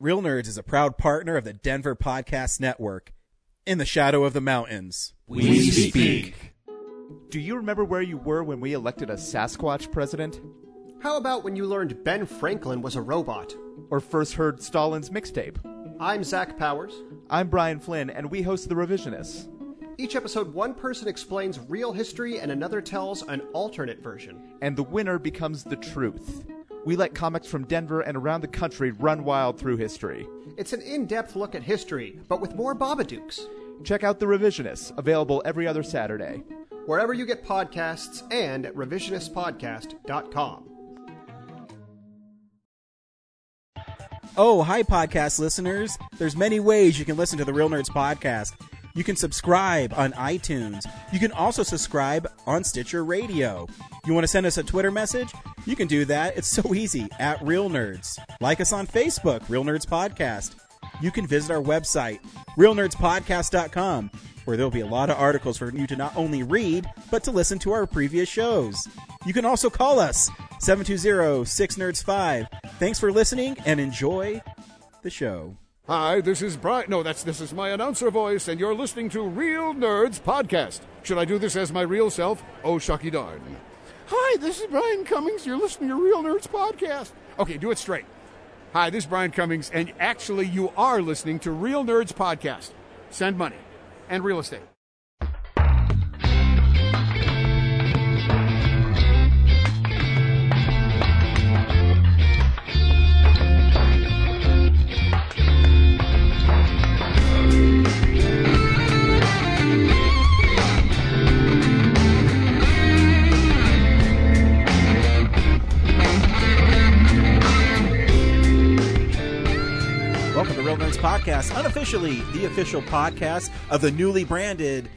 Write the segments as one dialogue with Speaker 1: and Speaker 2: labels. Speaker 1: Real Nerds is a proud partner of the Denver Podcast Network. In the shadow of the mountains.
Speaker 2: We speak.
Speaker 3: Do you remember where you were when we elected a Sasquatch president?
Speaker 4: How about when you learned Ben Franklin was a robot?
Speaker 3: Or first heard Stalin's mixtape?
Speaker 4: I'm Zach Powers.
Speaker 3: I'm Brian Flynn, and we host The Revisionists.
Speaker 4: Each episode, one person explains real history and another tells an alternate version.
Speaker 3: And the winner becomes the truth. We let comics from Denver and around the country run wild through history.
Speaker 4: It's an in depth look at history, but with more Babadooks.
Speaker 3: Check out The Revisionists, available every other Saturday.
Speaker 4: Wherever you get podcasts and at revisionistpodcast.com.
Speaker 1: Oh, hi, podcast listeners. There's many ways you can listen to the Real Nerds podcast. You can subscribe on iTunes. You can also subscribe on Stitcher Radio. You want to send us a Twitter message? You can do that. It's so easy at Real Nerds. Like us on Facebook, Real Nerds Podcast. You can visit our website, realnerdspodcast.com, where there'll be a lot of articles for you to not only read, but to listen to our previous shows. You can also call us, 720-6NERDS5. Thanks for listening and enjoy the show.
Speaker 5: Hi, this is Brian. No, that's this is my announcer voice, and you're listening to Real Nerds Podcast. Should I do this as my real self? Oh, shucky darn. Hi, this is Brian Cummings. You're listening to Real Nerds Podcast. Okay, do it straight. Hi, this is Brian Cummings, and actually, you are listening to Real Nerds Podcast. Send money and real estate.
Speaker 1: Welcome to Real Nerds Podcast, unofficially the official podcast of the newly branded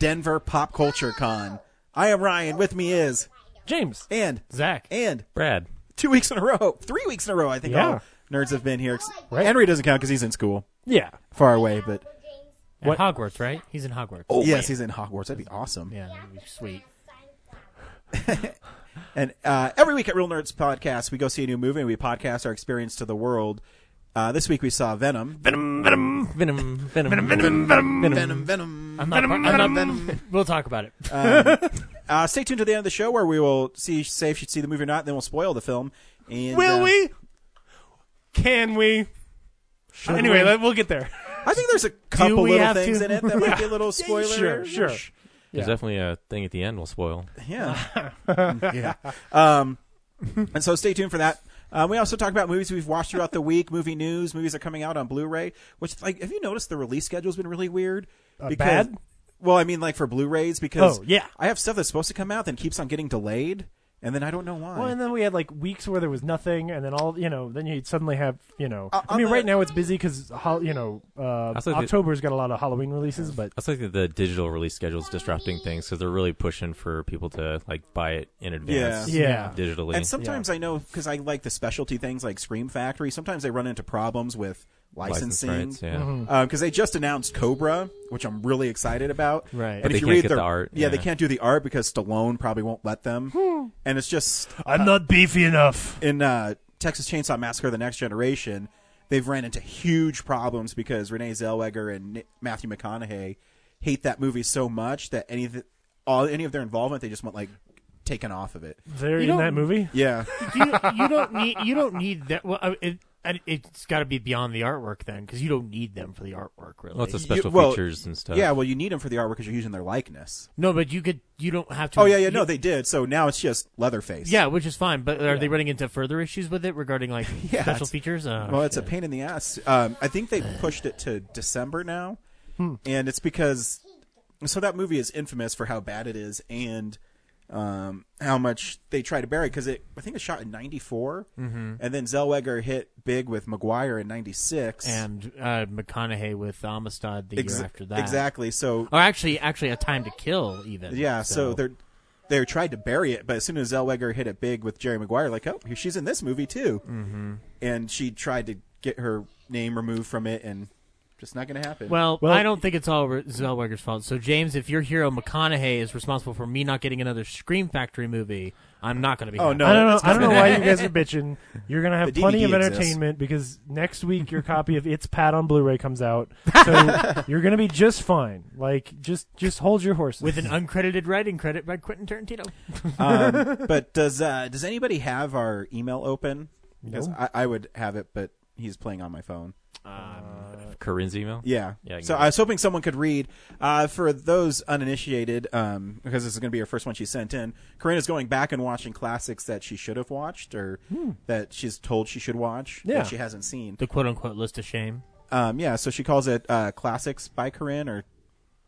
Speaker 1: Denver Pop Culture Con. I am Ryan. With me is
Speaker 6: James.
Speaker 1: and
Speaker 6: Zach.
Speaker 1: and
Speaker 6: Brad.
Speaker 1: two weeks in a row, three weeks in a row. I think
Speaker 6: Yeah.
Speaker 1: all nerds have been here.
Speaker 6: Right.
Speaker 1: Henry doesn't count because he's in school,
Speaker 6: Yeah.
Speaker 1: far away. But
Speaker 6: What? Hogwarts, right? He's in Hogwarts.
Speaker 1: yes, he's in Hogwarts. That'd be awesome.
Speaker 6: Oh, Yeah, that'd be sweet.
Speaker 1: And uh, every week at Real Nerds Podcast, we go see a new movie and we podcast our experience to the world. Uh, this week we saw Venom.
Speaker 6: Venom, venom, venom, venom, venom, venom,
Speaker 1: Venom.
Speaker 6: I'm not, I'm not, We'll talk about it.
Speaker 1: Uh, stay tuned to the end of the show where we will see say if you see the movie or not. Then we'll spoil the film. And,
Speaker 6: Will
Speaker 1: uh,
Speaker 6: we? Can we? anyway, let, we'll get there.
Speaker 1: I think there's a couple
Speaker 6: we
Speaker 1: little
Speaker 6: have
Speaker 1: things
Speaker 6: to?
Speaker 1: in it that might be a little spoiler.
Speaker 6: Sure, sure.
Speaker 7: There's
Speaker 6: Yeah.
Speaker 7: definitely a thing at the end we'll spoil.
Speaker 1: Yeah. yeah. Um, and so stay tuned for that. Uh, we also talk about movies we've watched throughout the week, movie news, movies that are coming out on Blu-ray. Which, like, have you noticed the release schedule's been really weird?
Speaker 6: Uh, bad?
Speaker 1: Well, I mean, like for Blu-rays, because
Speaker 6: Oh, yeah.
Speaker 1: I have stuff that's supposed to come out that keeps on getting delayed, and then I don't know why.
Speaker 6: Well, and then we had like weeks where there was nothing, and then all you know, then you'd suddenly have you know. I
Speaker 1: on
Speaker 6: mean,
Speaker 1: the-
Speaker 6: right now it's busy because you know uh,
Speaker 7: Also the-
Speaker 6: October's got a lot of Halloween releases, but
Speaker 7: I also think that the digital release schedule is disrupting things because they're really pushing for people to like buy it in advance.
Speaker 1: Yeah.
Speaker 6: Yeah.
Speaker 7: Digitally.
Speaker 1: and sometimes I know because I like the specialty things like Scream Factory. Sometimes they run into problems with
Speaker 7: License
Speaker 1: licensing.
Speaker 7: rights, yeah.
Speaker 1: because Uh, they just announced Cobra, which I'm really excited about.
Speaker 6: Right.
Speaker 1: and if
Speaker 6: But
Speaker 7: they
Speaker 1: you
Speaker 7: can't
Speaker 1: read
Speaker 7: get
Speaker 1: their-
Speaker 7: the art,
Speaker 1: yeah, they
Speaker 7: yeah.
Speaker 1: can't do the art because Stallone probably won't let them. and it's just
Speaker 6: Hmm. I'm not beefy enough.
Speaker 1: in uh, Texas Chainsaw Massacre: The Next Generation, they've ran into huge problems because Renee Zellweger and Ni- Matthew McConaughey hate that movie so much that any of the, all any of their involvement, they just want like taken off of it.
Speaker 6: They're
Speaker 8: You
Speaker 6: in that
Speaker 8: don't-
Speaker 6: movie.
Speaker 1: Yeah,
Speaker 8: you, you don't need you don't need that. Well, I- it, I- it's got to be beyond the artwork then, because you don't need them for the artwork, really.
Speaker 7: Well, it's the
Speaker 1: You-
Speaker 7: special
Speaker 1: well,
Speaker 7: features and stuff.
Speaker 1: yeah. Well, you need them for the artwork because you're using their likeness.
Speaker 8: no, but you could you don't have to.
Speaker 1: Oh yeah, yeah.
Speaker 8: you-
Speaker 1: No, they did. So now it's just Leatherface.
Speaker 8: yeah, which is fine. But are they running into further issues with it regarding like special
Speaker 1: it's-
Speaker 8: features? Uh,
Speaker 1: Well, it's a pain in the ass. Um, I think they pushed it to December now, and it's because so that movie is infamous for how bad it is and um, how much they try to bury because it. I think it shot in '94,
Speaker 8: Mm-hmm.
Speaker 1: and then Zellweger hit big with McGuire in '96.
Speaker 8: and uh, McConaughey with Amistad the
Speaker 1: Ex-
Speaker 8: year after that.
Speaker 1: exactly. So
Speaker 8: Or actually, actually, a time to kill even.
Speaker 1: yeah, so, they're they tried to bury it, but as soon as Zellweger hit it big with Jerry Maguire, like oh, here- she's in this movie too, mm-hmm. and she tried to get her name removed from it, and
Speaker 3: Just not going to happen.
Speaker 8: Well,
Speaker 6: Well-
Speaker 8: I don't think it's all Re- Zellweger's fault. So, James, if your hero McConaughey is responsible for me not getting another Scream Factory movie, I'm not going to be.
Speaker 3: Oh,
Speaker 8: happy.
Speaker 3: no.
Speaker 6: I don't know.
Speaker 3: it's
Speaker 6: I don't know
Speaker 3: gonna-
Speaker 6: why you guys are bitching. You're gonna have
Speaker 3: The
Speaker 6: plenty of
Speaker 3: DVD exists.
Speaker 6: entertainment because next week your copy of It's Pat on Blu-ray comes out, so you're gonna be just fine. Like just just hold your horses.
Speaker 8: With an uncredited writing credit by Quentin Tarantino.
Speaker 1: Um, but does uh, does anybody have our email open? Because
Speaker 6: No.
Speaker 1: I, I would have it, but he's playing on my phone.
Speaker 7: Corinne's email.
Speaker 1: Yeah.
Speaker 7: Yeah, I can
Speaker 1: so
Speaker 7: get
Speaker 1: I was hoping someone could read. Uh, for those uninitiated, um, because this is going to be her first one she sent in, Corinna's going back and watching classics that she should have watched or
Speaker 7: Hmm.
Speaker 1: that she's told she should watch
Speaker 6: Yeah.
Speaker 1: that she hasn't seen.
Speaker 8: The quote unquote list of shame.
Speaker 1: Um, yeah, so she calls it uh, Classics by Corinne or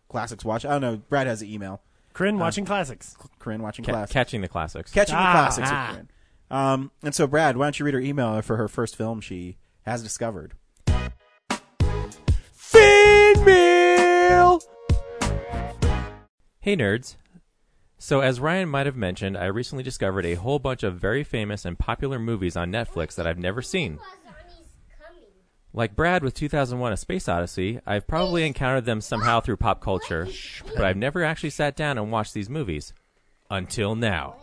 Speaker 1: Classics Watch. I don't know. Brad has an email.
Speaker 6: Corinne watching classics.
Speaker 1: Corinne watching
Speaker 7: Ca-
Speaker 1: classics.
Speaker 7: catching the classics.
Speaker 1: Catching the
Speaker 8: Ah,
Speaker 1: Classics
Speaker 8: ah.
Speaker 1: with Corinne. Um, and so, Brad, why don't you read her email for her first film she has discovered?
Speaker 7: Hey nerds! So, as Ryan might have mentioned, I recently discovered a whole bunch of very famous and popular movies on Netflix that I've never seen. Like Brad with 2001 A Space Odyssey, I've probably encountered them somehow through pop culture, but I've never actually sat down and watched these movies. Until now.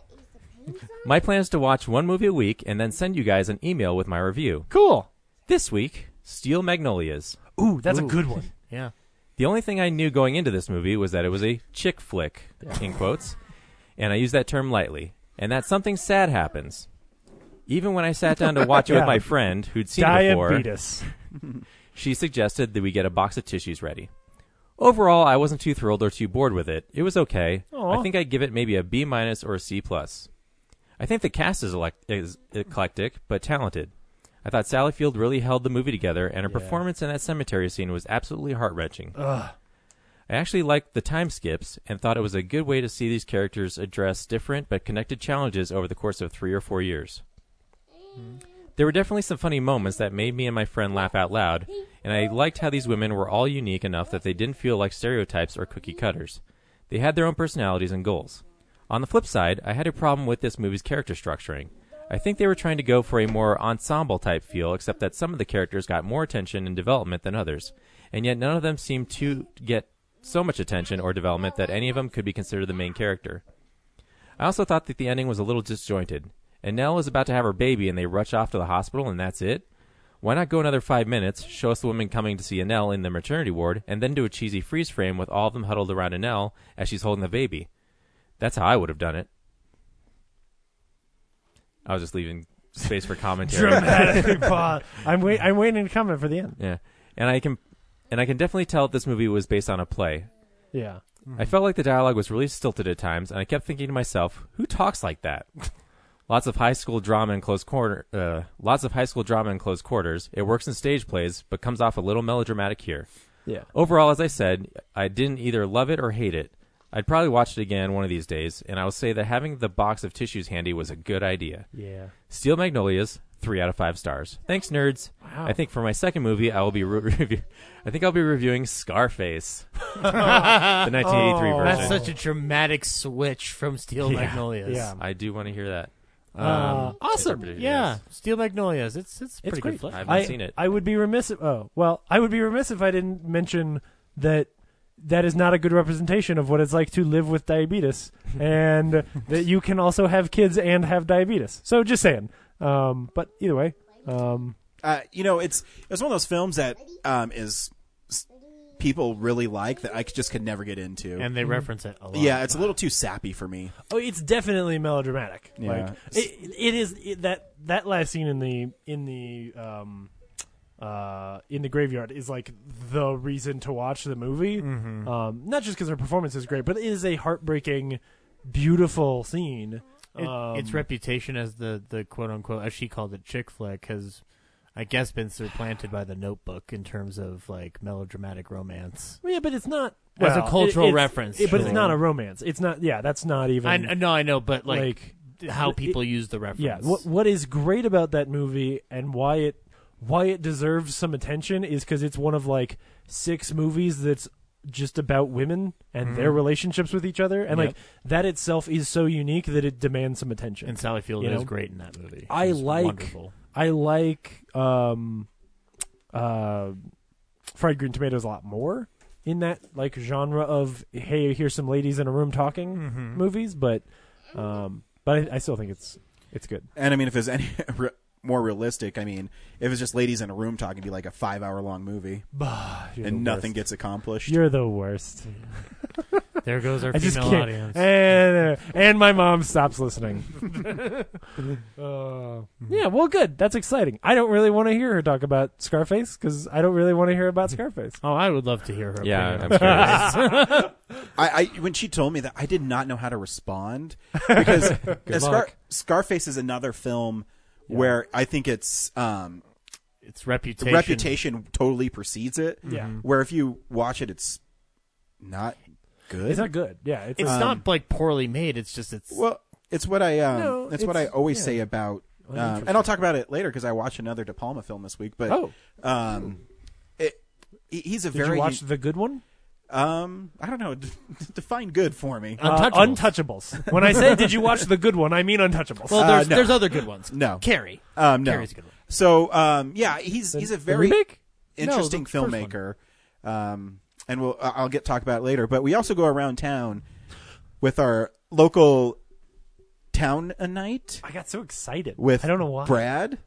Speaker 7: My plan is to watch one movie a week and then send you guys an email with my review.
Speaker 8: Cool.
Speaker 7: This week, Steel Magnolias.
Speaker 6: Ooh, that's a good one.
Speaker 8: Yeah.
Speaker 7: The only thing I knew going into this movie was that it was a chick flick, in quotes, and I use that term lightly, and that something sad happens. Even when I sat down to watch it
Speaker 6: Yeah.
Speaker 7: with my friend, who'd seen it before,
Speaker 6: Diabetes.
Speaker 7: she suggested that we get a box of tissues ready. Overall, I wasn't too thrilled or too bored with it. It was okay.
Speaker 6: Aw.
Speaker 7: I think I'd give it maybe a B minus or a C plus. I think the cast is, elec- is eclectic but talented. I thought Sally Field really held the movie together, and her performance in that cemetery scene was absolutely heart wrenching. I actually liked the time skips and thought it was a good way to see these characters address different but connected challenges over the course of three or four years. There were definitely some funny moments that made me and my friend laugh out loud, and I liked how these women were all unique enough that they didn't feel like stereotypes or cookie cutters. They had their own personalities and goals. On the flip side, I had a problem with this movie's character structuring. I think they were trying to go for a more ensemble type feel, except that some of the characters got more attention and development than others, and yet none of them seemed to get so much attention or development that any of them could be considered the main character. I also thought that the ending was a little disjointed. And Nell is about to have her baby, and they rush off to the hospital, and that's it? Why not go another five minutes, show us the women coming to see Anel in the maternity ward, and then do a cheesy freeze frame with all of them huddled around Anel as she's holding the baby? That's how I would have done it. I was just leaving space for commentary.
Speaker 6: Dramatic pause. I'm wait. I'm waiting to comment for the end.
Speaker 7: yeah. And I can and I can definitely tell that this movie was based on a play.
Speaker 6: Yeah.
Speaker 7: I felt like the dialogue was really stilted at times, and I kept thinking to myself, "Who talks like that?" lots of high school drama in close quarter. Uh, lots of high school drama in close quarters. It works in stage plays, but comes off a little melodramatic here.
Speaker 6: Yeah.
Speaker 7: Overall, as I said, I didn't either love it or hate it. I'd probably watch it again one of these days, and I will say that having the box of tissues handy was a good idea.
Speaker 6: Yeah.
Speaker 7: Steel Magnolias, three out of five stars. Thanks, nerds.
Speaker 6: Wow.
Speaker 7: I think for my second movie, I will be re- review- I think I'll be reviewing Scarface, the 1983
Speaker 6: Oh.
Speaker 7: version.
Speaker 8: That's such a dramatic switch from Steel Magnolias. Um,
Speaker 6: Yeah.
Speaker 7: I do want to hear that.
Speaker 6: Uh,
Speaker 8: Awesome.
Speaker 7: Interpreted,
Speaker 8: Yeah.
Speaker 7: yes.
Speaker 8: Steel Magnolias. It's it's a pretty
Speaker 6: great.
Speaker 8: good flick.
Speaker 7: I haven't
Speaker 6: I,
Speaker 7: seen it.
Speaker 6: I would be remiss. If, oh well, I would be remiss if I didn't mention that that is not a good representation of what it's like to live with diabetes, and that you can also have kids and have diabetes. So just saying. Um, but either way, um,
Speaker 1: uh, you know, it's it's one of those films that um, is s- people really like that I c- just could never get into.
Speaker 8: And they reference it a lot.
Speaker 1: yeah, it's a little too sappy for me.
Speaker 6: oh, it's definitely melodramatic.
Speaker 1: Yeah.
Speaker 6: Like it, it is it, that that last scene in the in the um, uh, in the graveyard is like the reason to watch the movie.
Speaker 8: Mm-hmm.
Speaker 6: Um, not just because her performance is great, but it is a heartbreaking, beautiful scene.
Speaker 8: It-
Speaker 6: Um,
Speaker 8: its reputation as the, the quote unquote as she called it chick flick has I guess been supplanted by the Notebook in terms of like melodramatic romance.
Speaker 6: Well, yeah, but it's not
Speaker 8: As a
Speaker 6: well,
Speaker 8: cultural
Speaker 6: it's-
Speaker 8: reference,
Speaker 6: it- but it's
Speaker 8: sure.
Speaker 6: not a romance. It's not. Yeah, that's not even.
Speaker 8: I I know, I know, but like, how
Speaker 6: it-
Speaker 8: people use the reference.
Speaker 6: yeah, what what is great about that movie and why it why it deserves some attention is because it's one of like six movies that's just about women and their relationships with each other, and like that itself is so unique that it demands some attention.
Speaker 8: and Sally Field
Speaker 6: You
Speaker 8: is
Speaker 6: know?
Speaker 8: great in that movie.
Speaker 6: I
Speaker 8: She's
Speaker 6: like
Speaker 8: wonderful.
Speaker 6: I like um uh Fried Green Tomatoes a lot more in that like genre of hey, here's some ladies in a room talking movies, but um, but I, I still think it's it's good.
Speaker 1: And I mean, if it's any re- more realistic, I mean, if it's just ladies in a room talking, it'd be like a five hour long movie
Speaker 6: You're
Speaker 1: and
Speaker 6: the
Speaker 1: nothing
Speaker 6: worst.
Speaker 1: gets accomplished.
Speaker 6: You're the worst.
Speaker 8: There goes our
Speaker 6: I just
Speaker 8: female
Speaker 6: can't.
Speaker 8: audience.
Speaker 6: And, and my mom stops listening. Uh,
Speaker 8: Mm-hmm.
Speaker 6: yeah, well, good. That's exciting. I don't really want to hear her talk about Scarface because I don't really want to hear about Scarface.
Speaker 8: Oh, I would love to hear her.
Speaker 7: Yeah,
Speaker 8: opinion.
Speaker 7: I'm curious.
Speaker 1: I, I when she told me that, I did not know how to respond because and Scar-
Speaker 6: luck.
Speaker 1: Scarface is another film where I think it's um,
Speaker 8: It's reputation.
Speaker 1: reputation totally precedes it.
Speaker 6: Yeah. Mhm.
Speaker 1: where if you watch it, it's not good.
Speaker 6: It's not good. Yeah, it's,
Speaker 8: It's
Speaker 6: a-
Speaker 8: not like poorly made. It's just it's.
Speaker 1: um, well, it's what I um,
Speaker 6: No,
Speaker 1: it's, what I
Speaker 6: it's-
Speaker 1: always
Speaker 6: yeah.
Speaker 1: say about, um, and I'll talk about it later because I watched another De Palma film this week. But
Speaker 6: Oh.
Speaker 1: um, it, he- he's a
Speaker 6: Did
Speaker 1: very
Speaker 6: you watch the good one?
Speaker 1: um, I don't know, d- define good for me.
Speaker 8: Untouchables.
Speaker 6: Uh, Untouchables. when I say did you watch the good one, I mean Untouchables.
Speaker 8: well, there's
Speaker 1: uh, no.
Speaker 8: there's other good ones.
Speaker 1: No.
Speaker 8: Carrie.
Speaker 1: Um, no.
Speaker 8: Carrie's a good one.
Speaker 1: So um, yeah, he's
Speaker 6: The-
Speaker 1: he's a
Speaker 6: the
Speaker 1: very
Speaker 6: remake?
Speaker 1: interesting
Speaker 8: No, the first
Speaker 1: filmmaker. Um, and we'll I- I'll get talk about it later. But we also go around town with our local town a night
Speaker 6: I got so excited.
Speaker 1: with
Speaker 6: I don't know why.
Speaker 1: Brad.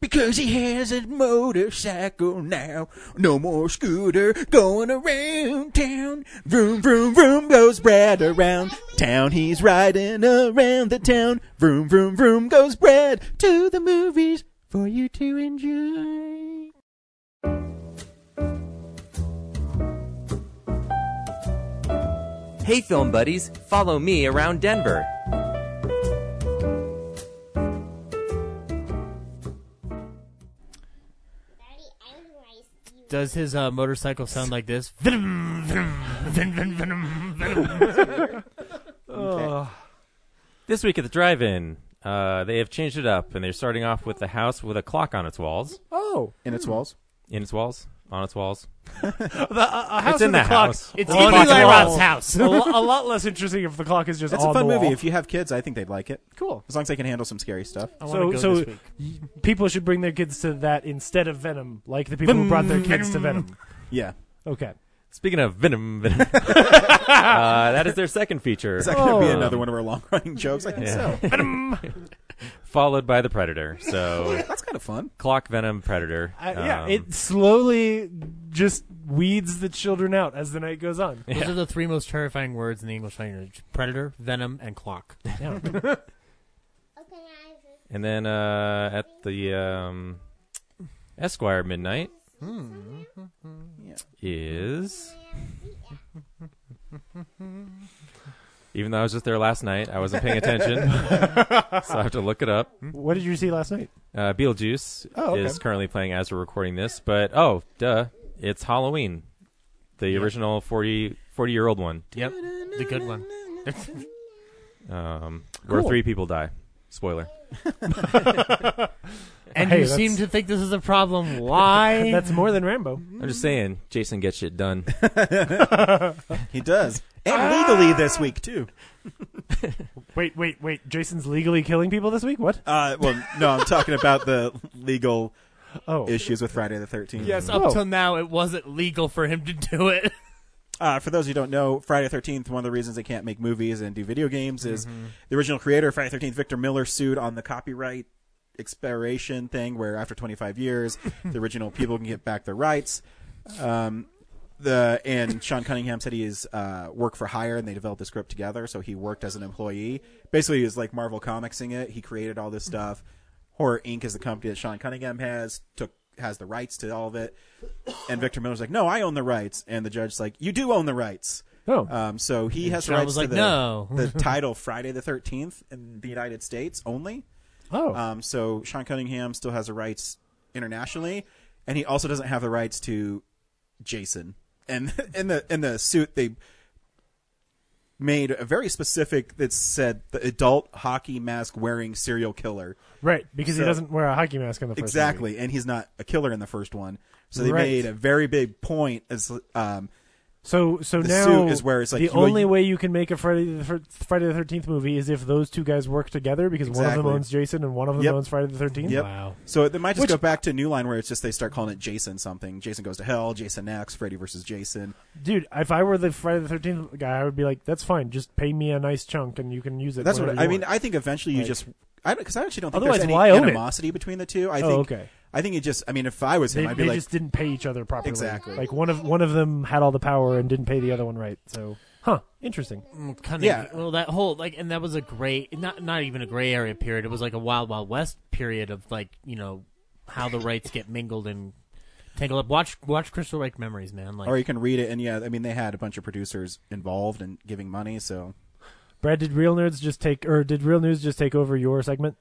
Speaker 1: Because he has a motorcycle now, no more scooter going around town. Vroom vroom vroom goes Brad around town. He's riding around the town. Vroom vroom vroom goes Brad to the movies for you to enjoy.
Speaker 2: Hey, film buddies, follow me around Denver.
Speaker 8: Does his uh, motorcycle sound like this? Venom, venom, venom, venom, venom, venom.
Speaker 7: This week at the drive-in, uh, they have changed it up, and they're starting off with a house with a clock on its walls,
Speaker 6: Oh,
Speaker 1: In its walls.
Speaker 7: in its walls, on its walls.
Speaker 6: the, uh, a house
Speaker 7: It's in
Speaker 6: with a
Speaker 7: the
Speaker 6: clock.
Speaker 7: house.
Speaker 8: It's
Speaker 6: On
Speaker 8: Eli
Speaker 6: its wall.
Speaker 8: Roth's house.
Speaker 6: a, lo- a lot less interesting if the clock is just
Speaker 1: It's
Speaker 6: on
Speaker 1: a fun
Speaker 6: the
Speaker 1: movie.
Speaker 6: wall.
Speaker 1: If you have kids, I think they'd like it.
Speaker 6: cool.
Speaker 1: As long as they can handle some scary stuff.
Speaker 8: I wanna
Speaker 6: So,
Speaker 8: go
Speaker 6: so
Speaker 8: this week.
Speaker 6: people should bring their kids to that instead of Venom, like the people who brought their kids to Venom.
Speaker 1: Yeah.
Speaker 6: Okay.
Speaker 7: Speaking of venom, venom uh, that is their second feature.
Speaker 1: Is that going to be
Speaker 7: Um,
Speaker 1: another one of our long running jokes? I think so.
Speaker 7: Followed by the predator. So
Speaker 1: That's kind of fun.
Speaker 7: clock, venom, predator.
Speaker 6: I, Uh, yeah,
Speaker 7: Um,
Speaker 6: it slowly just weeds the children out as the night goes on.
Speaker 8: Those are the three most terrifying words in the English language: predator, venom, and clock.
Speaker 7: And then uh, at the um, Esquire midnight
Speaker 6: Hmm.
Speaker 7: is. Even though I was just there last night, I wasn't paying attention, so I have to look it up.
Speaker 1: Mm.
Speaker 6: What did you see last night?
Speaker 7: Uh, Beetlejuice
Speaker 6: Oh, okay.
Speaker 7: is currently playing as we're recording this, but oh, duh, it's Halloween, the original 40, 40 year old one,
Speaker 8: Yep, the good one.
Speaker 7: um, where
Speaker 6: Cool.
Speaker 7: three people die. Spoiler.
Speaker 8: And
Speaker 6: Hey,
Speaker 8: you
Speaker 6: that's-
Speaker 8: seem to think this is a problem. Why?
Speaker 6: That's more than Rambo.
Speaker 7: I'm just saying, Jason gets shit done.
Speaker 1: He does. And
Speaker 8: Ah.
Speaker 1: legally this week, too.
Speaker 6: Wait, wait, wait. Jason's legally killing people this week? What?
Speaker 1: Uh, well, no, I'm talking about the legal
Speaker 6: Oh.
Speaker 1: issues with Friday the 13th.
Speaker 8: yes, up
Speaker 6: Whoa.
Speaker 8: till now it wasn't legal for him to do it.
Speaker 1: Uh, for those who don't know, Friday the 13th, one of the reasons they can't make movies and do video games is the original creator of Friday the 13th, Victor Miller, sued on the copyright expiration thing where after 25 years, the original people can get back their rights. Um, the and Sean Cunningham said he is uh, work for hire and they developed the script together. So he worked as an employee. Basically, he was like Marvel Comicsing it. He created all this stuff. Horror Inc. is the company that Sean Cunningham has took has the rights to all of it. And Victor Miller's like, no, I own the rights. And the judge's like, you do own the rights.
Speaker 6: Oh.
Speaker 1: Um, so he has the
Speaker 8: Sean
Speaker 1: rights
Speaker 8: was
Speaker 1: to
Speaker 8: like,
Speaker 1: the,
Speaker 8: "No."
Speaker 1: the title Friday the 13th in the United States only.
Speaker 6: oh.
Speaker 1: Um, so Sean Cunningham still has the rights internationally, and he also doesn't have the rights to Jason. And in the in the suit, they made a very specific that said the adult hockey mask wearing serial killer.
Speaker 6: right, because
Speaker 1: so-
Speaker 6: he doesn't wear a hockey mask in the first
Speaker 1: Exactly, and he's not a killer in the first one. So they
Speaker 6: Right.
Speaker 1: made a very big point as um,
Speaker 6: So so
Speaker 1: The
Speaker 6: now
Speaker 1: suit is where it's like
Speaker 6: the
Speaker 1: you-
Speaker 6: only
Speaker 1: you-
Speaker 6: way you can make a Friday the thir- Friday the Thirteenth movie is if those two guys work together because one of them
Speaker 1: Exactly.
Speaker 6: owns Jason and one of them
Speaker 1: Yep.
Speaker 6: owns Friday the Thirteenth.
Speaker 1: Yep.
Speaker 8: Wow.
Speaker 1: So they might just
Speaker 6: Which-
Speaker 1: go back to New Line where it's just they start calling it Jason something. Jason goes to hell. Jason X. Freddy versus Jason.
Speaker 6: Dude, if I were the Friday the Thirteenth guy, I would be like, "That's fine. Just pay me a nice chunk, and you can use it."
Speaker 1: That's
Speaker 6: whenever
Speaker 1: what
Speaker 6: you
Speaker 1: I mean.
Speaker 6: want."
Speaker 1: I think eventually you
Speaker 6: Like-
Speaker 1: just I because I actually don't think
Speaker 6: Otherwise,
Speaker 1: there's any
Speaker 6: why own it?
Speaker 1: animosity between the two. I
Speaker 6: Oh,
Speaker 1: think
Speaker 6: okay.
Speaker 1: I think it just I mean if I was him
Speaker 6: they,
Speaker 1: I'd be
Speaker 6: they
Speaker 1: like
Speaker 6: just didn't pay each other properly.
Speaker 1: Exactly.
Speaker 6: Like one of one of them had all the power and didn't pay the other one right. So, huh? Interesting.
Speaker 8: kind of
Speaker 1: Yeah.
Speaker 8: Mm, well that whole like and that was a gray not not even a gray area period it was like a wild wild west period of like you know how the rights get mingled and tangled up watch watch crystal lake memories man like
Speaker 1: or "Oh, you can read it and yeah I mean they had a bunch of producers involved and giving money so
Speaker 6: Brad, did real nerds just take or did real news just take over your segment?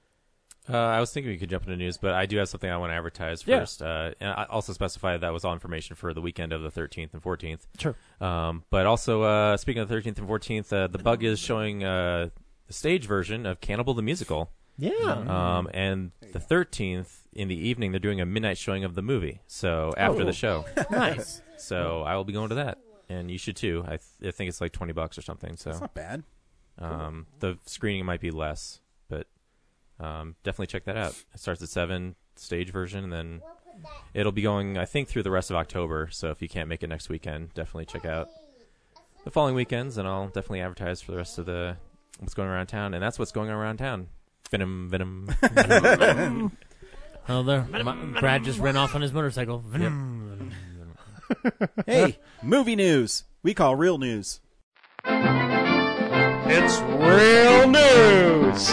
Speaker 7: Uh, I was thinking we could jump into news, but I do have something I want to advertise
Speaker 6: Yeah.
Speaker 7: first. Uh, and I also specify that was all information for the weekend of the 13th and 14th.
Speaker 6: Sure.
Speaker 7: Um, but also, uh, speaking of the 13th and 14th, uh, The Bug is showing uh, the stage version of Cannibal the Musical.
Speaker 6: Yeah.
Speaker 7: Um, and the 13th in the evening, they're doing a midnight showing of the movie. So after the show.
Speaker 8: nice
Speaker 7: so I will be going to that. And you should too. I, th- I think it's like 20 bucks or something.
Speaker 1: it's
Speaker 7: So
Speaker 1: not bad.
Speaker 7: um, the screening might be less, but um, definitely check that out. It starts at 7, stage version, and then it'll be going, I think, through the rest of October. So if you can't make it next weekend, definitely check out the following weekends, and I'll definitely advertise for the rest of the what's going around town. And that's what's going on around town. Venom, venom.
Speaker 8: oh there my- brad just ran off on his motorcycle
Speaker 1: Hey, movie news we call real news.
Speaker 9: It's real news.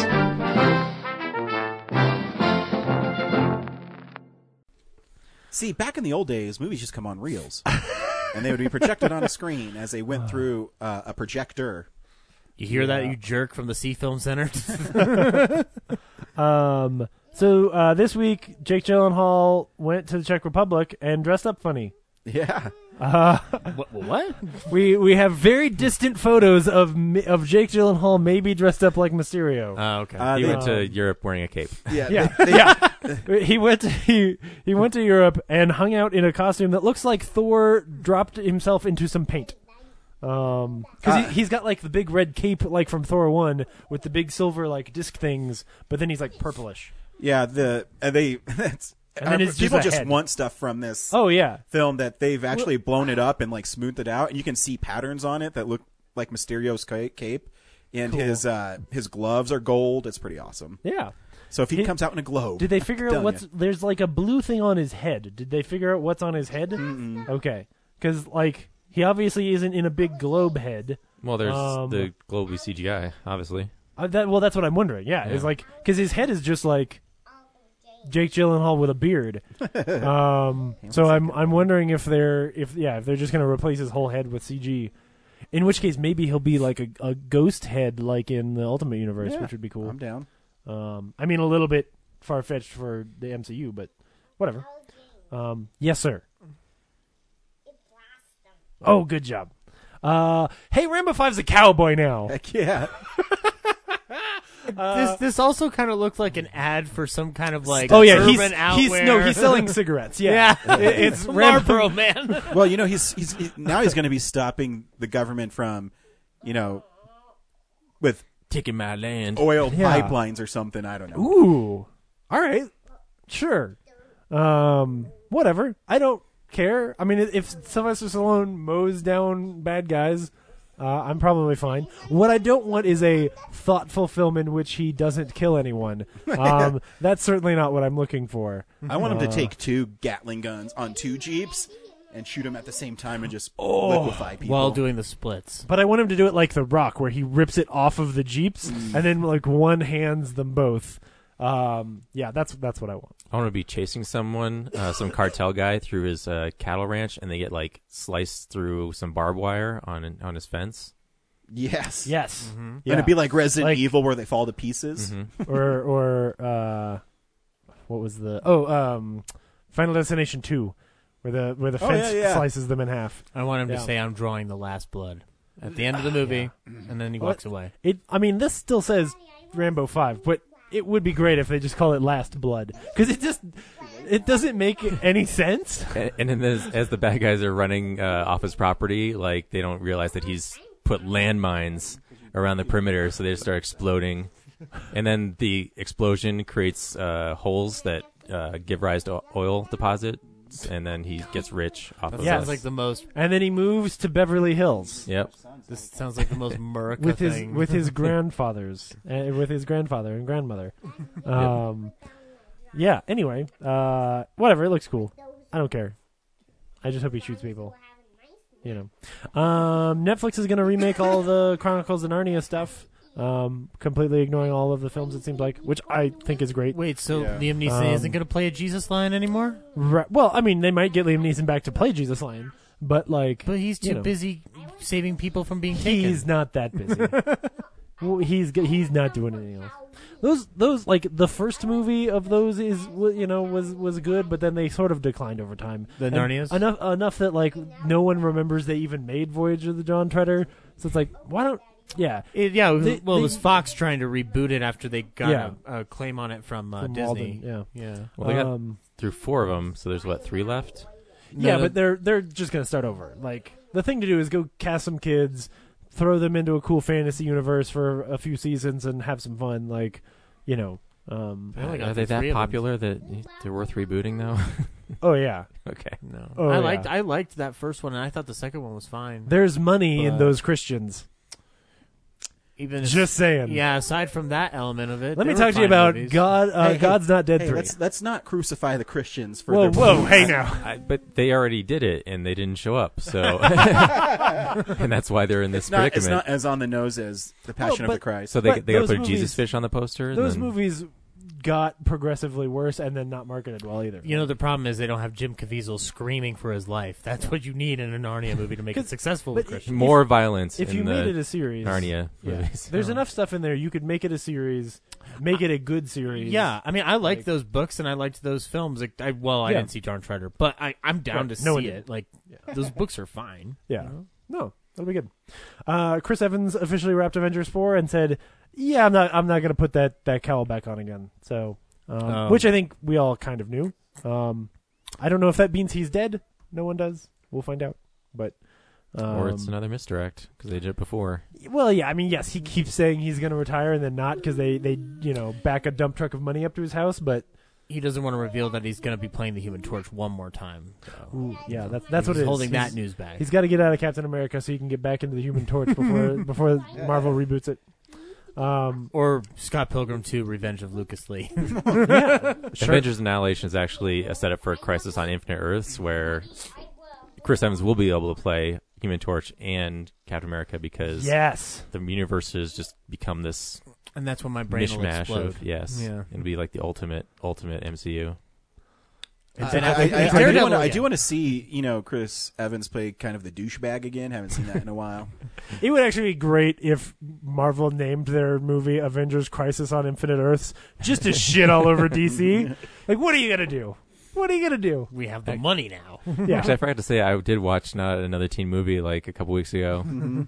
Speaker 1: See, back in the old days, movies just come on reels, and they would be projected on a screen as they went through uh, a projector.
Speaker 8: you hear that you jerk from the c film center
Speaker 6: Um. So uh, this week, Jake Gyllenhaal went to the Czech Republic and dressed up funny.
Speaker 1: Yeah,
Speaker 6: Uh,
Speaker 8: what, what
Speaker 6: We we have very distant photos of Mi- of Jake Gyllenhaal maybe dressed up like Mysterio.
Speaker 8: oh okay
Speaker 1: uh,
Speaker 7: Ah, he
Speaker 1: they-
Speaker 7: went to Europe wearing a cape.
Speaker 1: yeah,
Speaker 6: yeah,
Speaker 1: they- they-
Speaker 6: he went to, he he went to Europe and hung out in a costume that looks like Thor dropped himself into some paint. Um, because he, he's got like the big red cape, like from Thor one, with the big silver like disc things, but then he's like purplish.
Speaker 1: yeah. The uh, they that's,
Speaker 6: And then
Speaker 1: uh,
Speaker 6: it's just
Speaker 1: people
Speaker 6: a
Speaker 1: just
Speaker 6: head.
Speaker 1: want stuff from this.
Speaker 6: Oh yeah,
Speaker 1: film that they've actually blown it up and like smoothed it out, and you can see patterns on it that look like Mysterio's ca- cape, and his uh, his gloves are gold. It's pretty awesome.
Speaker 6: yeah.
Speaker 1: So if he
Speaker 6: Did-
Speaker 1: comes out in a globe,
Speaker 6: Did they figure out
Speaker 1: Telling
Speaker 6: what's
Speaker 1: ya.
Speaker 6: there's like a blue thing on his head? Did they figure out what's on his head? Okay, because like he obviously isn't in a big globe head.
Speaker 7: Well, there's
Speaker 6: Um,
Speaker 7: the global CGI, obviously.
Speaker 6: Uh, that well, that's what I'm wondering. Yeah, it's
Speaker 7: Yeah.
Speaker 6: like because his head is just like Jake Gyllenhaal with a beard. um, so I'm I'm wondering if they're if yeah if they're just gonna replace his whole head with CG. In which case, maybe he'll be like a, a ghost head, like in the Ultimate Universe,
Speaker 1: Yeah,
Speaker 6: which would be cool.
Speaker 1: I'm down.
Speaker 6: Um, I mean, a little bit far fetched for the MCU, but whatever. Um, yes, sir. Oh, good job. Uh, hey, Rambo Five's a cowboy now.
Speaker 1: Heck yeah,
Speaker 8: this this also kind of looked like an ad for some kind of like
Speaker 6: oh yeah, he's,
Speaker 8: urban
Speaker 6: he's no,
Speaker 8: outwear.
Speaker 6: he's selling cigarettes. Yeah,
Speaker 8: yeah,
Speaker 6: It- it's Rambo.
Speaker 8: Marlboro man
Speaker 1: well, you know he's he's he, now he's going to be stopping the government from, you know, with
Speaker 8: taking my land
Speaker 1: oil
Speaker 6: Yeah.
Speaker 1: pipelines or something. I don't know.
Speaker 6: Ooh, all right, sure. Um, whatever. I don't care. I mean, if Sylvester Stallone mows down bad guys, uh, I'm probably fine. What I don't want is a thoughtful film in which he doesn't kill anyone. Um, that's certainly not what I'm looking for.
Speaker 1: I want him to take two Gatling guns on two jeeps and shoot them at the same time and just liquefy people.
Speaker 8: while doing the splits
Speaker 6: But I want him to do it like The Rock, where he rips it off of the jeeps and then like one hands them both. Um, yeah, that's that's what I want.
Speaker 7: I want to be chasing someone, uh, some cartel guy through his uh, cattle ranch, and they get like sliced through some barbed wire on on his fence.
Speaker 1: yes,
Speaker 6: Yes,
Speaker 1: Mm-hmm. And it'd be like Resident
Speaker 6: Like-
Speaker 1: Evil where they fall to pieces.
Speaker 6: or or uh, what was the oh um, Final Destination two, where the where the
Speaker 1: Oh,
Speaker 6: fence
Speaker 1: yeah, yeah.
Speaker 6: slices them in half.
Speaker 8: I want him
Speaker 6: Yeah.
Speaker 8: to say, "I'm drawing the last blood" at the end of the movie, and then he
Speaker 6: What?
Speaker 8: walks away.
Speaker 6: It I mean this still says Rambo five, but it would be great if they just call it Last Blood because it just it doesn't make any sense.
Speaker 7: and, and then as, as the bad guys are running uh, off his property, like they don't realize that he's put landmines around the perimeter, so they just start exploding. And then the explosion creates uh, holes that uh, give rise to o- oil deposits, and then he gets rich off of
Speaker 6: Yes.
Speaker 8: Sounds
Speaker 7: that.
Speaker 8: like the most.
Speaker 6: And then he moves to Beverly Hills
Speaker 7: Yep.
Speaker 8: This sounds like the most America
Speaker 6: with his
Speaker 8: thing.
Speaker 6: with his grandfathers uh, with his grandfather and grandmother. Um, yeah. Anyway, uh, whatever. It looks cool. I don't care. I just hope he shoots people. You know, um, Netflix is going to remake all the Chronicles of Narnia stuff, um, completely ignoring all of the films. It seems like, which I think is great.
Speaker 8: Wait, so
Speaker 5: Yeah.
Speaker 8: Liam Neeson
Speaker 6: Um,
Speaker 8: isn't going to play a Jesus line anymore?
Speaker 6: Right. Well, I mean, they might get Liam Neeson back to play Jesus Lion, but like,
Speaker 8: But he's too
Speaker 6: you know,
Speaker 8: busy saving people from being taken.
Speaker 6: He's not that busy. Well, he's g- he's not doing anything else. Those those like the first movie of those is wa- you know was was good, but then they sort of declined over time.
Speaker 8: The
Speaker 6: And
Speaker 8: Narnias?
Speaker 6: enough enough that like no one remembers they even made Voyage of the John Treader. So it's like why don't yeah
Speaker 8: It- yeah, it was-
Speaker 6: They-
Speaker 8: well, it was
Speaker 6: they-
Speaker 8: Fox trying to reboot it after they got
Speaker 6: Yeah.
Speaker 8: a, a claim on it from, uh,
Speaker 6: From
Speaker 8: Disney.
Speaker 6: Walden, yeah.
Speaker 8: yeah.
Speaker 7: Well, they got
Speaker 6: um,
Speaker 7: through four of them, so there's what three left.
Speaker 6: yeah,
Speaker 8: No,
Speaker 6: but they're they're just gonna start over. Like the thing to do is go cast some kids, throw them into a cool fantasy universe for a few seasons and have some fun. Like you know. Um,
Speaker 8: They only got
Speaker 7: Uh, Are
Speaker 8: through
Speaker 7: they
Speaker 8: three
Speaker 7: that
Speaker 8: of them.
Speaker 7: popular that they're worth rebooting though?
Speaker 6: oh yeah,
Speaker 7: okay.
Speaker 8: No,
Speaker 6: Oh,
Speaker 8: I
Speaker 6: yeah.
Speaker 8: liked I liked that first one, and I thought the second one was fine.
Speaker 6: there's money in
Speaker 8: But-
Speaker 6: those Christians.
Speaker 8: Even if-
Speaker 6: Just saying.
Speaker 8: yeah. Aside from that element of it, they
Speaker 6: Let me
Speaker 8: were
Speaker 6: talk to you
Speaker 8: fine
Speaker 6: about
Speaker 8: movies.
Speaker 6: God. Uh,
Speaker 1: Hey, hey,
Speaker 6: God's not dead
Speaker 1: Hey,
Speaker 6: three.
Speaker 1: let's let's not crucify the Christians for their
Speaker 6: Whoa, whoa, hey now.
Speaker 7: I, but they already did it, and they didn't show up, so and that's why they're in this
Speaker 1: It's not, it's
Speaker 7: predicament.
Speaker 1: not as on the nose as the Passion of
Speaker 6: but-
Speaker 1: the Christ.
Speaker 7: so they
Speaker 6: but
Speaker 7: they got to
Speaker 6: those
Speaker 7: put a
Speaker 6: movies-
Speaker 7: Jesus fish on the poster. and
Speaker 6: Those
Speaker 7: then-
Speaker 6: movies got progressively worse and then not marketed well either.
Speaker 8: You know the problem is they don't have Jim Caviezel screaming for his life. That's what you need in a Narnia movie to make it
Speaker 6: 'Cause-
Speaker 8: successful.
Speaker 6: but
Speaker 8: With Christian.
Speaker 7: more violence
Speaker 6: if
Speaker 7: in
Speaker 6: you
Speaker 7: the
Speaker 6: made it a series,
Speaker 7: Narnia
Speaker 6: yeah.
Speaker 7: movies.
Speaker 6: there's enough stuff in there you could make it a series, make it a good series.
Speaker 8: Yeah, I mean, I liked
Speaker 6: Like-
Speaker 8: those books and I liked those films. Like, I, well, I
Speaker 6: Yeah.
Speaker 8: didn't see John Treader, but I, I'm down
Speaker 6: Right.
Speaker 8: to
Speaker 6: No one
Speaker 8: see
Speaker 6: did.
Speaker 8: it. Like, those books are fine.
Speaker 6: yeah. No, that'll be good. Uh, Chris Evans officially wrapped Avengers four and said, "Yeah, I'm not. I'm not going to put that that cowl back on again." So, um,
Speaker 8: Oh.
Speaker 6: which I think we all kind of knew. Um, I don't know if that means he's dead. No one does. We'll find out. But um,
Speaker 7: or it's another misdirect because they did it before.
Speaker 6: Well, yeah, I mean, yes, he keeps saying he's going to retire and then not because they, they, you know, back a dump truck of money up to his house. But
Speaker 8: He doesn't want to reveal that he's going to be playing the Human Torch one more time. So.
Speaker 6: ooh, yeah, that's that's what
Speaker 8: He's
Speaker 6: it is.
Speaker 8: holding
Speaker 6: He's-
Speaker 8: that news back.
Speaker 6: He's got to get out of Captain America so he can get back into the Human Torch before before Marvel reboots it. Um,
Speaker 8: or Scott Pilgrim 2, Revenge of Lucas Lee.
Speaker 7: Avengers Annihilation is actually a setup for a Crisis on Infinite Earths where Chris Evans will be able to play Human Torch and Captain America because
Speaker 6: yes,
Speaker 7: the universes just become this
Speaker 8: and that's when my brain will
Speaker 7: mishmash
Speaker 8: explode.
Speaker 7: of yes,
Speaker 8: Yeah.
Speaker 7: it'll be like the ultimate ultimate MCU.
Speaker 1: I,
Speaker 8: Ben
Speaker 1: Uh, I-
Speaker 8: Affleck-
Speaker 1: I- I do
Speaker 8: Daredevil,
Speaker 1: wanna- I
Speaker 8: yeah.
Speaker 1: do want to see you know Chris Evans play kind of the douchebag again. Haven't seen that in a while.
Speaker 6: It would actually be great if Marvel named their movie Avengers Crisis on Infinite Earths just to shit all over DC. Like, what are you going to do? What are you going to do?
Speaker 8: We have the money now.
Speaker 6: Yeah.
Speaker 7: Actually, I forgot to say I did watch not another teen movie like a couple weeks ago.
Speaker 6: Mm-hmm.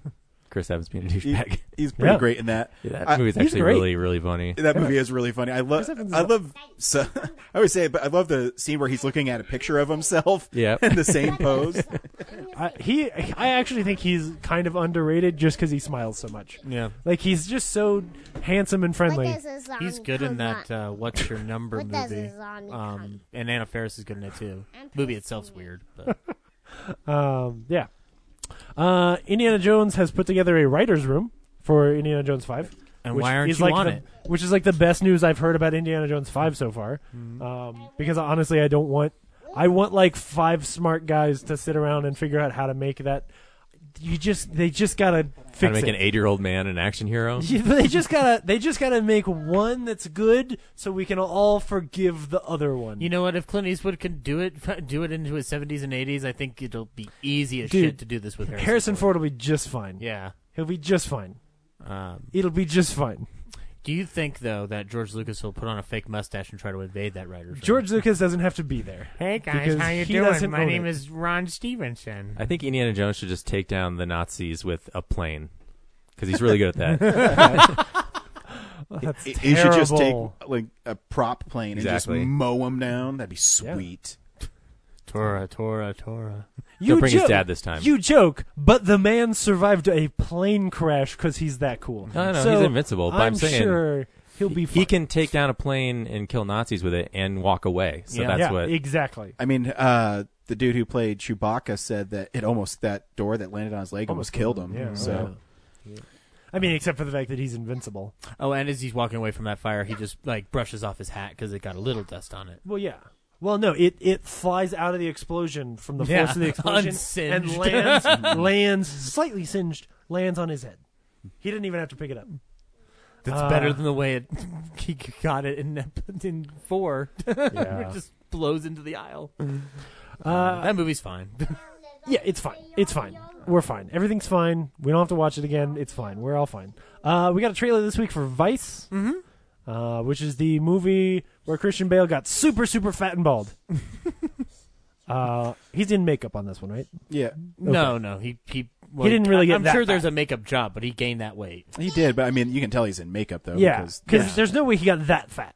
Speaker 7: Chris Evans being a
Speaker 1: He-
Speaker 7: douchebag.
Speaker 1: he's pretty
Speaker 6: Yeah.
Speaker 1: great in that.
Speaker 7: Yeah, that
Speaker 1: I-
Speaker 7: movie's
Speaker 6: he's
Speaker 7: actually
Speaker 6: great.
Speaker 7: really really funny.
Speaker 1: That movie is really funny. I love.
Speaker 6: Evans is
Speaker 1: I
Speaker 6: a-
Speaker 1: love. So, I always say, it, but I love the scene where he's looking at a picture of himself.
Speaker 7: Yep.
Speaker 1: In the same pose.
Speaker 6: I, he, I actually think he's kind of underrated just because he smiles so much.
Speaker 8: yeah.
Speaker 6: Like, he's just so handsome and friendly.
Speaker 8: He's good in that uh, What's Your Number
Speaker 10: What does
Speaker 8: movie.
Speaker 10: his zombie
Speaker 8: Um,
Speaker 10: come?
Speaker 8: and Anna Faris is good in it too. Movie itself's weird, but
Speaker 6: Um, yeah. Uh, Indiana Jones has put together a writer's room for Indiana Jones 5.
Speaker 8: and
Speaker 6: which
Speaker 8: why aren't
Speaker 6: is
Speaker 8: you
Speaker 6: like
Speaker 8: on
Speaker 6: the,
Speaker 8: it?
Speaker 6: Which is like the best news I've heard about Indiana Jones Five so far.
Speaker 8: Mm-hmm.
Speaker 6: Um, because honestly, I don't want I want like five smart guys to sit around and figure out how to make that. You just they just gotta
Speaker 7: Trying
Speaker 6: fix
Speaker 7: to make
Speaker 6: it.
Speaker 7: an eight year old man an action hero.
Speaker 6: Yeah, but they just gotta they just gotta make one that's good so we can all forgive the other one.
Speaker 8: You know what? If Clint Eastwood can do it, do it into his seventies and eighties, I think it'll be easy as
Speaker 6: Dude,
Speaker 8: shit to do this with Harrison.
Speaker 6: Harrison Ford will be just fine.
Speaker 8: Yeah.
Speaker 6: He'll be just fine.
Speaker 8: Um,
Speaker 6: It'll be just fine.
Speaker 8: do you think though that George Lucas will put on a fake mustache and try to invade that writer?
Speaker 6: George Lucas doesn't have to be there.
Speaker 8: Hey
Speaker 6: because he doesn't own it.
Speaker 8: is Ron Stevenson.
Speaker 7: I think Indiana Jones should just take down the Nazis with a plane because he's really good at that.
Speaker 6: That's
Speaker 1: You should just take
Speaker 6: terrible.
Speaker 1: like a prop plane
Speaker 7: Exactly.
Speaker 1: and just mow them down. That'd be sweet.
Speaker 8: Tora, Tora, Tora.
Speaker 6: You
Speaker 7: bring his
Speaker 6: joke-
Speaker 7: dad this time.
Speaker 6: You joke, but the man survived a plane crash because he's that cool.
Speaker 7: No, no,
Speaker 6: So
Speaker 7: he's invincible, but I'm saying-
Speaker 6: sure he'll be.
Speaker 7: He
Speaker 6: fine.
Speaker 7: can take down a plane and kill Nazis with it and walk away. So
Speaker 8: Yeah.
Speaker 7: that's
Speaker 6: yeah,
Speaker 7: what.
Speaker 6: exactly.
Speaker 1: I mean, uh, the dude who played Chewbacca said that it almost that door that landed on his leg almost, killed him.
Speaker 6: Yeah,
Speaker 1: so
Speaker 6: I mean, except for the fact that he's invincible.
Speaker 8: Oh, and as he's walking away from that fire, he just like brushes off his hat because it got a little dust on it.
Speaker 6: Well, yeah. Well, no, it, it flies out of the explosion from the force
Speaker 8: Yeah.
Speaker 6: of the explosion and
Speaker 8: Unsinged.
Speaker 6: lands lands slightly singed, lands on his head. He didn't even have to pick it up.
Speaker 8: That's
Speaker 6: Uh.
Speaker 8: better than the way it he got it in in four. it just blows into the aisle.
Speaker 6: Uh,
Speaker 8: Um, that movie's fine.
Speaker 6: Yeah, it's fine. It's fine. We're fine. Everything's fine. We don't have to watch it again. It's fine. We're all fine. Uh, we got a trailer this week for Vice, mm-hmm. uh, which is the movie where Christian Bale got super, super fat and bald. uh, he's in makeup on this one, right?
Speaker 1: yeah,
Speaker 8: No, no, he he. well,
Speaker 6: didn't really get
Speaker 8: I'm
Speaker 6: that
Speaker 8: sure there's
Speaker 6: fat.
Speaker 8: a makeup job, but he gained that weight.
Speaker 1: he did. But I mean, you can tell he's in makeup
Speaker 8: Oh,
Speaker 1: though.
Speaker 6: yeah,
Speaker 1: because
Speaker 6: because there's no way he got that fat,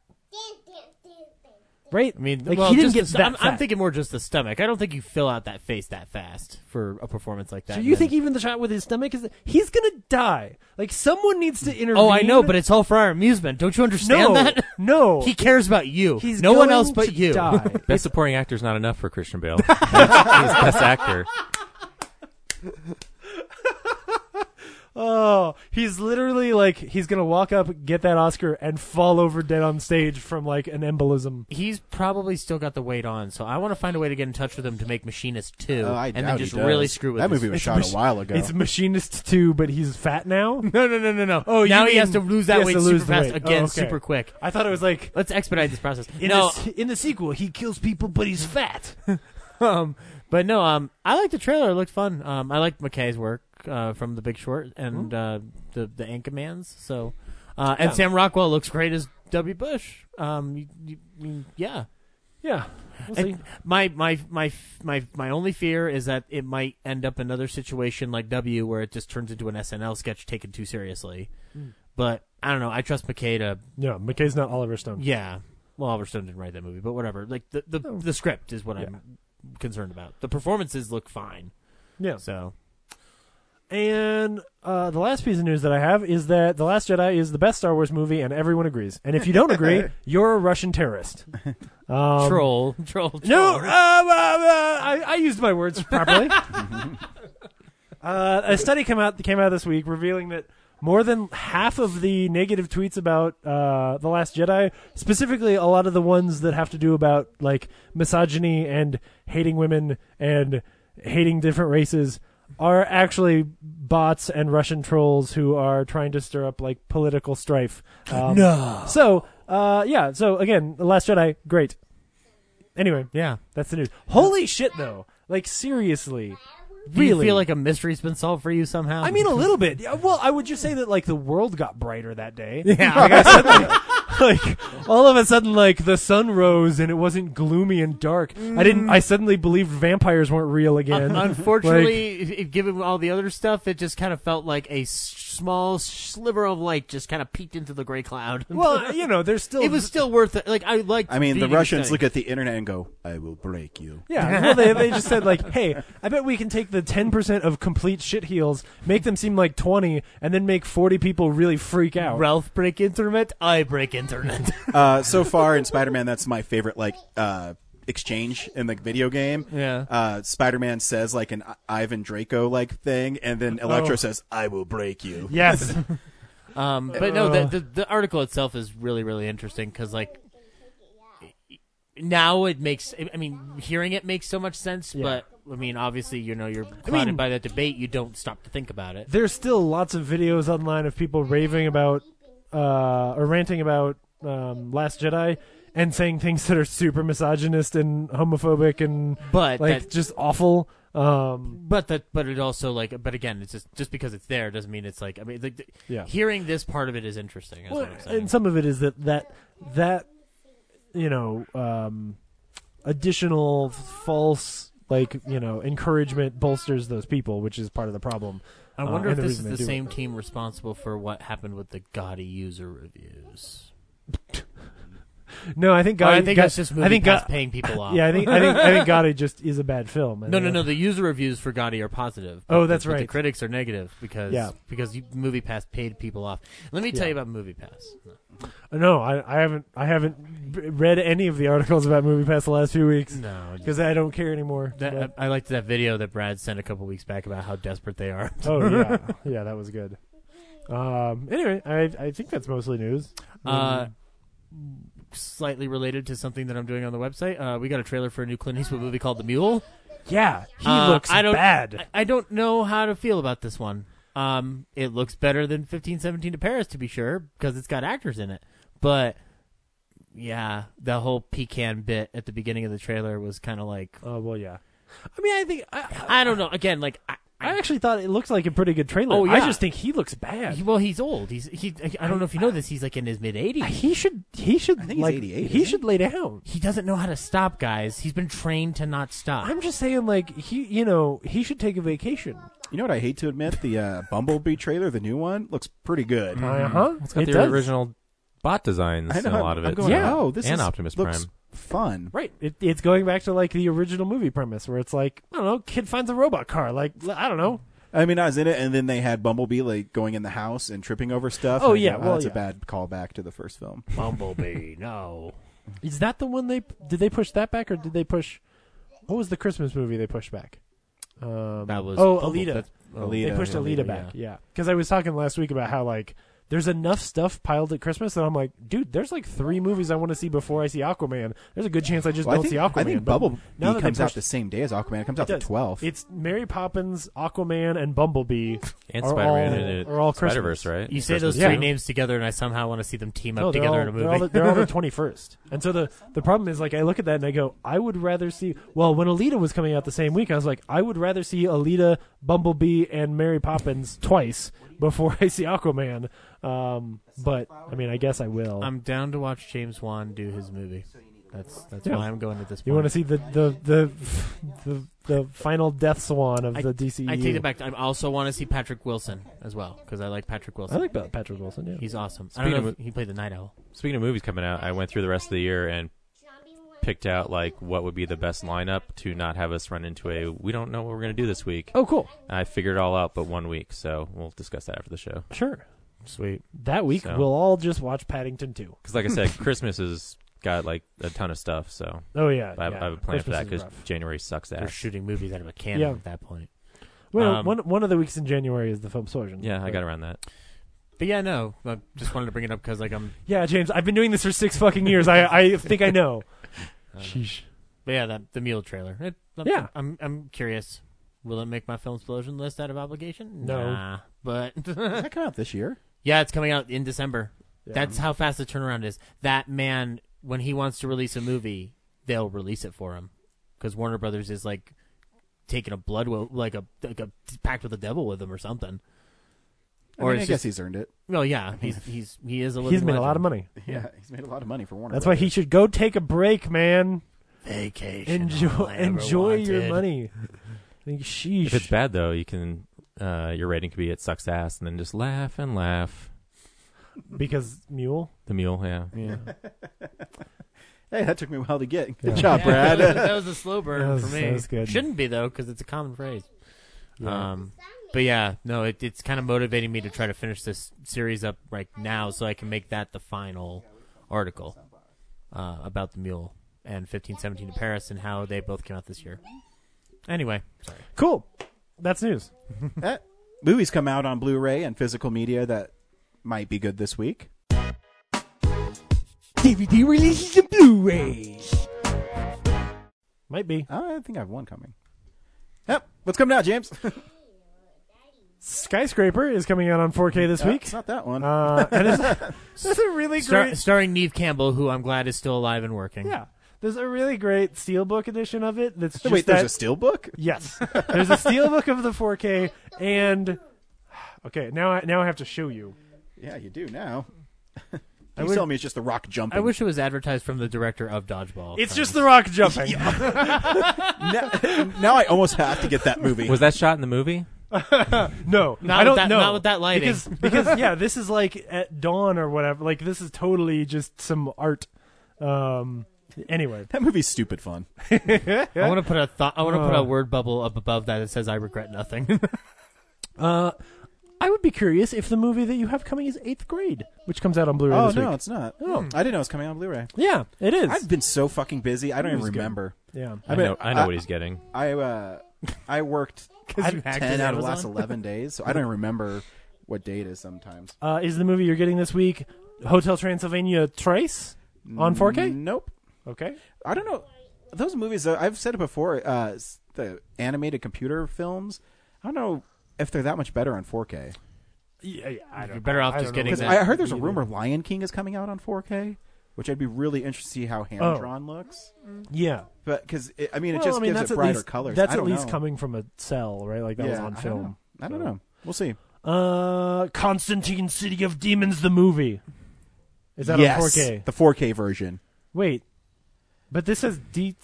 Speaker 6: right?
Speaker 8: I mean,
Speaker 6: like
Speaker 8: well,
Speaker 6: he didn't
Speaker 8: just
Speaker 6: get
Speaker 8: the,
Speaker 6: that
Speaker 8: I'm,
Speaker 6: fat.
Speaker 8: I'm thinking more just the stomach. I don't think you fill out that face that fast for a performance like that.
Speaker 6: So
Speaker 8: and
Speaker 6: you
Speaker 8: then-
Speaker 6: think even the shot with his stomach is? He's gonna die. Like someone needs to intervene.
Speaker 8: Oh, I know, but it's all for our amusement. Don't you understand
Speaker 6: no,
Speaker 8: that?
Speaker 6: no.
Speaker 8: He cares about you.
Speaker 6: he's
Speaker 8: no one
Speaker 6: going
Speaker 8: else but
Speaker 6: to
Speaker 8: you.
Speaker 6: Die.
Speaker 7: Best supporting actor is not enough for Christian Bale. He's best actor.
Speaker 6: Oh, he's literally like he's gonna walk up, get that Oscar, and fall over dead on stage from like an embolism.
Speaker 8: He's probably still got the weight on, so I want to find a way to get in touch with him to make Machinist two,
Speaker 1: Oh, I
Speaker 8: and then
Speaker 1: doubt he
Speaker 8: just
Speaker 1: does.
Speaker 8: really screw with
Speaker 1: that
Speaker 8: his-
Speaker 1: movie was
Speaker 6: It's
Speaker 1: shot
Speaker 6: mach-
Speaker 1: a while ago.
Speaker 6: It's Machinist two, but he's fat now.
Speaker 8: No, no, no, no, no.
Speaker 6: Oh, you
Speaker 8: now he
Speaker 6: mean-
Speaker 8: has to lose
Speaker 6: he
Speaker 8: that
Speaker 6: has
Speaker 8: weight
Speaker 6: to
Speaker 8: super
Speaker 6: lose the
Speaker 8: fast
Speaker 6: weight. Oh,
Speaker 8: again,
Speaker 6: okay.
Speaker 8: super quick.
Speaker 6: I thought it was like
Speaker 8: Let's expedite this process.
Speaker 6: in,
Speaker 8: no,
Speaker 6: the, in the sequel he kills people, but he's fat.
Speaker 8: um, but no, um, I liked the trailer. It looked fun. Um, I liked McKay's work uh, from The Big Short and uh, the the Anchorman's. So, uh, and
Speaker 6: Mm-hmm. Yeah.
Speaker 8: Sam Rockwell looks great as W. Bush. Um, you, you, you- yeah.
Speaker 6: yeah, we'll see.
Speaker 8: And my my my my my only fear is that it might end up another situation like W, where it just turns into an SNL sketch taken too seriously.
Speaker 6: Mm.
Speaker 8: But I don't know. I trust McKay to
Speaker 6: yeah, McKay's not Oliver Stone.
Speaker 8: yeah. Well, Oliver Stone didn't write that movie, but whatever. Like the the,
Speaker 6: Oh.
Speaker 8: the script is what I'm concerned about. The performances look fine.
Speaker 6: Yeah,
Speaker 8: So
Speaker 6: and uh, the last piece of news that I have is that the Last Jedi is the best Star Wars movie, and everyone agrees. And if you don't agree, you're a Russian terrorist. Um,
Speaker 8: troll, troll, troll.
Speaker 6: No, um, uh, uh, I, I used my words properly. uh, a study came out came out this week revealing that more than half of the negative tweets about uh, the Last Jedi, specifically a lot of the ones that have to do about like misogyny and hating women and hating different races. Are actually bots and Russian trolls who are trying to stir up like political strife. Um, no. So, uh, yeah. So again, The Last Jedi, great. Anyway,
Speaker 8: yeah.
Speaker 6: that's the news. Holy shit, though! Like seriously,
Speaker 8: Do you
Speaker 6: really.
Speaker 8: feel like a mystery's been solved for you somehow?
Speaker 6: I mean, a little bit. Yeah, Well, I would just say that like the world got brighter that day.
Speaker 8: yeah.
Speaker 6: like all of a sudden, like the sun rose and it wasn't gloomy and dark. I didn't. I suddenly believed vampires weren't real again.
Speaker 8: Unfortunately, it- given all the other stuff, it just kind of felt like a s- small sliver of light just kind of peeked into the gray cloud.
Speaker 6: Like, well, you know, there's still
Speaker 8: it was still worth it. Like I liked.
Speaker 1: I mean, the
Speaker 8: reading
Speaker 1: Russians
Speaker 8: study.
Speaker 1: look at the internet and go, "I will break you."
Speaker 6: Yeah, well, they, they just said like, "Hey, I bet we can take the ten percent of complete shit heels, make them seem like twenty, and then make forty people really freak out."
Speaker 8: Ralph break internet. I break internet.
Speaker 1: Uh, so far in Spider-Man, that's my favorite like uh, exchange in the video game.
Speaker 8: Yeah.
Speaker 1: Uh, Spider-Man says like an I- Ivan Draco like thing, and then
Speaker 6: Oh.
Speaker 1: Electro says, "I will break you."
Speaker 6: Yes.
Speaker 8: Um, but no, the, the the article itself is really really interesting because like now it makes. I mean, hearing it makes so much sense. But I mean, obviously, you know, you're clouded
Speaker 6: mean-
Speaker 8: by that debate. You don't stop to think about it.
Speaker 6: there's still lots of videos online of people raving about uh, or ranting about um, Last Jedi and saying things that are super misogynist and homophobic and
Speaker 8: But
Speaker 6: like
Speaker 8: that-
Speaker 6: just awful. Um,
Speaker 8: But that, but it also like, but again, it's just just because it's there doesn't mean it's like. I mean, like, the-
Speaker 6: Yeah.
Speaker 8: hearing this part of it is interesting. Is what I'm saying.
Speaker 6: and some of it is that that that you know um, additional false like you know encouragement bolsters those people, which is part of the problem.
Speaker 8: I
Speaker 6: Uh,
Speaker 8: wonder
Speaker 6: and
Speaker 8: if
Speaker 6: the
Speaker 8: this
Speaker 6: reason
Speaker 8: is
Speaker 6: they
Speaker 8: the
Speaker 6: do it.
Speaker 8: same team responsible for what happened with the gaudy user reviews.
Speaker 6: No, I think
Speaker 8: Or
Speaker 6: Gotti,
Speaker 8: I think
Speaker 6: Go-
Speaker 8: that's just movie
Speaker 6: I think
Speaker 8: pass
Speaker 6: Go-
Speaker 8: paying people off.
Speaker 6: Yeah, I think I think I think Gotti just is a bad film.
Speaker 8: No, no, no. The user reviews for Gotti are positive.
Speaker 6: Oh,
Speaker 8: but
Speaker 6: that's
Speaker 8: the, but The
Speaker 6: right.
Speaker 8: critics are negative because
Speaker 6: Yeah.
Speaker 8: because you, MoviePass paid people off. Let me tell
Speaker 6: Yeah.
Speaker 8: you about MoviePass.
Speaker 6: no. I, I haven't I haven't b- read any of the articles about Movie Pass the last few weeks
Speaker 8: No,
Speaker 6: because I don't care anymore.
Speaker 8: that, I, I liked that video that Brad sent a couple weeks back about how desperate they are.
Speaker 6: But- oh yeah, yeah, that was good. Um. Anyway, I I think that's mostly news. Um,
Speaker 8: Uh,
Speaker 6: mm-hmm.
Speaker 8: slightly related to something that I'm doing on the website. Uh, we got a trailer for a new Clint Eastwood movie called The Mule.
Speaker 6: yeah, he
Speaker 8: Uh,
Speaker 6: looks
Speaker 8: I don't-
Speaker 6: bad.
Speaker 8: I, I don't know how to feel about this one. Um, it looks better than 1517 to Paris to be sure because it's got actors in it. But yeah, the whole pecan bit at the beginning of the trailer was kind of like
Speaker 6: Oh well, yeah. I mean, I think I,
Speaker 8: I don't know. Again, like I,
Speaker 6: I
Speaker 8: I,
Speaker 6: actually thought it looked like a pretty good trailer.
Speaker 8: Oh,
Speaker 6: I
Speaker 8: yeah.
Speaker 6: just think he looks bad.
Speaker 8: he- well, he's old. He's he. I don't know if you know this. He's like in his mid 80s.
Speaker 6: He should. He should.
Speaker 1: think he's
Speaker 6: like,
Speaker 1: 88,
Speaker 6: He
Speaker 1: isn't
Speaker 6: should lay down.
Speaker 8: He doesn't know how to stop, guys. He's been trained to not stop.
Speaker 6: I'm just saying, like he, you know, he should take a vacation.
Speaker 1: You know what I hate to admit? The uh, Bumblebee trailer, the new one, looks pretty good.
Speaker 6: Uh
Speaker 8: Mm-hmm.
Speaker 6: huh.
Speaker 7: It's got
Speaker 6: it
Speaker 7: the
Speaker 6: does.
Speaker 7: original bot designs
Speaker 1: I
Speaker 7: in
Speaker 1: know.
Speaker 7: a lot of
Speaker 1: I'm
Speaker 7: it.
Speaker 1: going,
Speaker 6: Yeah.
Speaker 1: Oh, this
Speaker 7: and
Speaker 1: is,
Speaker 7: Optimus
Speaker 1: looks
Speaker 7: Prime.
Speaker 1: fun.
Speaker 6: Right. It, it's going back to like the original movie premise, where it's like, I don't know, kid finds a robot car. Like I don't know.
Speaker 1: I mean, I was in it, and then they had Bumblebee like going in the house and tripping over stuff.
Speaker 6: Oh,
Speaker 1: and I
Speaker 6: yeah,
Speaker 1: go,
Speaker 6: well,
Speaker 1: that's
Speaker 6: yeah.
Speaker 1: a bad callback to the first film.
Speaker 8: Bumblebee, no.
Speaker 6: Is that the one they did they push that back, or did they push? What was the Christmas movie they pushed back? Um,
Speaker 8: That was
Speaker 6: oh
Speaker 8: Bumble-
Speaker 6: Alita.
Speaker 8: that's-
Speaker 1: Alita.
Speaker 6: They pushed Alita,
Speaker 8: Alita,
Speaker 6: back. Yeah. Because I was talking last week about how like there's enough stuff piled at Christmas that I'm like, dude, there's like three movies I want to see before I see Aquaman. There's a good chance I just
Speaker 1: Well, I
Speaker 6: don't
Speaker 1: think,
Speaker 6: see Aquaman.
Speaker 1: I think
Speaker 6: but now
Speaker 1: Bumblebee
Speaker 6: that they
Speaker 1: comes out
Speaker 6: pushed-
Speaker 1: the same day as Aquaman. It comes out the
Speaker 6: does.
Speaker 1: 12th.
Speaker 6: It's Mary Poppins, Aquaman, and Bumblebee.
Speaker 7: And
Speaker 6: are
Speaker 7: Spider-Man
Speaker 6: all-
Speaker 7: and
Speaker 6: are all Christmas.
Speaker 7: Spider Verse, right?
Speaker 8: You say those
Speaker 6: Yeah.
Speaker 8: three names together, and I somehow want to see them team up
Speaker 6: No, they're
Speaker 8: together in
Speaker 6: all-
Speaker 8: a
Speaker 6: They're all,
Speaker 8: movie.
Speaker 6: the, they're all the 21st. And so the, the problem is, like, I look at that and I go, I would rather see. Well, when Alita was coming out the same week, I was like, I would rather see Alita, Bumblebee, and Mary Poppins twice before I see Aquaman. Um, but, I mean, I guess I will.
Speaker 8: I'm down to watch James Wan do his movie. That's that's
Speaker 6: Yeah.
Speaker 8: why I'm going to this.
Speaker 6: you
Speaker 8: point.
Speaker 6: want to see the, the, the, the, the final death swan of
Speaker 8: I-
Speaker 6: the E DCU?
Speaker 8: I take it back. I also want to see Patrick Wilson as well because I like Patrick
Speaker 6: I
Speaker 8: Wilson.
Speaker 6: like Pat- Patrick Wilson, yeah.
Speaker 8: He's awesome. I
Speaker 7: Speaking
Speaker 8: don't know.
Speaker 7: of-
Speaker 8: If he played the Night Owl.
Speaker 7: Speaking of movies coming out, I went through the rest of the year and picked out like what would be the best lineup to not have us run into a we don't know what we're going to do this week.
Speaker 6: oh, cool.
Speaker 7: I figured it all out but one week, so we'll discuss that after the show.
Speaker 6: Sure.
Speaker 8: Sweet.
Speaker 6: That week,
Speaker 7: So-
Speaker 6: we'll all just watch Paddington 2.
Speaker 7: Cuz like I said, Christmas has got like a ton of stuff, so
Speaker 6: Oh, yeah.
Speaker 7: I, have,
Speaker 6: yeah.
Speaker 7: I have a plan
Speaker 6: Christmas
Speaker 7: for that
Speaker 6: is
Speaker 7: cuz
Speaker 6: rough.
Speaker 7: January sucks
Speaker 8: They're
Speaker 7: ass.
Speaker 8: shooting movies out of a cannon
Speaker 6: Yeah.
Speaker 8: at that point.
Speaker 6: Well,
Speaker 8: Um,
Speaker 6: one one of the weeks in January is the film Sojourn.
Speaker 7: Yeah, I got around that.
Speaker 8: But yeah, no. I just wanted to bring it up because like I'm.
Speaker 6: Yeah, James, I've been doing this for six fucking years. I I think I know. Sheesh.
Speaker 8: But yeah, that, the Mule trailer. It, I'm-
Speaker 6: Yeah.
Speaker 8: I'm I'm curious. Will it make my film explosion list out of obligation?
Speaker 6: No.
Speaker 8: Nah, but
Speaker 1: Does that come out this year?
Speaker 8: yeah, it's coming out in December.
Speaker 6: Yeah.
Speaker 8: That's how fast the turnaround is. That man, when he wants to release a movie, they'll release it for him because Warner Brothers is like taking a blood will, like a like a pact with the devil with him or something.
Speaker 1: I,
Speaker 8: Or
Speaker 1: mean, I
Speaker 8: it's
Speaker 1: guess
Speaker 8: just-
Speaker 1: he's earned it.
Speaker 8: Well, yeah, he's he's he is a living
Speaker 6: He's made a lot of
Speaker 8: legend.
Speaker 6: money.
Speaker 1: Yeah, he's made a lot of money for Warner.
Speaker 6: That's why he should go take a break, man.
Speaker 8: Vacation. all
Speaker 6: Enjoy
Speaker 8: I ever
Speaker 6: enjoy your
Speaker 8: wanted.
Speaker 6: money. I think sheesh.
Speaker 7: If it's bad though, you can uh, your rating could be it sucks ass and then just laugh and laugh.
Speaker 6: because mule.
Speaker 7: The mule, yeah.
Speaker 6: Yeah.
Speaker 1: Hey, that took me a while to get.
Speaker 6: Yeah.
Speaker 1: Good job,
Speaker 8: Yeah,
Speaker 1: Brad.
Speaker 8: That was, that was a slow burn
Speaker 6: That was-
Speaker 8: for me.
Speaker 6: that was good.
Speaker 8: Shouldn't be though, because it's a common phrase.
Speaker 6: Yeah.
Speaker 8: Um, but yeah, no, it, it's kind of motivating me to try to finish this series up right now, so I can make that the final article uh, about the mule and fifteen seventeen to Paris and how they both came out this year. Anyway,
Speaker 6: Cool. That's news.
Speaker 1: Eh, movies come out on Blu-ray and physical media that might be good this week.
Speaker 9: DVD releases and Blu-rays.
Speaker 6: Might be.
Speaker 1: Oh, I think I have one coming. Yep. What's coming out, James?
Speaker 6: Skyscraper is coming out on 4K this week.
Speaker 1: It's not that one.
Speaker 6: Uh, and it's, it's a really great.
Speaker 8: star- starring Neve Campbell, who I'm glad is still alive and working.
Speaker 6: yeah. There's a really great steelbook edition of it. That's just
Speaker 1: Wait,
Speaker 6: that,
Speaker 1: there's a still book?
Speaker 6: Yes, there's a steelbook of the 4K, and okay, now I now I have to show you.
Speaker 1: Yeah, you do now.
Speaker 8: I
Speaker 1: You
Speaker 8: would-
Speaker 1: tell me it's just the rock jumping.
Speaker 8: I wish it was advertised from the director of Dodgeball.
Speaker 6: It's just the rock jumping.
Speaker 1: now, now I almost have to get that movie.
Speaker 7: Was that shot in the movie?
Speaker 6: No,
Speaker 8: Not
Speaker 6: I don't
Speaker 8: with that-
Speaker 6: know.
Speaker 8: not with that lighting.
Speaker 6: Because, because yeah, this is like at dawn or whatever. Like this is totally just some art. Um. Anyway,
Speaker 1: That movie's stupid fun.
Speaker 8: I want to put a thought. I want to put
Speaker 6: Uh.
Speaker 8: a word bubble up above that that says "I regret nothing."
Speaker 6: uh, I would be curious if the movie that you have coming is Eighth Grade, which comes out on Blu-ray
Speaker 1: oh
Speaker 6: this
Speaker 1: no,
Speaker 6: week.
Speaker 1: it's not. I didn't know it was coming out on Blu-ray.
Speaker 6: Yeah, it is.
Speaker 1: I've been so fucking busy. I don't even
Speaker 6: Movie's good.
Speaker 1: remember.
Speaker 6: yeah.
Speaker 7: I
Speaker 1: mean,
Speaker 7: know, I know what he's getting.
Speaker 1: I uh, I worked
Speaker 8: 'Cause you
Speaker 1: ten
Speaker 8: hacked
Speaker 1: out
Speaker 8: his
Speaker 1: of the last
Speaker 8: Amazon?
Speaker 1: eleven days, so I don't even remember what day it is sometimes.
Speaker 6: Uh, is the movie you're getting this week Hotel Transylvania Trace
Speaker 1: Mm,
Speaker 6: on 4K?
Speaker 1: Nope.
Speaker 6: Okay.
Speaker 1: I don't know those movies. uh, I've said it before. Uh, s- the animated computer films. I don't know if they're that much better on 4K.
Speaker 6: Yeah, yeah, I don't
Speaker 8: You're better off
Speaker 6: I
Speaker 8: just
Speaker 6: don't know.
Speaker 8: getting
Speaker 1: Because
Speaker 8: that.
Speaker 1: I heard there's a rumor Lion King is coming out on 4K, which I'd be really interested to see how hand drawn looks.
Speaker 6: Yeah.
Speaker 1: But because I mean, it
Speaker 6: Oh. Well,
Speaker 1: just
Speaker 6: I mean,
Speaker 1: gives
Speaker 6: that's
Speaker 1: it
Speaker 6: at
Speaker 1: brighter
Speaker 6: least,
Speaker 1: colors.
Speaker 6: That's
Speaker 1: I
Speaker 6: at
Speaker 1: don't
Speaker 6: least
Speaker 1: know.
Speaker 6: coming from a cell, right? Like that was
Speaker 1: Yeah,
Speaker 6: on
Speaker 1: I
Speaker 6: film.
Speaker 1: don't know. I don't know. We'll see.
Speaker 6: Uh, Constantine City of Demons, the movie. Is that
Speaker 1: yes,
Speaker 6: on 4K?
Speaker 1: the 4K version.
Speaker 6: Wait, but this says D.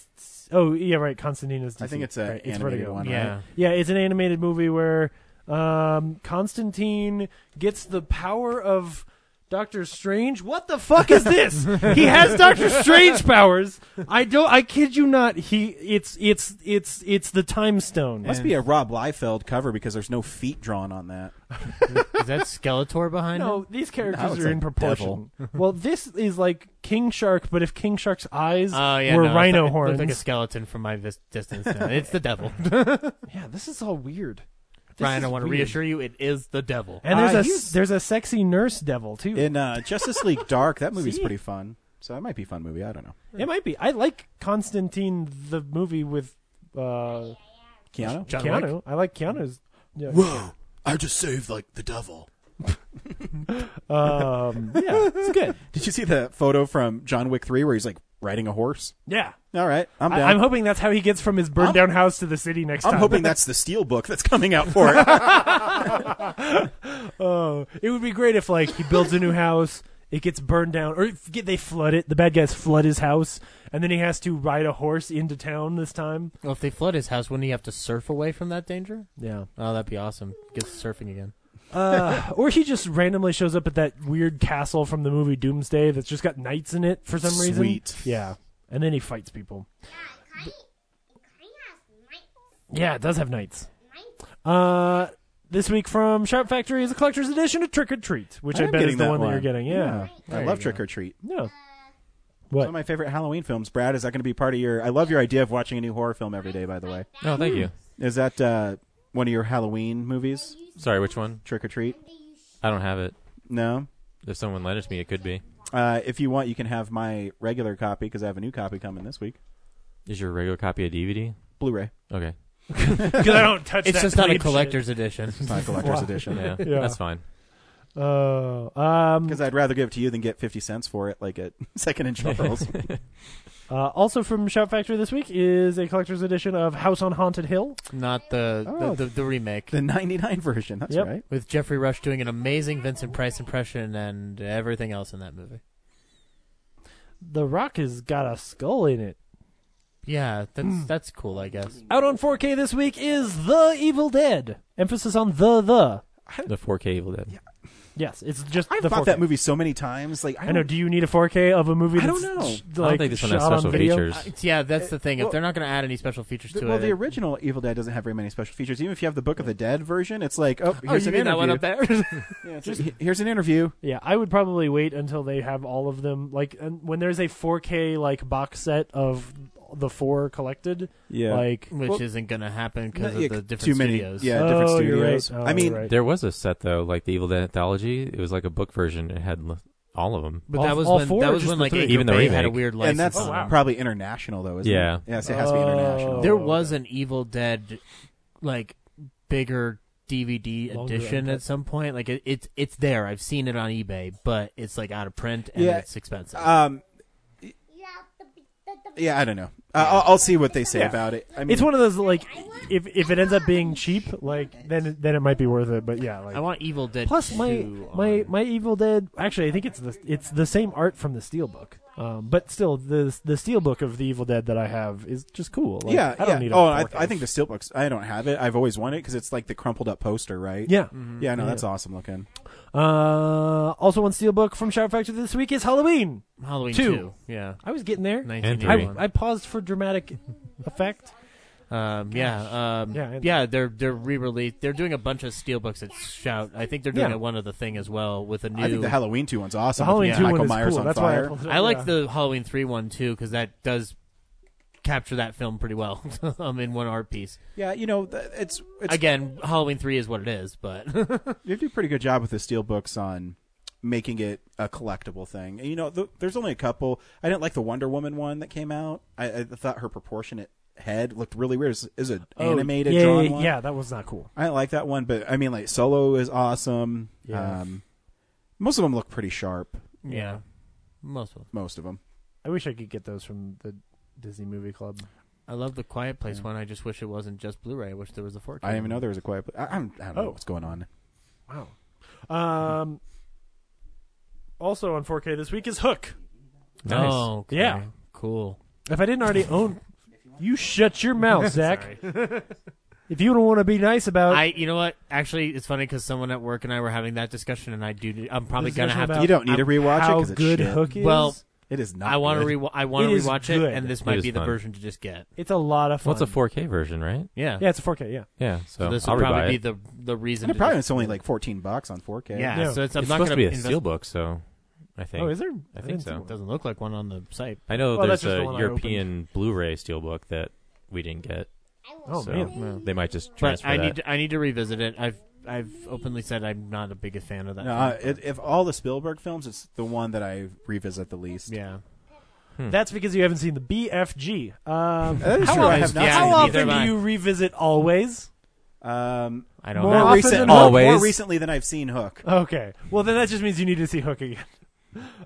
Speaker 6: Oh yeah, right. Constantine is. DC.
Speaker 1: I think it's a
Speaker 6: right, it's
Speaker 1: animated
Speaker 6: Vertigo.
Speaker 1: one.
Speaker 8: yeah.
Speaker 1: Right?
Speaker 6: Yeah, it's an animated movie where um, Constantine gets the power of Doctor Strange. What the fuck is this? he has Doctor Strange powers. I don't. I kid you not. He. It's. It's. It's. It's the Time Stone.
Speaker 1: Must be a Rob Liefeld cover because there's no feet drawn on that.
Speaker 8: Is that Skeletor behind him?
Speaker 6: No, these
Speaker 1: No,
Speaker 6: characters
Speaker 1: it's
Speaker 6: are
Speaker 1: a
Speaker 6: in proportion. well, this is like King Shark, but if King Shark's eyes
Speaker 8: Oh yeah,
Speaker 6: were
Speaker 8: no, it
Speaker 6: rhino
Speaker 8: looked- it
Speaker 6: horns.
Speaker 8: looked like a skeleton from my vis- distance. No, it's the devil.
Speaker 6: yeah, this is all weird. This
Speaker 8: Ryan,
Speaker 6: is
Speaker 8: I want to
Speaker 6: weird.
Speaker 8: reassure you, it is the devil.
Speaker 6: And there's
Speaker 1: Uh,
Speaker 6: a
Speaker 1: he's-
Speaker 6: there's a sexy nurse devil too.
Speaker 1: In uh, Justice League Dark, that movie's
Speaker 6: See?
Speaker 1: pretty fun. So that might be a fun movie. I don't know.
Speaker 6: It might be. I like Constantine the movie with uh,
Speaker 1: Keanu?
Speaker 8: John
Speaker 6: Keanu.
Speaker 8: Wick.
Speaker 6: I like Keanu's. Yeah. Whoa! I just saved like the devil. um, yeah, it's good.
Speaker 1: Did you see the photo from John Wick 3 where he's like riding a horse?
Speaker 6: Yeah,
Speaker 1: All right. I'm down.
Speaker 6: I, am hoping that's how he gets from his burned down house to the city next
Speaker 1: I'm
Speaker 6: time.
Speaker 1: hoping that's the steel book that's coming out for it.
Speaker 6: Oh, it would be great if like he builds a new house, it gets burned down, or if get- they flood it. The bad guys flood his house, and then he has to ride a horse into town this time.
Speaker 8: Well, if they flood his house, wouldn't he have to surf away from that danger?
Speaker 6: Yeah,
Speaker 8: Oh, that'd be awesome. Gets surfing again.
Speaker 6: uh, or he just randomly shows up at that weird castle from the movie Doomsday that's just got knights in it for some
Speaker 1: Sweet.
Speaker 6: reason. Yeah, and then he fights people. Yeah, it does have knights. Uh, this week from Sharp Factory is a collector's edition of Trick or Treat, which I,
Speaker 1: am
Speaker 6: bet is
Speaker 1: getting
Speaker 6: the
Speaker 1: that
Speaker 6: one, that you're getting. Yeah,
Speaker 1: I love Trick or Treat.
Speaker 6: yeah.
Speaker 1: One of my favorite Halloween films. Brad, is that going to be part of your? I love your idea of watching a new horror film every day. By the way,
Speaker 7: Oh, thank you.
Speaker 1: is that uh, one of your Halloween movies?
Speaker 7: Sorry, which one?
Speaker 1: Trick or Treat?
Speaker 7: I don't have it.
Speaker 1: No.
Speaker 7: If someone lent it to me, it could be.
Speaker 1: Uh, if you want, you can have my regular copy because I have a new copy coming this week,
Speaker 7: Is your regular copy a DVD?
Speaker 1: Blu-ray,
Speaker 7: Okay.
Speaker 6: because I don't touch.
Speaker 8: It's
Speaker 6: that
Speaker 8: just not a
Speaker 6: plebe shit.
Speaker 8: collector's edition.
Speaker 1: It's not a collector's edition.
Speaker 7: Yeah,
Speaker 6: Yeah.
Speaker 7: that's fine.
Speaker 6: Oh, um,
Speaker 1: Because I'd rather give it to you than get fifty cents for it, like at Second and Charles.
Speaker 6: uh, also from Shout Factory this week is a collector's edition of House on Haunted Hill.
Speaker 8: Not the
Speaker 1: Oh.
Speaker 8: the, the, the remake
Speaker 1: the '99 version. That's
Speaker 6: Yep.
Speaker 1: right.
Speaker 8: with Jeffrey Rush doing an amazing Vincent Price impression and everything else in that movie.
Speaker 6: The Rock has got a skull in it.
Speaker 8: Yeah, that's
Speaker 6: Hmm.
Speaker 8: that's cool, I guess.
Speaker 6: Out on 4K this week is The Evil Dead. Emphasis on the the.
Speaker 7: The 4K Evil Dead.
Speaker 6: Yes, it's just.
Speaker 1: I've
Speaker 6: the
Speaker 1: bought
Speaker 6: 4K.
Speaker 1: that movie so many times. Like I,
Speaker 6: I
Speaker 1: don't-
Speaker 6: know. Do you need a 4K of a movie?
Speaker 1: I
Speaker 6: That's
Speaker 1: don't know.
Speaker 6: sh-
Speaker 1: I
Speaker 7: I
Speaker 6: like,
Speaker 7: don't think this one has
Speaker 6: shot on
Speaker 7: special
Speaker 6: video?
Speaker 7: features.
Speaker 8: It's- yeah, that's the thing.
Speaker 1: well-
Speaker 8: if they're not going to add any special features
Speaker 1: The-
Speaker 8: to
Speaker 1: well,
Speaker 8: it,
Speaker 1: the original Evil Dead doesn't have very many special features. Even if you have the Book of the Dead version, it's like, oh,
Speaker 8: oh,
Speaker 1: here's
Speaker 8: you
Speaker 1: an
Speaker 8: mean that one
Speaker 1: interview.
Speaker 8: up there?
Speaker 1: Yeah, it's like, here's an interview.
Speaker 6: Yeah, I would probably wait until they have all of them. Like and when there's a 4K like box set of the four collected.
Speaker 1: Yeah.
Speaker 6: Like
Speaker 8: Which
Speaker 1: Well,
Speaker 8: isn't going to happen because
Speaker 1: Yeah,
Speaker 8: of the different
Speaker 1: too many.
Speaker 8: studios.
Speaker 1: Yeah, different
Speaker 6: Oh, you're
Speaker 1: studios.
Speaker 6: right. Oh,
Speaker 1: I mean,
Speaker 6: you're right.
Speaker 7: There was a set though, like the Evil Dead anthology. It was like a book version. It had l- all of them.
Speaker 8: But
Speaker 6: All-
Speaker 8: that was
Speaker 6: all
Speaker 8: when
Speaker 6: four or
Speaker 8: that was
Speaker 6: just
Speaker 8: when
Speaker 6: the
Speaker 8: like
Speaker 6: three?
Speaker 8: Even
Speaker 7: Even the
Speaker 8: Bay had a
Speaker 7: remake.
Speaker 8: weird license. Oh,
Speaker 1: and that's
Speaker 8: on them.
Speaker 1: probably international, though, isn't
Speaker 7: Yeah.
Speaker 1: it? Yes, it has to be international.
Speaker 8: there
Speaker 6: Oh,
Speaker 8: was an Evil Dead like bigger DVD
Speaker 6: Longer
Speaker 8: edition
Speaker 6: uncut.
Speaker 8: at some point. Like it, it's it's there. I've seen it on
Speaker 1: Uh,
Speaker 8: eBay, but it's like out of print and
Speaker 1: Yeah.
Speaker 8: it's expensive.
Speaker 1: Um, yeah, I don't know. Uh, I'll, I'll see what they say about it. I mean,
Speaker 6: It's one of those like, if if it ends up being cheap, like then then it might be worth it. But yeah, like
Speaker 8: I want Evil Dead.
Speaker 6: Plus, my
Speaker 8: 2
Speaker 6: my
Speaker 8: on-
Speaker 6: my Evil Dead. Actually, I think it's the it's the same art from the Steelbook. Um, but still, the the Steelbook of the Evil Dead that I have is just cool. Like,
Speaker 1: yeah,
Speaker 6: I don't
Speaker 1: yeah.
Speaker 6: need. a
Speaker 1: oh, I,
Speaker 6: 4K.
Speaker 1: I think the steelbooks. I don't have it. I've always wanted it because it's like the crumpled up poster, right?
Speaker 6: Yeah.
Speaker 1: Yeah, no, that's awesome looking.
Speaker 6: Uh, also, one Steelbook from Shout Factory this week is Halloween.
Speaker 8: Halloween
Speaker 6: two.
Speaker 8: 2. Yeah.
Speaker 6: I was getting there. I,
Speaker 8: 1981.
Speaker 6: I paused for dramatic effect.
Speaker 8: Um, yeah, um,
Speaker 6: Yeah,
Speaker 8: yeah,
Speaker 6: and-
Speaker 8: They're they're re-released. They're doing a bunch of steelbooks at Shout. I think they're doing
Speaker 1: Yeah.
Speaker 8: a one other thing as well with a new.
Speaker 1: I think the Halloween two one's
Speaker 6: The
Speaker 1: awesome.
Speaker 6: Halloween
Speaker 1: with
Speaker 6: two
Speaker 1: Michael
Speaker 6: one is
Speaker 1: Myers
Speaker 6: cool.
Speaker 1: on
Speaker 6: That's why I
Speaker 1: fire.
Speaker 6: pulled it up,
Speaker 8: I like
Speaker 6: yeah.
Speaker 8: the Halloween three one too because that does capture that film pretty well um, in one art piece.
Speaker 1: yeah, you know, th- it's it's.
Speaker 8: Again, Halloween three is what it is, but
Speaker 1: They do a pretty good job with the steelbooks on making it a collectible thing. And, you know, th- there's only a couple. I didn't like the Wonder Woman one that came out. I, I thought her proportionate head looked really weird. Is is an
Speaker 6: Oh,
Speaker 1: animated
Speaker 6: yeah,
Speaker 1: drawn
Speaker 6: yeah,
Speaker 1: one?
Speaker 6: Yeah, that was not cool.
Speaker 1: I like that one, but I mean, like Solo is awesome.
Speaker 6: Yeah.
Speaker 1: Um, most of them look pretty sharp.
Speaker 8: yeah, most of them.
Speaker 1: Most of them.
Speaker 6: I wish I could get those from the Disney Movie Club.
Speaker 8: I love the Quiet Place one. I just wish it wasn't just Blu-ray. I wish there was a four.
Speaker 1: I didn't even know there was a quiet. I, I'm, I don't
Speaker 6: Oh.
Speaker 1: know what's going on.
Speaker 6: Wow. Um. Also on 4K this week is Hook.
Speaker 7: Nice.
Speaker 8: Oh, okay.
Speaker 6: Yeah.
Speaker 8: cool.
Speaker 6: If I didn't already own, you shut your mouth, Zach. if you don't want to be nice about,
Speaker 8: I, you know what? Actually, it's funny because someone at work and I were having that discussion, and I do. I'm probably
Speaker 6: Discussion
Speaker 8: gonna have
Speaker 6: about
Speaker 8: to.
Speaker 1: You don't need to rewatch it
Speaker 6: how
Speaker 1: because it's
Speaker 6: good
Speaker 1: shit.
Speaker 6: Hook is.
Speaker 8: Well,
Speaker 1: It is not.
Speaker 8: I want to
Speaker 1: good.
Speaker 8: re. I want
Speaker 6: It
Speaker 8: to
Speaker 6: is
Speaker 8: rewatch it,
Speaker 6: good.
Speaker 8: and this
Speaker 7: It
Speaker 8: might
Speaker 7: is
Speaker 8: be the
Speaker 7: fun.
Speaker 8: version to just get.
Speaker 6: it's a lot of fun.
Speaker 7: What's a 4K version, right?
Speaker 8: Yeah.
Speaker 6: Yeah, it's a 4K. Yeah.
Speaker 7: Yeah. So,
Speaker 8: So this
Speaker 7: I'll
Speaker 8: will
Speaker 7: rebuy
Speaker 8: probably be
Speaker 7: it.
Speaker 8: the the reason.
Speaker 1: And
Speaker 8: to
Speaker 1: it probably
Speaker 8: just-
Speaker 1: it's only like 14 bucks on 4K.
Speaker 8: yeah.
Speaker 6: Yeah.
Speaker 8: So it's,
Speaker 7: It's
Speaker 8: I'm not going
Speaker 7: supposed to be a
Speaker 8: invest,
Speaker 7: steelbook, so I think.
Speaker 6: Oh, is there?
Speaker 7: I think
Speaker 6: didn't
Speaker 7: so.
Speaker 6: see
Speaker 8: It
Speaker 6: one.
Speaker 8: Doesn't look like one on the site.
Speaker 7: I know
Speaker 6: Oh, that's just
Speaker 7: there's a
Speaker 6: the one I
Speaker 7: European Blu-ray steelbook that we didn't get.
Speaker 6: Oh
Speaker 7: so
Speaker 6: man.
Speaker 7: They might just
Speaker 8: But
Speaker 7: transfer
Speaker 8: I
Speaker 7: that.
Speaker 8: need to, I need to revisit it. I've I've openly said I'm not a big fan of that.
Speaker 1: No,
Speaker 8: film.
Speaker 1: uh, it, if all the Spielberg films, it's the one that I revisit the least.
Speaker 8: yeah. hmm.
Speaker 6: That's because you haven't seen the BFG. Um,
Speaker 1: That is
Speaker 6: how
Speaker 1: Uh, true, I
Speaker 6: often,
Speaker 1: have not
Speaker 8: Yeah,
Speaker 6: how
Speaker 8: seen it. neither
Speaker 6: often
Speaker 8: have
Speaker 6: do
Speaker 8: I.
Speaker 6: you revisit always?
Speaker 1: Um,
Speaker 8: I don't
Speaker 6: More
Speaker 8: know.
Speaker 1: more,
Speaker 6: often
Speaker 1: recent,
Speaker 6: than
Speaker 1: more,
Speaker 6: Hook.
Speaker 1: more
Speaker 7: Always.
Speaker 1: recently than I've seen Hook.
Speaker 6: Okay. Well, then that just means you need to see Hook again.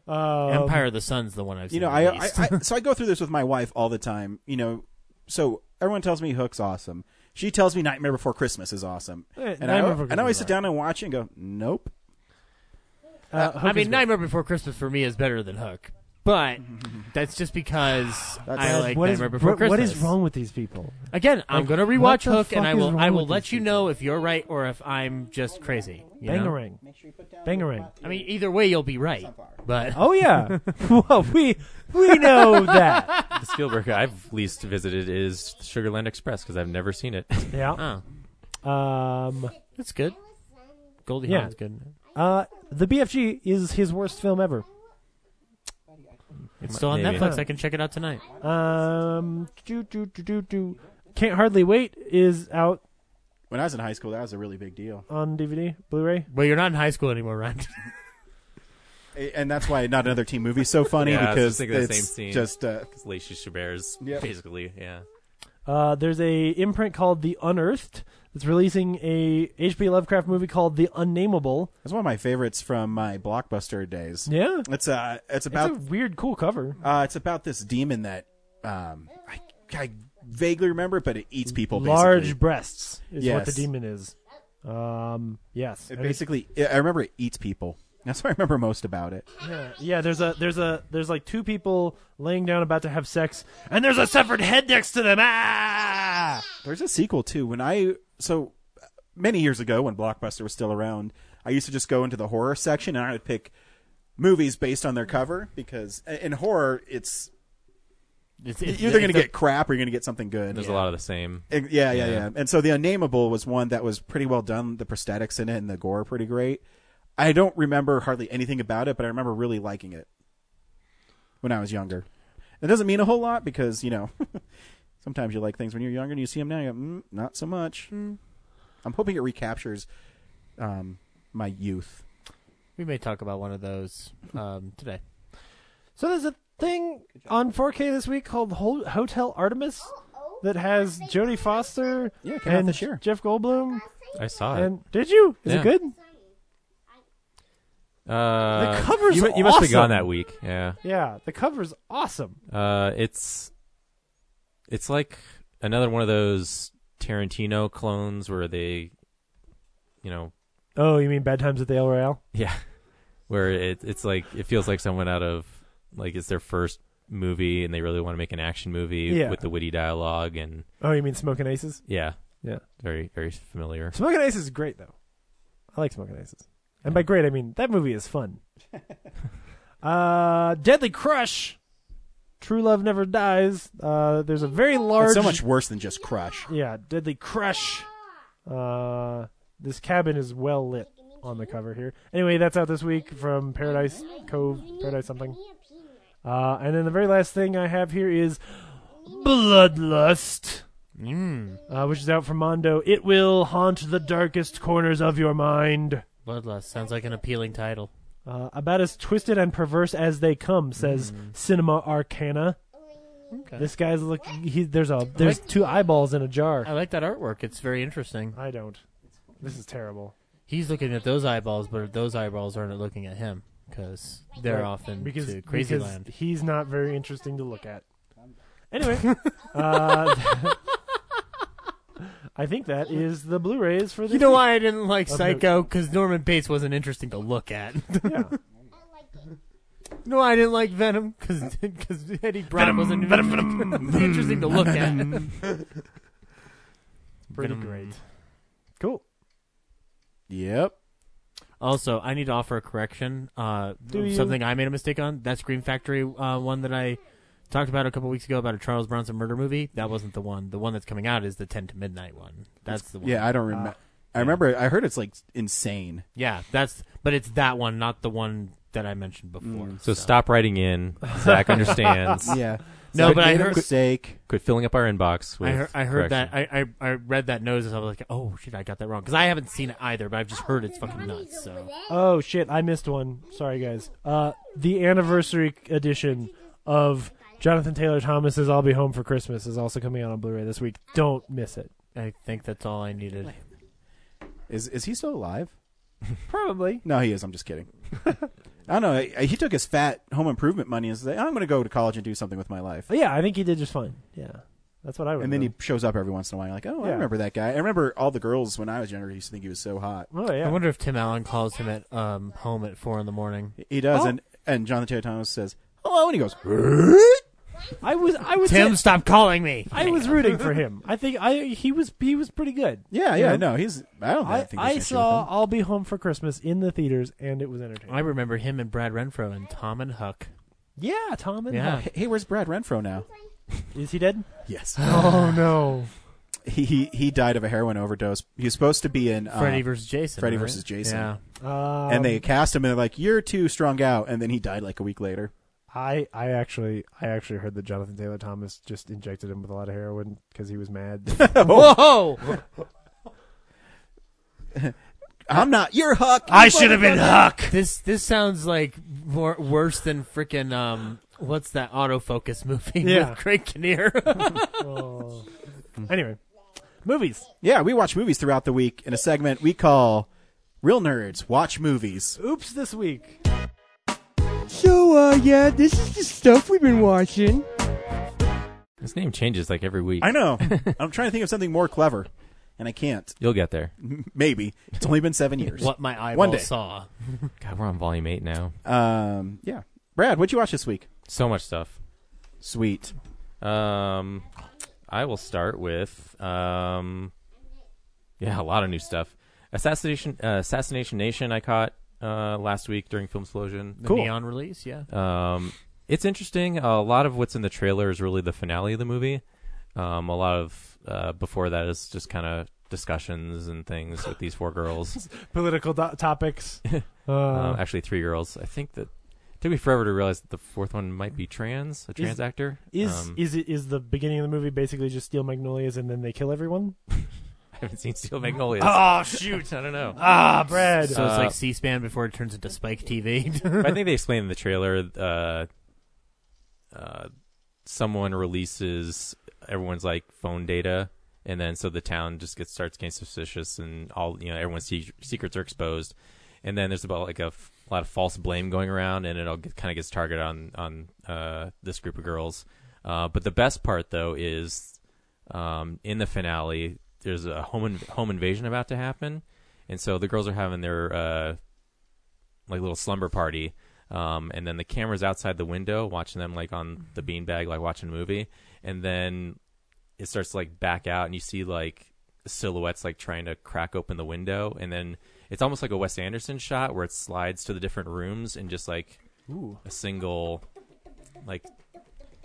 Speaker 6: Um,
Speaker 8: Empire of the Sun's the one I've seen.
Speaker 1: You know,
Speaker 8: the
Speaker 1: I, I,
Speaker 8: least.
Speaker 1: I so I go through this with my wife all the time. You know, so everyone tells me Hook's awesome. She tells me Nightmare Before Christmas is awesome,
Speaker 6: Eh,
Speaker 1: and I,
Speaker 6: Nightmare Before
Speaker 1: and I always
Speaker 6: Christmas is
Speaker 1: sit down and watch it and go, nope.
Speaker 6: Uh, Hook
Speaker 8: I
Speaker 6: is
Speaker 8: mean,
Speaker 6: good.
Speaker 8: Nightmare Before Christmas for me is better than Hook, but that's just because I
Speaker 6: God,
Speaker 8: like
Speaker 6: what is-
Speaker 8: Nightmare Before
Speaker 6: what-
Speaker 8: Christmas.
Speaker 6: What is wrong with these people?
Speaker 8: Again, I'm
Speaker 6: Like,
Speaker 8: gonna
Speaker 6: what
Speaker 8: rewatch
Speaker 6: the
Speaker 8: Hook,
Speaker 6: fuck
Speaker 8: and I
Speaker 6: is
Speaker 8: will
Speaker 6: wrong
Speaker 8: I will
Speaker 6: with
Speaker 8: let
Speaker 6: these
Speaker 8: you know if you're right or if I'm just crazy. You know?
Speaker 6: Bangarang. Bangarang.
Speaker 8: I mean, either way, you'll be right. But
Speaker 6: Oh yeah. well, we we know that.
Speaker 7: the Spielberg I've least visited is Sugarland Express because I've never seen it.
Speaker 6: Yeah.
Speaker 8: oh,
Speaker 6: Um.
Speaker 8: that's good. Goldie
Speaker 6: Yeah.
Speaker 8: Hawn's good.
Speaker 6: Uh. The BFG is his worst film ever.
Speaker 8: It's still on
Speaker 7: Maybe.
Speaker 8: Netflix. I can check it out tonight.
Speaker 6: Um. Do, do, do, do, do. Can't hardly wait is out
Speaker 1: When I was in high school, that was a really big deal,
Speaker 6: on DVD, Blu-ray.
Speaker 8: Well, you're not in high school anymore, Ryan.
Speaker 1: A- and that's why not another teen movie is so funny
Speaker 7: Yeah, I
Speaker 1: because
Speaker 7: was just thinking the
Speaker 1: it's
Speaker 7: same scene.
Speaker 1: just uh,
Speaker 7: It's Lacey Chabert's,
Speaker 1: Yep.
Speaker 7: basically. Yeah.
Speaker 6: Uh, there's a imprint called The Unearthed that's releasing a H.P. Lovecraft movie called The Unnameable.
Speaker 1: it's one of my favorites from my blockbuster days.
Speaker 6: Yeah,
Speaker 1: It's uh, it's
Speaker 6: it's
Speaker 1: about
Speaker 6: a weird, cool cover.
Speaker 1: Uh, it's about this demon that um, I, I vaguely remember, but it eats people.
Speaker 6: Large
Speaker 1: basically.
Speaker 6: breasts is what the
Speaker 1: Yes.
Speaker 6: demon is. Um, yes,
Speaker 1: It
Speaker 6: And it's-
Speaker 1: basically, I remember it eats people. That's what I remember most about it.
Speaker 6: yeah, yeah. There's a there's a there's like two people laying down about to have sex, and there's a severed head next to them. Ah!
Speaker 1: There's a sequel too. When I so many years ago, when Blockbuster was still around, I used to just go into the horror section and I would pick movies based on their cover because in horror, it's
Speaker 8: It's,
Speaker 1: you're
Speaker 8: it's-
Speaker 1: either going to
Speaker 8: it's a-
Speaker 1: get crap or you're going to get something good.
Speaker 7: There's a lot of the same.
Speaker 1: Ex- Yeah, yeah, yeah, And so the Unnameable was one that was pretty well done. The prosthetics in it and the gore pretty great. I don't remember hardly anything about it, but I remember really liking it when I was younger. It doesn't mean a whole lot because you know sometimes you like things when you're younger and you see them now. You go, mm, not so much. I'm hoping it recaptures um, my youth.
Speaker 8: We may talk about one of those um, today.
Speaker 6: So there's a thing on 4K this week called Ho- Hotel Artemis that has Jodie Foster
Speaker 1: Yeah, it came out
Speaker 6: and
Speaker 1: this year.
Speaker 6: Jeff Goldblum.
Speaker 7: I saw it.
Speaker 6: And did you? Is it
Speaker 7: Yeah.
Speaker 6: good?
Speaker 7: Uh,
Speaker 6: The cover's
Speaker 7: you, mu- you must have
Speaker 6: awesome.
Speaker 7: gone that week. Yeah.
Speaker 6: Yeah, the cover's awesome.
Speaker 7: Uh, it's It's like another one of those Tarantino clones where they, you know,
Speaker 6: Oh, you mean Bad Times at the El Royale?
Speaker 7: yeah, where it it's like it feels like someone out of like it's their first movie and they really want to make an action movie
Speaker 6: Yeah.
Speaker 7: with the witty dialogue and
Speaker 6: Oh, you mean Smoking Aces?
Speaker 7: yeah,
Speaker 6: Yeah.
Speaker 7: very very familiar.
Speaker 6: Smoking Aces is great though. I like Smoking Aces, and by great I mean that movie is fun. uh, Deadly Crush, True Love Never Dies. Uh, there's a very large.
Speaker 1: It's so much worse than just crush.
Speaker 6: Yeah, Deadly Crush. Uh, this cabin is well lit on the cover here. Anyway, that's out this week from Paradise Cove, Paradise something. Uh, and then the very last thing I have here is Bloodlust,
Speaker 8: Mm.
Speaker 6: uh, which is out from Mondo. It will haunt the darkest corners of your mind.
Speaker 8: Bloodlust sounds like an appealing title.
Speaker 6: Uh, about as twisted and perverse as they come, says Cinema Arcana.
Speaker 8: Okay.
Speaker 6: This guy's look. He, there's a there's two eyeballs in a jar.
Speaker 8: I like that artwork. It's very interesting.
Speaker 6: I don't. This is terrible.
Speaker 8: He's looking at those eyeballs, but those eyeballs aren't looking at him because they're
Speaker 6: Right.
Speaker 8: off into
Speaker 6: because,
Speaker 8: crazy
Speaker 6: because
Speaker 8: land.
Speaker 6: he's not very interesting to look at. Anyway, uh, I think that is the Blu-rays for the.
Speaker 8: You know why I didn't like
Speaker 6: Of
Speaker 8: Psycho? Because Norman Bates wasn't interesting to look at. you
Speaker 6: Yeah.
Speaker 8: know why I didn't like Venom? Because Eddie Brock wasn't interesting to look at.
Speaker 6: Pretty
Speaker 8: Venom.
Speaker 6: great. Cool.
Speaker 1: Yep.
Speaker 8: Also, I need to offer a correction. Uh,
Speaker 6: Do you?
Speaker 8: something I made a mistake on. That Scream Factory uh, one that I talked about a couple weeks ago about a Charles Bronson murder movie. That wasn't the one. The one that's coming out is the Ten to Midnight one. That's the one.
Speaker 1: Yeah, I don't remember. I remember. I heard it's like insane.
Speaker 8: yeah. That's. But it's that one, not the one that I mentioned before.
Speaker 7: Mm. So stop writing in. Zach understands.
Speaker 1: Yeah.
Speaker 8: No,
Speaker 1: So
Speaker 8: but I
Speaker 1: made a
Speaker 8: heard-
Speaker 1: mistake.
Speaker 7: Quit filling up our inbox. With
Speaker 8: I heard, I heard that.
Speaker 7: correction.
Speaker 8: I, I I read that notice. and I was like, oh shit, I got that wrong because I haven't seen it either. But I've just heard it's fucking nuts. So
Speaker 6: Oh shit! I missed one. Sorry, guys. Uh, the anniversary edition of Jonathan Taylor Thomas's "I'll Be Home for Christmas" is also coming out on Blu-ray this week. Don't miss it.
Speaker 8: I think that's all I needed.
Speaker 1: Is is he still alive?
Speaker 6: Probably.
Speaker 1: No, he is. I'm just kidding. I don't know. I- I- He took his fat home improvement money and said, "I'm going to go to college and do something with my life."
Speaker 6: Yeah, I think he did just fine. Yeah, that's what I would.
Speaker 1: And then he
Speaker 6: have
Speaker 1: shows up every once in a while. You're like, oh, I
Speaker 6: Yeah.
Speaker 1: remember that guy. I remember all the girls when I was younger used to think he was so hot.
Speaker 6: done. Oh yeah.
Speaker 8: I wonder if Tim Allen calls him at um home at four in the morning.
Speaker 1: He does,
Speaker 6: Oh.
Speaker 1: and and Jonathan Taylor Thomas says, "Hello," and he goes, "What?"
Speaker 6: I was. I was.
Speaker 8: Tim, stop calling me.
Speaker 6: I was rooting for him. I think I he was he was pretty good.
Speaker 1: "Yeah,
Speaker 6: You
Speaker 1: yeah,
Speaker 6: know?
Speaker 1: no, he's." I don't
Speaker 6: I,
Speaker 1: think there's an
Speaker 6: I
Speaker 1: issue with
Speaker 6: saw
Speaker 1: him.
Speaker 6: I'll Be Home for Christmas in the theaters and it was entertaining.
Speaker 8: I remember him and Brad Renfro and Tom and Huck.
Speaker 6: yeah, Tom and
Speaker 8: Yeah.
Speaker 6: Huck.
Speaker 1: Hey, where's Brad Renfro now?
Speaker 6: Is he dead?
Speaker 1: Yes,
Speaker 6: Oh no.
Speaker 1: he he he died of a heroin overdose. He was supposed to be in uh,
Speaker 8: Freddy versus Jason.
Speaker 1: Freddy
Speaker 8: right?
Speaker 1: versus Jason.
Speaker 8: Yeah.
Speaker 6: Um,
Speaker 1: and they cast him, and they're like, "You're too strung out," and then he died like a week later.
Speaker 6: I I actually I actually heard that Jonathan Taylor Thomas just injected him with a lot of heroin because he was mad.
Speaker 1: Oh.
Speaker 8: Whoa!
Speaker 1: I'm not. You're Huck.
Speaker 8: I should have been Huck. This this sounds like more, worse than freaking um. What's that autofocus movie
Speaker 6: Yeah.
Speaker 8: with Craig Kinnear?
Speaker 6: Oh. Anyway, movies.
Speaker 1: Yeah, we watch movies throughout the week in a segment we call "Real Nerds Watch Movies."
Speaker 6: Oops, this week.
Speaker 9: So, uh, yeah, this is the stuff we've been watching.
Speaker 7: His name changes like every week.
Speaker 1: I know. I'm trying to think of something more clever, and I can't.
Speaker 7: You'll get there.
Speaker 1: Maybe it's only been seven years.
Speaker 8: what my eyeball
Speaker 1: One day.
Speaker 8: saw.
Speaker 7: God, we're on volume eight now.
Speaker 1: Um, yeah. Brad, what'd you watch this week?
Speaker 7: So much stuff.
Speaker 1: Sweet.
Speaker 7: Um, I will start with um, yeah, a lot of new stuff. Assassination, uh, Assassination Nation. I caught uh, last week during Film Explosion.
Speaker 8: The
Speaker 1: Cool.
Speaker 8: neon release. Yeah.
Speaker 7: Um, it's interesting. A lot of what's in the trailer is really the finale of the movie. Um, a lot of uh, before that is just kind of discussions and things with these four girls.
Speaker 6: Political do- topics. Uh,
Speaker 7: um, actually, three girls. I think that it took me forever to realize that the fourth one might be trans, a trans actor.
Speaker 6: is
Speaker 7: Um,
Speaker 6: is it is the beginning of the movie basically just steal magnolias and then they kill everyone?
Speaker 7: I haven't seen Steel Magnolias.
Speaker 6: Oh shoot!
Speaker 7: I don't know.
Speaker 6: Ah, Brad.
Speaker 8: So it's
Speaker 7: Uh,
Speaker 8: like C-SPAN before it turns into Spike TV.
Speaker 7: But I think they explained in the trailer. Uh, uh, someone releases everyone's like phone data, and then so the town just gets starts getting suspicious, and all you know everyone's se- secrets are exposed, and then there's about like a f- lot of false blame going around, and it all kind of gets targeted on on uh, this group of girls. Uh, but the best part though is um, in the finale. There's a home inv- home invasion about to happen, and so the girls are having their uh, like little slumber party. Um, and then the camera's outside the window watching them like on the beanbag, like watching a movie. And then it starts to, like back out and you see like silhouettes like trying to crack open the window. And then it's almost like a Wes Anderson shot where it slides to the different rooms and just like a single like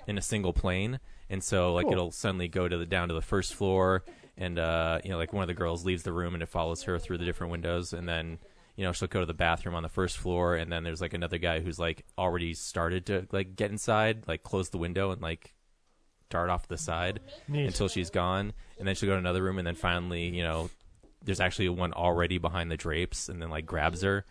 Speaker 7: in a single plane and so like it'll suddenly go to the down to the first floor and uh you know like one of the girls leaves the room and it follows her through the different windows and then you know she'll go to the bathroom on the first floor and then there's like another guy who's like already started to like get inside like close the window and like dart off the side
Speaker 6: Neat.
Speaker 7: until she's gone and then she'll go to another room and then finally you know there's actually one already behind the drapes and then like grabs her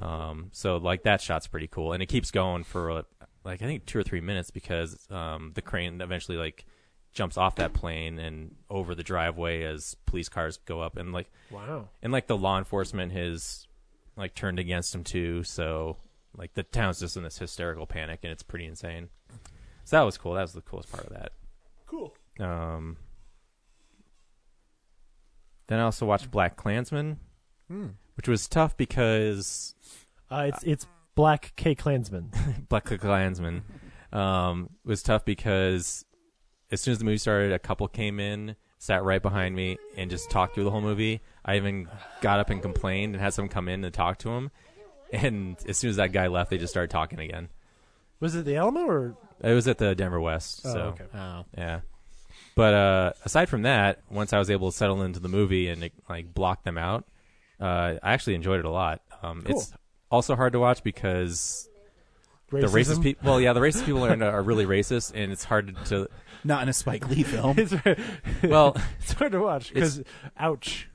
Speaker 7: um, so like that shot's pretty cool, and it keeps going for uh, like I think two or three minutes because um, the crane eventually like jumps off that plane and over the driveway as police cars go up, and like
Speaker 6: Wow.
Speaker 7: and like the law enforcement has like turned against him too. So like the town's just in this hysterical panic, and it's pretty insane. So that was cool. That was the coolest part of that.
Speaker 6: Cool.
Speaker 7: Um, then I also watched Black Klansman, which was tough because
Speaker 6: Uh, it's it's Black K Klansman.
Speaker 7: Black Klansman um, was tough because as soon as the movie started, a couple came in, sat right behind me, and just talked through the whole movie. I even got up and complained and had someone come in and talk to him. And as soon as that guy left, they just started talking again.
Speaker 6: Was it the Alamo or?
Speaker 7: It was at the Denver West,
Speaker 6: Oh,
Speaker 7: so
Speaker 6: okay.
Speaker 8: Oh,
Speaker 7: yeah. But uh, aside from that, once I was able to settle into the movie and like block them out, uh, I actually enjoyed it a lot. Um, It's also hard to watch because the racist
Speaker 6: Racism?
Speaker 7: people. Well, yeah, the racist people are, are really racist, and it's hard to.
Speaker 1: Not in a Spike Lee film.
Speaker 6: it's,
Speaker 7: Well,
Speaker 6: it's hard to watch because ouch.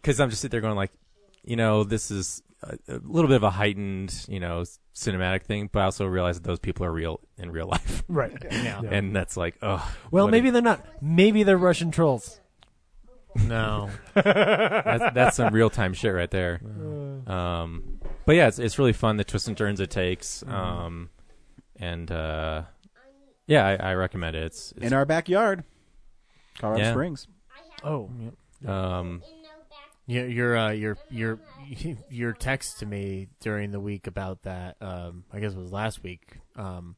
Speaker 7: because I'm just sitting there going like, you know, this is a, a little bit of a heightened, you know, s- cinematic thing, but I also realize that those people are real in real life,
Speaker 6: Right. Yeah.
Speaker 7: and that's like, oh,
Speaker 6: Well, maybe they're not. Maybe they're Russian trolls.
Speaker 8: no.
Speaker 7: that's, that's some real time shit right there.
Speaker 6: Uh.
Speaker 7: Um, but yeah, it's it's really fun the twists and turns it takes,
Speaker 6: Mm-hmm.
Speaker 7: um, and uh, yeah, I, I recommend it. It's, it's
Speaker 1: in our backyard, Colorado
Speaker 7: Yeah.
Speaker 1: Springs.
Speaker 6: Oh,
Speaker 7: um,
Speaker 8: Your your uh, your your your text to me during the week about that. Um, I guess it was last week. Um,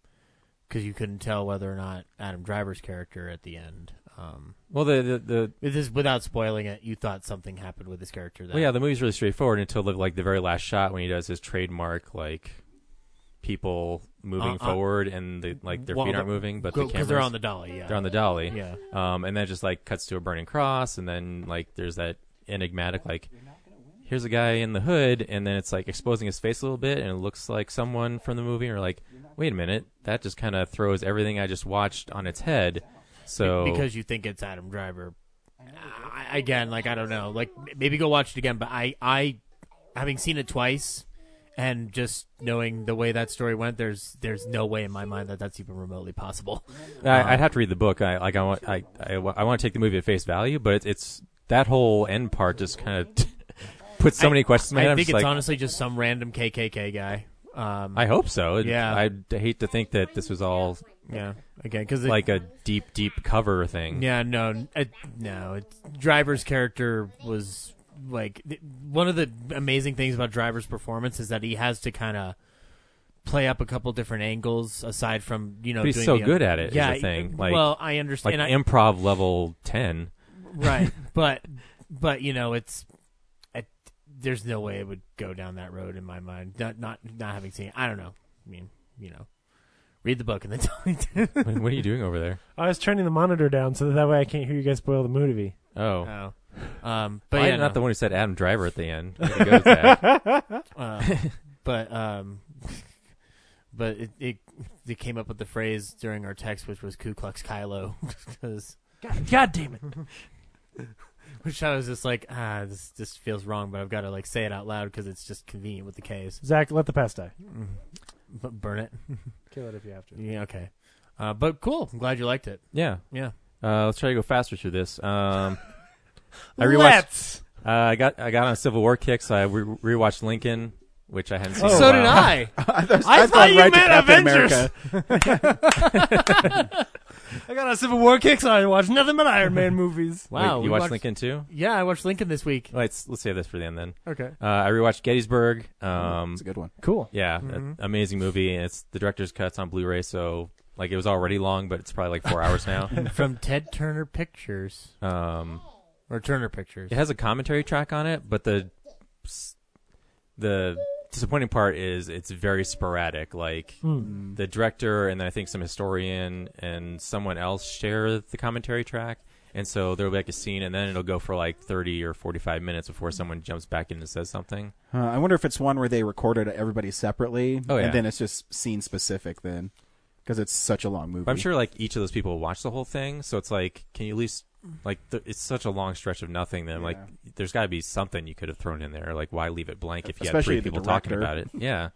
Speaker 8: because you couldn't tell whether or not Adam Driver's character at the end. Um,
Speaker 7: well, the the, the
Speaker 8: this is without spoiling it. You thought something happened with his character. That
Speaker 7: Well, yeah, the movie's really straightforward until the, like the very last shot when he does his trademark like people moving
Speaker 8: Uh, uh.
Speaker 7: forward and the, like their
Speaker 8: Well,
Speaker 7: feet aren't
Speaker 8: the-
Speaker 7: moving, but the
Speaker 8: because
Speaker 7: cameras
Speaker 8: they're on the dolly. Yeah,
Speaker 7: they're on the dolly.
Speaker 8: Yeah.
Speaker 7: Um, and then it just like cuts to a burning cross, and then like there's that enigmatic like. Here's a guy in the hood, and then it's like exposing his face a little bit, and it looks like someone from the movie. Or like, wait a minute, that just kind of throws everything I just watched on its head. So
Speaker 8: because you think it's Adam Driver. I, again, like I don't know, like m- maybe go watch it again. But I, I, having seen it twice, and just knowing the way that story went, there's there's no way in my mind that that's even remotely possible.
Speaker 7: I,
Speaker 8: Uh-huh.
Speaker 7: I'd have to read the book. I like I want I, I, wa- I want to take the movie at face value, but it's, it's that whole end part just kind of puts so many questions in my
Speaker 8: I
Speaker 7: head. I'm
Speaker 8: think
Speaker 7: just
Speaker 8: it's
Speaker 7: like,
Speaker 8: honestly just some random KKK guy. Um,
Speaker 7: I hope so. It-
Speaker 8: Yeah.
Speaker 7: I'd hate to think that this was all
Speaker 8: yeah, again, because
Speaker 7: like a deep, deep cover thing.
Speaker 8: Yeah, no, it, no. It's, Driver's character was like th- one of the amazing things about Driver's performance is that he has to kind of play up a couple different angles aside from you know.
Speaker 7: But he's
Speaker 8: doing
Speaker 7: so
Speaker 8: the-
Speaker 7: good at it is
Speaker 8: Yeah,
Speaker 7: the thing. Like-
Speaker 8: well, I
Speaker 7: Like
Speaker 8: understand. I,
Speaker 7: improv level ten.
Speaker 8: right, but but you know, it's it, there's no way it would go down that road in my mind. Not not not having seen. it. I don't know. I mean, you know, read the book and then tell me.
Speaker 7: what what are you doing over there?
Speaker 6: I was turning the monitor down so that, that way I can't hear you guys spoil the movie.
Speaker 7: Oh,
Speaker 8: oh. Um, but
Speaker 7: but
Speaker 8: yeah,
Speaker 7: I'm not
Speaker 8: no.
Speaker 7: the one who said Adam Driver at the end. Way to go, Zach.
Speaker 8: Uh, but um, but it, it they came up with the phrase during our text, which was Ku Klux Kylo, 'cause-
Speaker 6: God, God damn it!
Speaker 8: which I was just like, ah, this this feels wrong, but I've got to like say it out loud because it's just convenient with the K's.
Speaker 6: Zach, let the past die.
Speaker 8: But burn it.
Speaker 6: Kill it if you have to.
Speaker 8: Yeah, okay. Uh, but cool. I'm glad you liked it.
Speaker 7: yeah.
Speaker 8: Yeah.
Speaker 7: Uh, let's try to go faster through this. Um, I rewatched.
Speaker 6: Let's.
Speaker 7: Uh, I got I got on a Civil War kick, so I re- rewatched Lincoln, which I hadn't seen. in a
Speaker 8: Oh, so
Speaker 7: while.
Speaker 8: did I.
Speaker 1: I, thought,
Speaker 6: I thought
Speaker 1: gone
Speaker 6: you
Speaker 1: right to
Speaker 6: meant
Speaker 1: Captain
Speaker 6: Avengers.
Speaker 1: America.
Speaker 6: I got on Civil War kick, so I watched nothing but Iron Man movies.
Speaker 8: Wow,
Speaker 7: Wait,
Speaker 8: we
Speaker 7: you watched,
Speaker 8: watched-
Speaker 7: Lincoln too?
Speaker 8: Yeah, I watched Lincoln this week.
Speaker 7: Let's let's save this for the end then.
Speaker 6: Okay,
Speaker 7: Uh, I rewatched Gettysburg. Um,
Speaker 5: It's a good one. Mm-hmm.
Speaker 6: cool.
Speaker 7: yeah, a- amazing movie, and it's the director's cuts on Blu-ray, so like it was already long, but it's probably like four hours now.
Speaker 8: From Ted Turner Pictures
Speaker 7: Um,
Speaker 8: or Turner Pictures.
Speaker 7: It has a commentary track on it, but the the disappointing part is it's very sporadic. Like
Speaker 5: Hmm.
Speaker 7: the director and then I think some historian and someone else share the commentary track. And so there'll be like a scene, and then it'll go for like thirty or forty-five minutes before someone jumps back in and says something.
Speaker 1: Uh, I wonder if it's one where they recorded everybody separately,
Speaker 7: Oh, yeah.
Speaker 1: and then it's just scene specific then, because it's such a long movie.
Speaker 7: But I'm sure like each of those people will watch the whole thing, so it's like, can you at least like th- it's such a long stretch of nothing. Then like there's got to be something you could have thrown in there. Like why leave it blank if you
Speaker 1: Especially
Speaker 7: had
Speaker 1: the
Speaker 7: three people talking
Speaker 1: director. Mm-hmm.
Speaker 7: about it?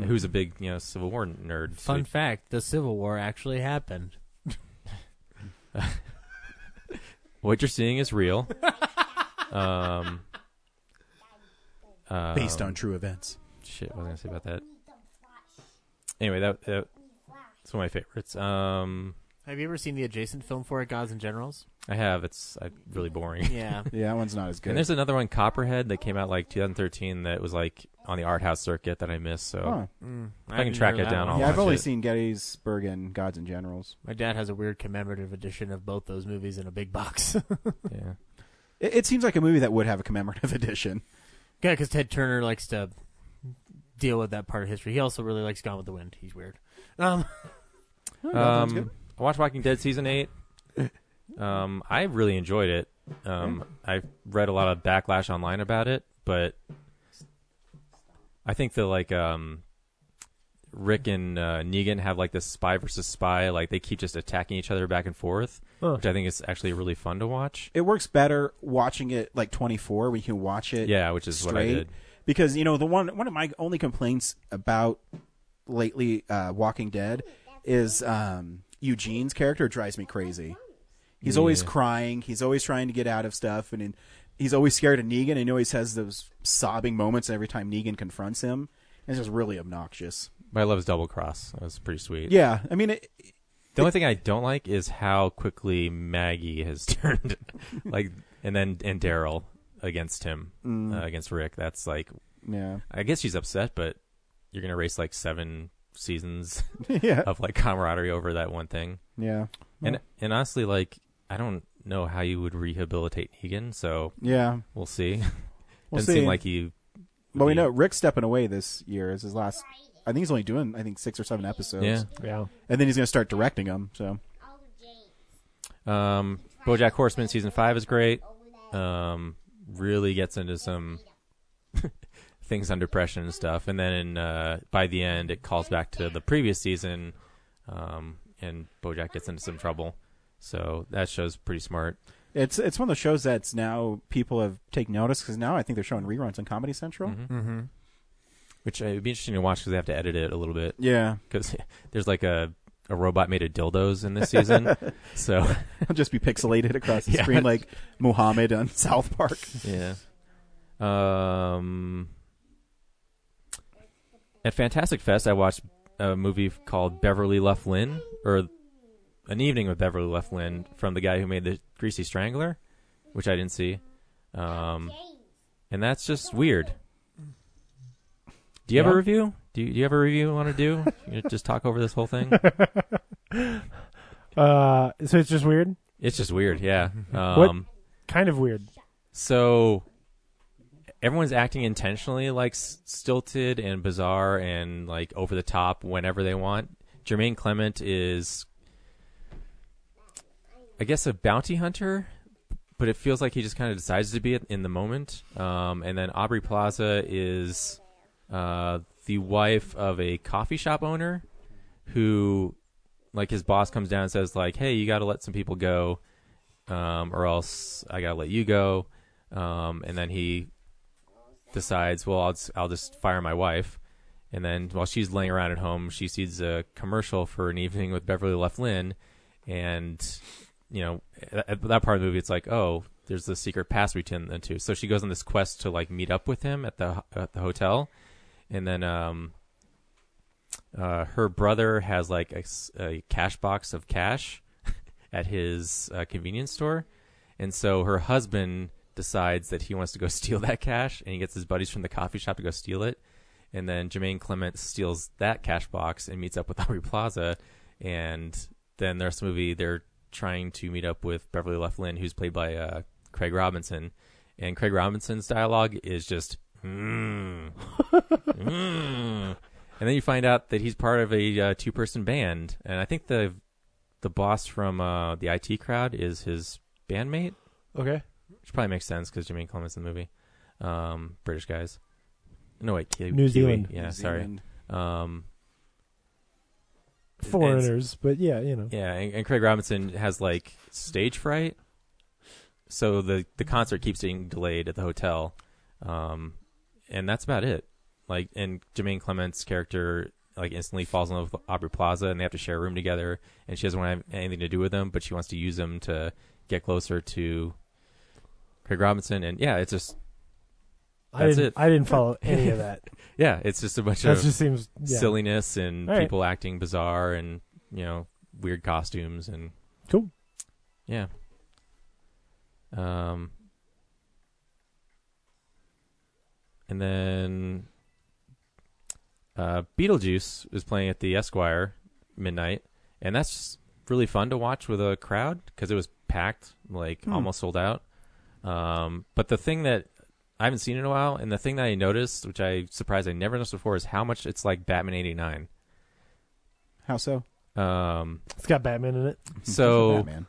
Speaker 7: Yeah, who's a big you know Civil War nerd? so
Speaker 8: Fun fact: the Civil War actually happened.
Speaker 7: what you're seeing is real. Um,
Speaker 1: based on true events.
Speaker 7: Shit, what was I gonna say about that? Anyway, that, that that's one of my favorites. Um,
Speaker 8: Have you ever seen the adjacent film for it, Gods and Generals?
Speaker 7: I have it's uh, really boring.
Speaker 8: Yeah.
Speaker 1: Yeah, that one's not as
Speaker 7: And
Speaker 1: good.
Speaker 7: there's another one, Copperhead, that came out like 2013 that was like on the art house circuit that I missed. So
Speaker 1: Huh.
Speaker 7: I can
Speaker 8: didn't
Speaker 7: track
Speaker 8: hear
Speaker 7: it
Speaker 8: that
Speaker 7: down
Speaker 8: one.
Speaker 7: I'll
Speaker 1: Yeah, I've
Speaker 7: watch
Speaker 1: only
Speaker 7: it.
Speaker 1: seen Gettysburg and Gods and Generals.
Speaker 8: My dad has a weird commemorative edition of both those movies in a big box.
Speaker 7: yeah.
Speaker 1: It, it seems like a movie that would have a commemorative edition.
Speaker 8: Yeah, because Ted Turner likes to deal with that part of history. He also really likes Gone with the Wind. He's weird. Um,
Speaker 1: sounds good.
Speaker 7: Um, I watched Walking Dead season eight. Um, I really enjoyed it. Um, I read a lot of backlash online about it, but I think that like um, Rick and uh, Negan have like this spy versus spy, like they keep just attacking each other back and forth, which I think is actually really fun to watch.
Speaker 1: It works better watching it like 24 when you can watch it.
Speaker 7: Yeah, which is what I
Speaker 1: straight.
Speaker 7: did.
Speaker 1: Because you know the one one of my only complaints about lately uh, Walking Dead is um, Eugene's character drives me crazy. He's always crying. He's always trying to get out of stuff, and in, he's always scared of Negan. And he always has those sobbing moments every time Negan confronts him. It's just really obnoxious.
Speaker 7: But I love his double cross. That was pretty sweet.
Speaker 1: Yeah, I mean, it,
Speaker 7: The only thing I don't like is how quickly Maggie has turned, like, and then and Daryl against him,
Speaker 1: Mm.
Speaker 7: uh, against Rick. That's like,
Speaker 1: yeah,
Speaker 7: I guess she's upset, but you're gonna race like seven seasons
Speaker 1: yeah,
Speaker 7: of like camaraderie over that one thing.
Speaker 1: yeah,
Speaker 7: And and honestly, like, I don't know how you would rehabilitate Negan. So
Speaker 1: yeah.
Speaker 7: we'll see.
Speaker 1: We'll
Speaker 7: Doesn't
Speaker 1: see.
Speaker 7: seem like he.
Speaker 1: But we know Rick's stepping away this year. Is his last? I think he's only doing I think six or seven episodes.
Speaker 7: Yeah.
Speaker 6: Yeah.
Speaker 1: and then he's going to start directing them. So
Speaker 7: Um, BoJack Horseman season five is great. Um, really gets into some things under pressure and stuff, and then uh, by the end, it calls back to the previous season, um, and BoJack gets into some trouble. So that show's pretty smart.
Speaker 1: It's it's one of those shows that's now people have taken notice because now I think they're showing reruns on Comedy Central.
Speaker 7: Mm-hmm. Which uh, it'd be interesting to watch because they have to edit it a little bit
Speaker 1: Yeah,
Speaker 7: because there's like a a robot made of dildos in this season. so
Speaker 1: it'll just be pixelated across the
Speaker 7: Yeah.
Speaker 1: screen like Muhammad on South Park.
Speaker 7: Yeah. Um, at Fantastic Fest, I watched a movie called Beverly Loughlin, or An Evening with Beverly Loughlin, from the guy who made the Greasy Strangler, which I didn't see. Um, and that's just weird. Do you have a
Speaker 6: Yeah.
Speaker 7: review? Do you, do you have a review you want to do? You just talk over this whole thing?
Speaker 6: Uh, so it's just weird.
Speaker 7: It's just weird, yeah. Um,
Speaker 6: What- Kind of weird.
Speaker 7: So everyone's acting intentionally like s- stilted and bizarre and like over the top whenever they want. Jermaine Clement is, I guess, a bounty hunter, but it feels like he just kind of decides to be it in the moment. Um, and then Aubrey Plaza is uh, the wife of a coffee shop owner who, like, his boss comes down and says, like, "Hey, you got to let some people go." um, or else I gotta let you go. Um, and then he decides, well, I'll just, I'll just fire my wife. And then while she's laying around at home, she sees a commercial for an evening with Beverly Loughlin, and you know at, at that part of the movie, it's like, oh, there's the secret pass we tend into. So she goes on this quest to like meet up with him at the at the hotel, and then um, uh, her brother has like a, s- a cash box of cash at his uh, convenience store. And so her husband decides that he wants to go steal that cash, and he gets his buddies from the coffee shop to go steal it. And then Jermaine Clement steals that cash box and meets up with Aubrey Plaza. And then the rest of the movie, they're trying to meet up with Beverly Loughlin, who's played by uh, Craig Robinson. And Craig Robinson's dialogue is just, mm, mm. and then you find out that he's part of a uh, two-person band. And I think the the boss from uh, the IT crowd is his bandmate,
Speaker 6: Okay.
Speaker 7: which probably makes sense because Jermaine Clement's in the movie. Um, British guys. No wait, Ki-
Speaker 6: New
Speaker 7: Kiwi.
Speaker 6: Zealand.
Speaker 7: Yeah,
Speaker 1: New
Speaker 7: sorry.
Speaker 1: Zealand.
Speaker 7: Um, and-
Speaker 6: Foreigners, but yeah, you know.
Speaker 7: yeah, and, and Craig Robinson has like stage fright, so the the concert keeps getting delayed at the hotel, um, and that's about it. Like, and Jermaine Clement's character like instantly falls in love with Aubrey Plaza, and they have to share a room together. And she doesn't want to have anything to do with him, but she wants to use him to get closer to Craig Robinson. And yeah, it's just
Speaker 6: I
Speaker 7: That's
Speaker 6: didn't,
Speaker 7: it.
Speaker 6: I didn't follow any of that.
Speaker 7: yeah, it's just a bunch
Speaker 6: That
Speaker 7: of
Speaker 6: just seems yeah.
Speaker 7: silliness and
Speaker 6: All right.
Speaker 7: people acting bizarre and you know weird costumes and
Speaker 6: Cool.
Speaker 7: yeah um and then uh beetlejuice is playing at the esquire midnight and that's really fun to watch with a crowd because it was packed like
Speaker 6: Hmm.
Speaker 7: almost sold out um but the thing that I haven't seen it in a while, and the thing that I noticed, which I surprised I never noticed before, is how much it's like Batman '89.
Speaker 1: How so?
Speaker 7: Um,
Speaker 6: It's got Batman in it.
Speaker 7: so
Speaker 1: Batman.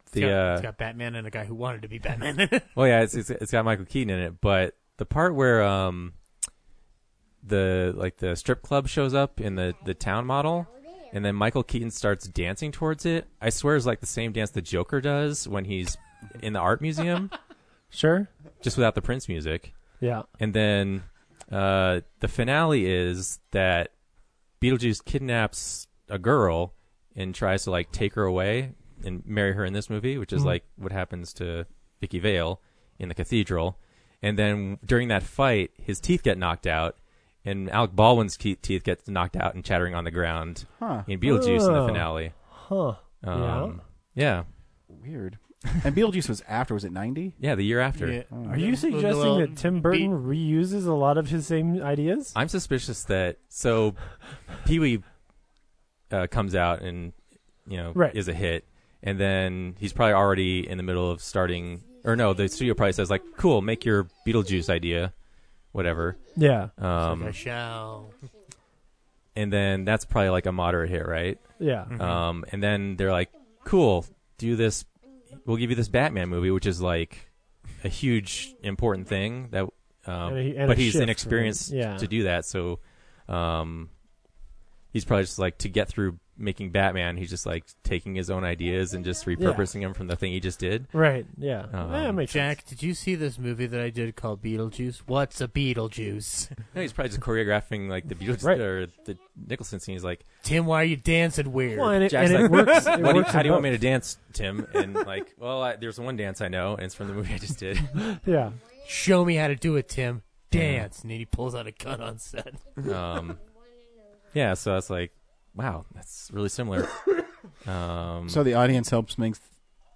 Speaker 8: It's
Speaker 7: the
Speaker 8: got- it's
Speaker 7: uh,
Speaker 8: got Batman and a guy who wanted to be Batman.
Speaker 7: well, yeah, it's, it's it's got Michael Keaton in it, but the part where um the like the strip club shows up in the the town model, and then Michael Keaton starts dancing towards it. I swear, it's like the same dance the Joker does when he's in the art museum,
Speaker 6: Sure.
Speaker 7: just without the Prince music.
Speaker 6: Yeah.
Speaker 7: And then uh, the finale is that Beetlejuice kidnaps a girl and tries to like take her away and marry her in this movie, which is like what happens to Vicky Vale in the cathedral. And then during that fight, his teeth get knocked out, and Alec Baldwin's te- teeth get knocked out and chattering on the ground
Speaker 1: Huh.
Speaker 7: in Beetlejuice in the
Speaker 6: Oh.
Speaker 7: finale.
Speaker 6: Huh.
Speaker 7: Um, yeah.
Speaker 1: Weird. And Beetlejuice was after. Was it ninety?
Speaker 7: yeah, the year after.
Speaker 8: Yeah.
Speaker 6: Are you suggesting
Speaker 8: Well,
Speaker 6: that Tim Burton
Speaker 8: be-
Speaker 6: reuses a lot of his same ideas?
Speaker 7: I'm suspicious that so Pee Wee uh, comes out and you know
Speaker 6: Right.
Speaker 7: is a hit, and then he's probably already in the middle of starting, or no, the studio probably says like, "Cool, make your Beetlejuice idea, whatever."
Speaker 6: yeah.
Speaker 7: Um,
Speaker 8: I shall.
Speaker 7: and then that's probably like a moderate hit, right?
Speaker 6: Yeah.
Speaker 7: Um, and then they're like, "Cool, do this. We'll give you this Batman movie, which is like a huge important thing that." Um,
Speaker 6: And a- and
Speaker 7: but
Speaker 6: a
Speaker 7: he's
Speaker 6: shift,
Speaker 7: inexperienced
Speaker 6: right? Yeah.
Speaker 7: to do that, so um, he's probably just like to get through making Batman. He's just like taking his own ideas and just repurposing them from the thing he just did.
Speaker 6: Right. Yeah.
Speaker 7: Um,
Speaker 6: that makes sense.
Speaker 8: Jack, did you see this movie that I did called Beetlejuice? What's a Beetlejuice?
Speaker 7: No, he's probably just choreographing like the Beatles
Speaker 6: Right.
Speaker 7: or the Nicholson scene. He's like,
Speaker 8: Tim, why are you dancing weird?
Speaker 6: Well, and it,
Speaker 7: Jack's
Speaker 6: and it
Speaker 7: like,
Speaker 6: works. It
Speaker 7: what do you,
Speaker 6: works
Speaker 7: "How
Speaker 6: in
Speaker 7: do you want me
Speaker 6: both.
Speaker 7: to dance, Tim?" And like, well, I, there's one dance I know, and it's from the movie I just did.
Speaker 6: Yeah.
Speaker 8: Show me how to do it, Tim. Dance. And then he pulls out a gun on set.
Speaker 7: Um, yeah, so I was like, wow, that's really similar. Um,
Speaker 1: So the audience helps make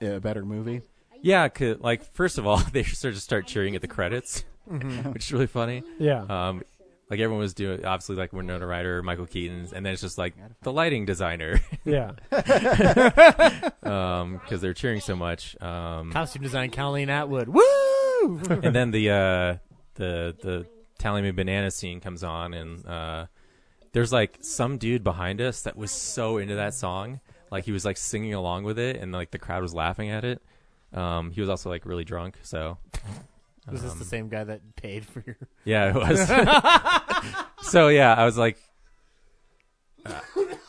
Speaker 1: th- a better movie.
Speaker 7: yeah, 'cause, like first of all, they sort of start cheering at the credits, which is really funny.
Speaker 6: Yeah.
Speaker 7: Um, like everyone was doing, obviously, like Winona Ryder, Michael Keaton, and then it's just like the lighting designer
Speaker 6: yeah.
Speaker 7: because they're cheering so much. Um,
Speaker 8: Costume design, Colleen Atwood. Woo!
Speaker 7: and then the uh, the the tally me banana scene comes on, and uh, there's like some dude behind us that was so into that song, like he was like singing along with it, and like the crowd was laughing at it. Um, he was also like really drunk, so
Speaker 8: Was
Speaker 7: Um,
Speaker 8: this the same guy that paid for your...
Speaker 7: yeah, it was. so yeah, I was like uh,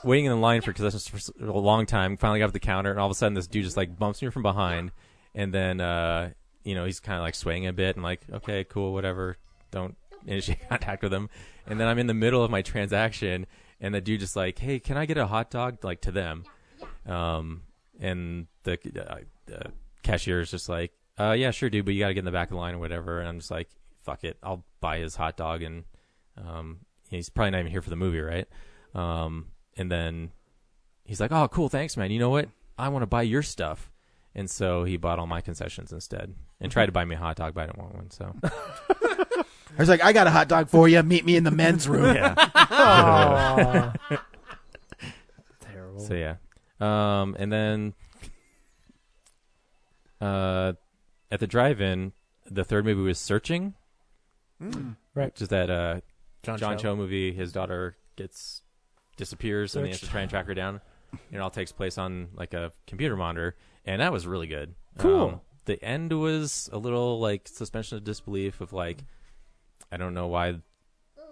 Speaker 7: waiting in the line for concessions for s- a long time. Finally got up to the counter, and all of a sudden, this dude just like bumps me from behind, and then uh, you know he's kind of like swaying a bit, and like okay, cool, whatever. Don't initiate contact with him. And then I'm in the middle of my transaction, and the dude just like, hey, can I get a hot dog like to them? Um, and the uh, uh, cashier is just like, uh, yeah, sure, dude, but you got to get in the back of the line or whatever. And I'm just like, fuck it, I'll buy his hot dog. And um, he's probably not even here for the movie, right? Um, and then he's like, oh, cool, thanks, man. You know what? I want to buy your stuff. And so he bought all my concessions instead and tried to buy me a hot dog, but I didn't want one. So
Speaker 1: I was like, I got a hot dog for you. Meet me in the men's room.
Speaker 6: Terrible.
Speaker 7: So yeah, um, and then uh, at the drive-in, the third movie was Searching,
Speaker 6: Right.
Speaker 7: which is that uh,
Speaker 8: Hmm. John,
Speaker 7: John
Speaker 8: Cho.
Speaker 7: Cho movie. His daughter gets disappears, and they have to
Speaker 6: Searched.
Speaker 7: try and track her down. And it all takes place on like a computer monitor, and that was really good. Um,
Speaker 6: Cool.
Speaker 7: the end was a little like suspension of disbelief of like, I don't know why. Oh,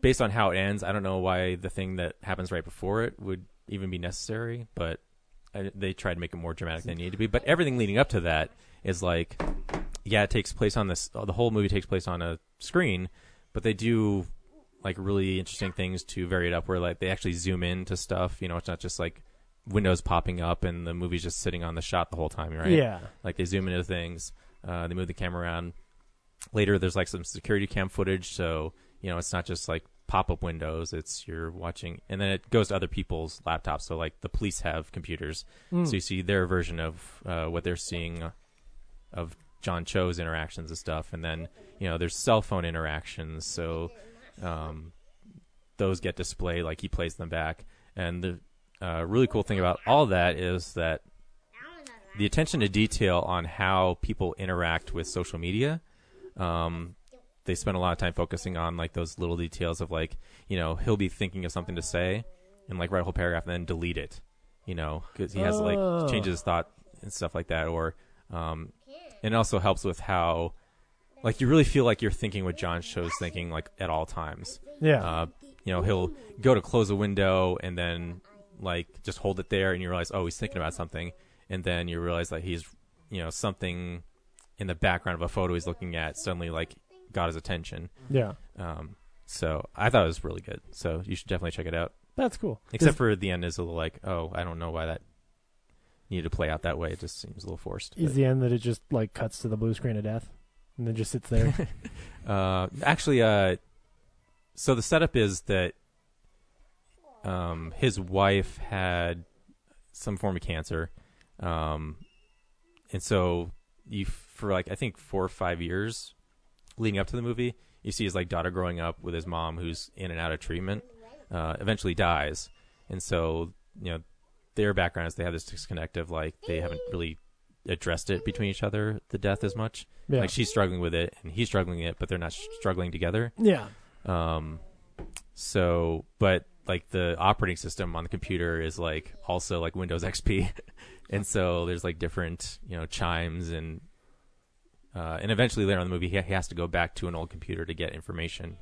Speaker 7: Based on how it ends, I don't know why the thing that happens right before it would even be necessary, but I, they tried to make it more dramatic than it needed to be. But everything leading up to that is like, yeah, it takes place on this. The whole movie takes place on a screen, but they do like really interesting things to vary it up where like they actually zoom in to stuff you know it's not just like windows popping up and the movie's just sitting on the shot the whole time right
Speaker 6: Yeah.
Speaker 7: like they zoom into things uh, they move the camera around later there's like some security cam footage so you know it's not just like pop-up windows it's you're watching and then it goes to other people's laptops so like the police have computers so you see their version of uh, what they're seeing of john cho's interactions and stuff and then you know there's cell phone interactions so um, those get displayed like he plays them back and the uh, really cool thing about all that is that the attention to detail on how people interact with social media um, they spend a lot of time focusing on like those little details of like you know he'll be thinking of something to say and like write a whole paragraph and then delete it you know because he has
Speaker 6: Oh.
Speaker 7: like changes his thought and stuff like that or um, and it also helps with how like you really feel like you're thinking what john show's thinking like at all times
Speaker 6: Yeah.
Speaker 7: uh, you know, he'll go to close a window and then like just hold it there, and you realize, oh, he's thinking about something, and then you realize that he's, you know, something in the background of a photo he's looking at suddenly like got his attention.
Speaker 6: yeah.
Speaker 7: Um, so I thought it was really good. So you should definitely check it out.
Speaker 6: That's cool.
Speaker 7: Except
Speaker 6: Does-
Speaker 7: for the end is a little like, oh, I don't know why that needed to play out that way. It just seems a little forced.
Speaker 6: is
Speaker 7: But,
Speaker 6: the end that it just like cuts to the blue screen of death and then just sits there.
Speaker 7: uh, actually, uh, so the setup is that um, his wife had some form of cancer, um, and so you for like I think four or five years leading up to the movie, you see his like daughter growing up with his mom, who's in and out of treatment, uh, eventually dies, and so you know their backgrounds they have this disconnect of like they haven't really addressed it between each other the death as much
Speaker 6: Yeah.
Speaker 7: like she's struggling with it and he's struggling with it but they're not struggling together
Speaker 6: yeah.
Speaker 7: um, so, but like the operating system on the computer is like also like Windows XP, and so there's like different you know chimes and uh, and eventually later on in the movie he, he has to go back to an old computer to get information.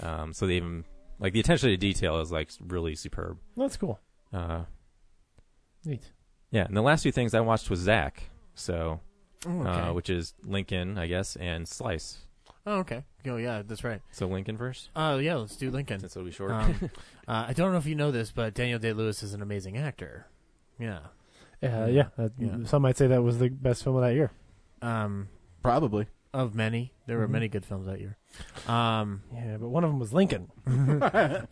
Speaker 7: Um, so they even like the attention to detail is like really superb.
Speaker 6: That's cool.
Speaker 7: Uh,
Speaker 6: Neat.
Speaker 7: yeah, and the last two things I watched was Zach, so
Speaker 8: Oh, okay.
Speaker 7: uh, which is Lincoln, I guess, and Slice.
Speaker 8: Oh, okay. Oh, yeah, that's right.
Speaker 7: So Lincoln first,
Speaker 8: Oh, yeah, let's do Lincoln.
Speaker 7: since it'll be short.
Speaker 8: Um, uh, I don't know if you know this, but Daniel Day Lewis is an amazing actor. Yeah.
Speaker 6: Uh, yeah, that,
Speaker 8: Yeah.
Speaker 6: Some might say that was the best film of that year.
Speaker 8: Um,
Speaker 3: Probably.
Speaker 8: of many, there were
Speaker 7: Mm-hmm.
Speaker 6: Mhm.
Speaker 8: many good films that year. Um,
Speaker 6: Yeah, but one of them was Lincoln.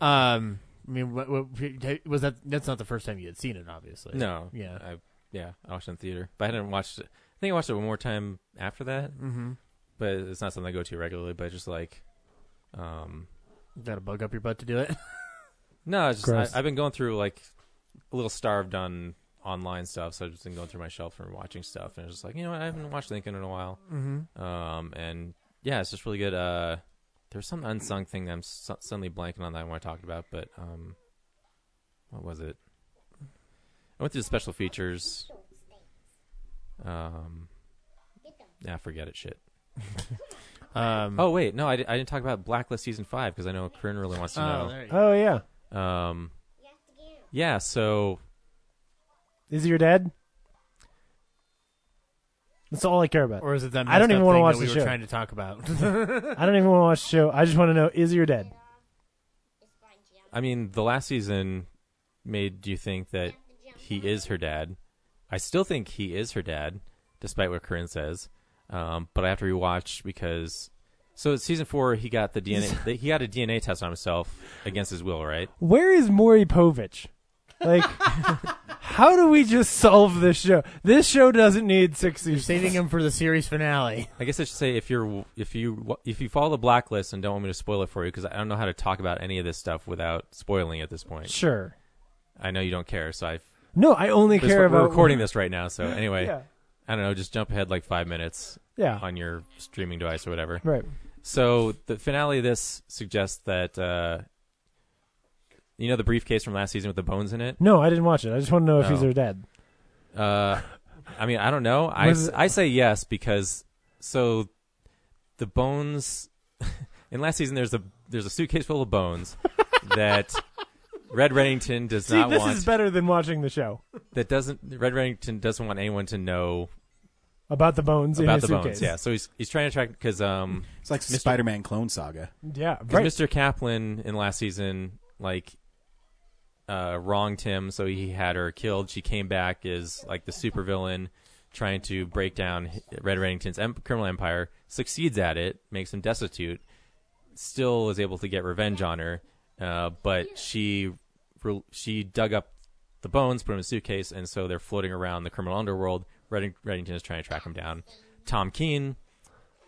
Speaker 8: um, I mean, what, what, was that? That's not the first time you had seen it, obviously.
Speaker 7: No.
Speaker 8: Yeah.
Speaker 7: I, yeah. I watched it in the theater, but I hadn't watched it. I think I watched it one more time after that,
Speaker 8: Mm-hmm.
Speaker 7: but it's not something I go to regularly. But just like, um,
Speaker 8: Got to bug up your butt to do it.
Speaker 7: no, it's
Speaker 6: Gross.
Speaker 7: just I, I've been going through like a little starved on online stuff, so I've just been going through my shelf and watching stuff, and it's just like, you know, what? I haven't watched Lincoln in a while.
Speaker 8: mm-hmm.
Speaker 7: Um, and yeah, it's just really good. Uh, there's some unsung thing that I'm su- suddenly blanking on that I want to talk about, but um, what was it? I went through the special features. Um, nah, forget it. Shit.
Speaker 8: Um,
Speaker 7: Oh wait, no, I, di- I didn't talk about Blacklist season five because I know Corinne really wants to
Speaker 8: oh,
Speaker 7: know.
Speaker 8: there you go.
Speaker 6: Oh yeah,
Speaker 7: Um, yeah, so
Speaker 6: is he your dad? That's all I care about.
Speaker 8: Or is it that?
Speaker 6: I don't
Speaker 8: messed
Speaker 6: even
Speaker 8: up
Speaker 6: wanna
Speaker 8: thing
Speaker 6: watch
Speaker 8: that
Speaker 6: the
Speaker 8: we
Speaker 6: show.
Speaker 8: were trying to talk about.
Speaker 6: I don't even want to watch the show. I just want to know is he your dad?
Speaker 7: I mean, the last season made you think that he is her dad. I still think he is her dad, despite what Corinne says. Um, but I have to rewatch because so season four he got the DNA he got a DNA test on himself against his will, right?
Speaker 6: Where is Maury Povich? Like, How do we just solve this show? This show doesn't need six
Speaker 8: You're
Speaker 6: seasons.
Speaker 8: saving him for the series finale.
Speaker 7: I guess I should say if you're if you if you follow the blacklist and don't want me to spoil it for you because I don't know how to talk about any of this stuff without spoiling at this point.
Speaker 6: Sure.
Speaker 7: I know you don't care, so I
Speaker 6: No, I only care
Speaker 7: we're
Speaker 6: about
Speaker 7: recording this right now. So anyway,
Speaker 6: Yeah.
Speaker 7: I don't know. Just jump ahead like five minutes
Speaker 6: Yeah.
Speaker 7: on your streaming device or whatever.
Speaker 6: Right.
Speaker 7: So the finale of this suggests that uh, you know the briefcase from last season with the bones in it.
Speaker 6: No, I didn't watch it. I just want to know if
Speaker 7: No.
Speaker 6: he's or dead.
Speaker 7: Uh, I mean, I don't know. I,
Speaker 6: Was it-
Speaker 7: I say yes because so the bones in last season there's a there's a suitcase full of bones that Red Reddington does
Speaker 6: See,
Speaker 7: not
Speaker 6: this
Speaker 7: want
Speaker 6: is better than watching the show
Speaker 7: that doesn't Red Reddington doesn't want anyone to know
Speaker 6: about the bones in
Speaker 7: about
Speaker 6: his
Speaker 7: the bones.
Speaker 6: suitcase.
Speaker 7: Yeah, so he's he's trying to track because um
Speaker 1: It's like Spider-Man Clone Saga.
Speaker 6: Yeah,
Speaker 7: because
Speaker 6: right.
Speaker 7: Mr. Kaplan in last season like uh wronged him so he had her killed. She came back as like the supervillain trying to break down hi- Red Reddington's em- criminal empire, succeeds at it, makes him destitute, still is able to get revenge on her, uh, but she re- she dug up the bones, put them in a suitcase, and so they're floating around the criminal underworld. Redding- Reddington is trying to track him down. Tom Keene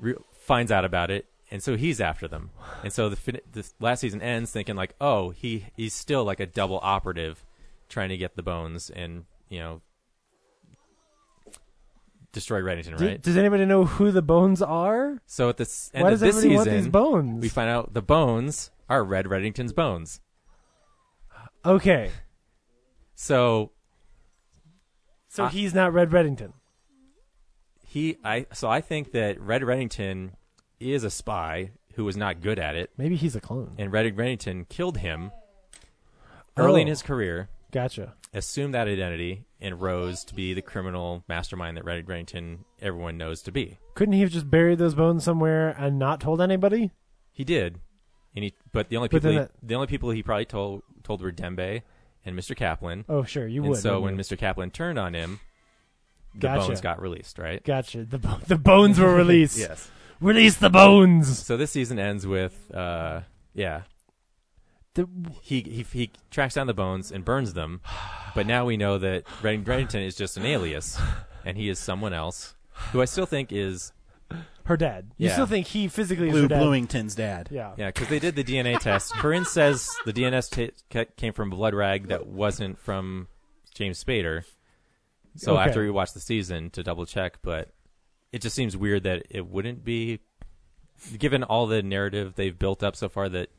Speaker 7: re- finds out about it, and so he's after them. And so the fin- this last season ends thinking like, oh, he he's still like a double operative, trying to get the bones and you know destroy Reddington,
Speaker 6: Do-
Speaker 7: right?
Speaker 6: does anybody know who the bones are?
Speaker 7: So at this end
Speaker 6: Why
Speaker 7: of
Speaker 6: does
Speaker 7: this
Speaker 6: everybody
Speaker 7: season,
Speaker 6: want these bones?
Speaker 7: we find out the bones are Red Reddington's bones.
Speaker 6: okay,
Speaker 7: So
Speaker 6: so
Speaker 7: I-
Speaker 6: he's not Red Reddington.
Speaker 7: he, I, so I think that Red Reddington is a spy who was not good at it,
Speaker 6: Maybe he's a clone.
Speaker 7: and Red Reddington killed him early in
Speaker 6: Oh.
Speaker 7: his career,
Speaker 6: Gotcha.
Speaker 7: assumed that identity, and rose to be the criminal mastermind that Red Reddington everyone knows to be.
Speaker 6: Couldn't he have just buried those bones somewhere and not told anybody?
Speaker 7: He did, and he, but the only
Speaker 6: But
Speaker 7: people, he,
Speaker 6: then
Speaker 7: the only people he probably told told were Dembe and Mr. Kaplan.
Speaker 6: Oh, sure, you
Speaker 7: and
Speaker 6: would.
Speaker 7: so
Speaker 6: wouldn't
Speaker 7: when
Speaker 6: you?
Speaker 7: Mr. Kaplan turned on him, the
Speaker 6: Gotcha.
Speaker 7: bones got released, right?
Speaker 6: Gotcha. The bo- the bones were released.
Speaker 7: Yes.
Speaker 6: Release the bones.
Speaker 7: So this season ends with, uh, yeah,
Speaker 6: The-
Speaker 7: he, he he tracks down the bones and burns them, but now we know that Red- Reddington is just an alias, and he is someone else, who I still think is
Speaker 6: her dad. You
Speaker 7: Yeah.
Speaker 6: still think he physically is
Speaker 1: Blue
Speaker 6: her dad?
Speaker 1: Bluington's dad.
Speaker 6: Yeah.
Speaker 7: yeah, because they did the DNA test. Corinne says the DNS t- ca- came from a blood rag that wasn't from James Spader. So
Speaker 6: Okay.
Speaker 7: after we watched the season to double check, but it just seems weird that it wouldn't be, given all the narrative they've built up so far that,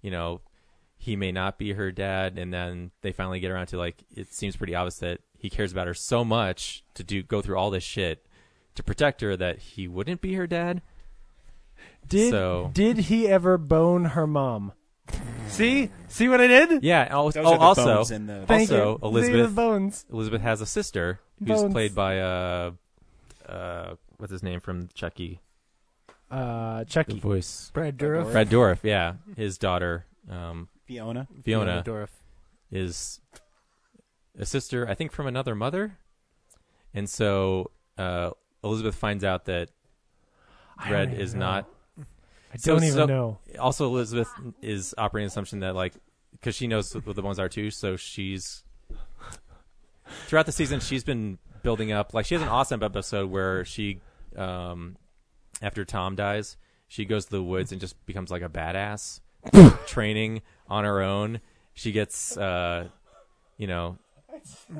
Speaker 7: you know, he may not be her dad, and then they finally get around to like it seems pretty obvious that he cares about her so much to do go through all this shit to protect her that he wouldn't be her dad.
Speaker 6: Did
Speaker 7: So-
Speaker 6: did he ever bone her mom? See, see what I did?
Speaker 7: Yeah. and al-
Speaker 1: Those
Speaker 7: oh,
Speaker 1: are the
Speaker 7: also,
Speaker 1: bones in the-
Speaker 6: Thank
Speaker 7: also
Speaker 6: you. See the
Speaker 7: Elizabeth
Speaker 6: bones.
Speaker 7: Elizabeth has a sister who's
Speaker 6: Bones.
Speaker 7: played by uh, uh, what's his name from Chucky?
Speaker 6: Uh, Chucky.
Speaker 7: voice
Speaker 8: Brad Dourif.
Speaker 7: Brad Dourif. Yeah, his daughter um,
Speaker 1: Fiona.
Speaker 7: Fiona
Speaker 8: Dourif.
Speaker 7: is a sister, I think, from another mother, and so uh, Elizabeth finds out that
Speaker 6: I don't
Speaker 7: Red
Speaker 6: even
Speaker 7: is
Speaker 6: know.
Speaker 7: not.
Speaker 6: I
Speaker 7: So-
Speaker 6: don't even
Speaker 7: so-
Speaker 6: know.
Speaker 7: Also, Elizabeth is operating the assumption that like because she knows what the bones are too, so she's throughout the season she's been building up. Like she has an awesome episode where she, um, after Tom dies, she goes to the woods and just becomes like a badass, training on her own. She gets, uh, you know.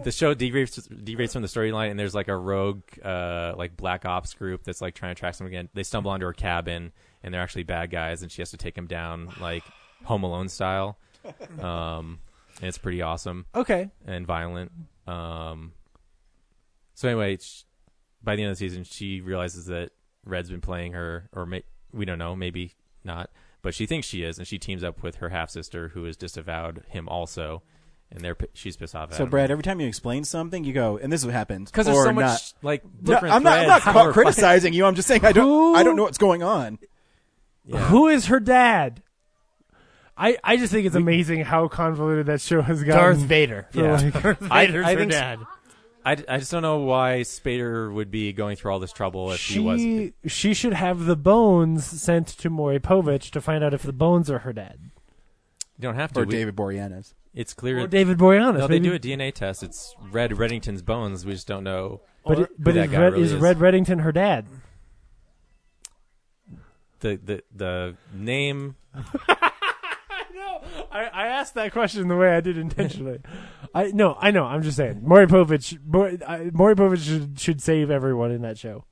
Speaker 7: The show deviates, deviates from the storyline, and there's like a rogue, uh, like black ops group that's like trying to track someone again. They stumble onto her cabin, and they're actually bad guys, and she has to take them down, like Home Alone style. Um, and it's pretty awesome
Speaker 6: Okay.
Speaker 7: and violent. Um, so anyway, sh by the end of the season, she realizes that Red's been playing her, or may, we don't know, maybe not, but she thinks she is, and she teams up with her half sister who has disavowed him also, and they're pi- she's pissed off at
Speaker 1: So,
Speaker 7: him.
Speaker 1: Brad, every time you explain something, you go, and this is what happened.
Speaker 7: because
Speaker 1: or
Speaker 7: there's so much
Speaker 1: not.
Speaker 7: like
Speaker 1: No,
Speaker 7: different.
Speaker 1: I'm not, I'm not
Speaker 7: threads
Speaker 1: cri-
Speaker 7: that we're finding-
Speaker 1: criticizing you. I'm just saying I don't,
Speaker 6: Who-
Speaker 1: I don't know what's going on.
Speaker 6: Who is her dad? I I just think it's amazing how convoluted that show has gotten.
Speaker 8: Darth Vader.
Speaker 6: for, like-
Speaker 7: I-
Speaker 8: Vader's
Speaker 7: I
Speaker 8: her
Speaker 7: think s-
Speaker 8: dad.
Speaker 7: I, d- I just don't know why Spader would be going through all this trouble if he was.
Speaker 6: she she should have the bones sent to Maury Povich to find out if the bones are her dad.
Speaker 7: You don't have to.
Speaker 1: Or
Speaker 7: We-
Speaker 1: David Boreanaz.
Speaker 7: It's clear.
Speaker 6: Or David Boreanaz.
Speaker 7: no, they
Speaker 6: maybe.
Speaker 7: do a DNA test. It's Red Reddington's bones. We just don't know
Speaker 6: But, it, but
Speaker 7: that
Speaker 6: is,
Speaker 7: guy
Speaker 6: Red,
Speaker 7: really
Speaker 6: is
Speaker 7: is.
Speaker 6: Red Reddington her dad?
Speaker 7: the the, the name.
Speaker 6: No, I, I asked that question the way I did intentionally. I no, I know. I'm just saying, Maury Povich, Maury, I- Maury Povich should, should save everyone in that show.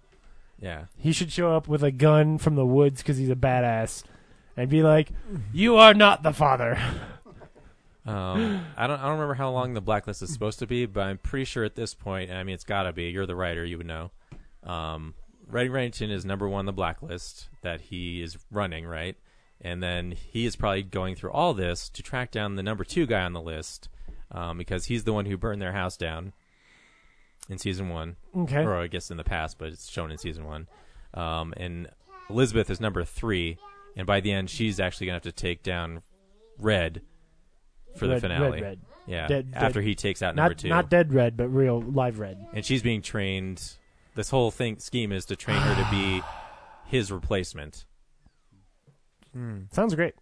Speaker 7: Yeah,
Speaker 6: He should show up with a gun from the woods because he's a badass, and be like, "You are not the father."
Speaker 7: um, I don't I don't remember how long the blacklist is supposed to be, but I'm pretty sure at this point. I mean, it's got to be. You're the writer. You would know. Um, Redding Reddington is number one on the blacklist that he is running right, and then he is probably going through all this to track down the number two guy on the list um, because he's the one who burned their house down in season one.
Speaker 6: Okay.
Speaker 7: or I guess in the past, but it's shown in season one. Um, and Elizabeth is number three, and by the end, she's actually gonna have to take down Red for the
Speaker 6: Red-
Speaker 7: finale.
Speaker 6: Red, Red.
Speaker 7: Yeah,
Speaker 6: Dead- dead-
Speaker 7: after he takes out number
Speaker 6: Not
Speaker 7: two,
Speaker 6: not dead red, but real live red.
Speaker 7: and she's being trained. This whole thing scheme is to train her to be his replacement.
Speaker 6: Sounds great.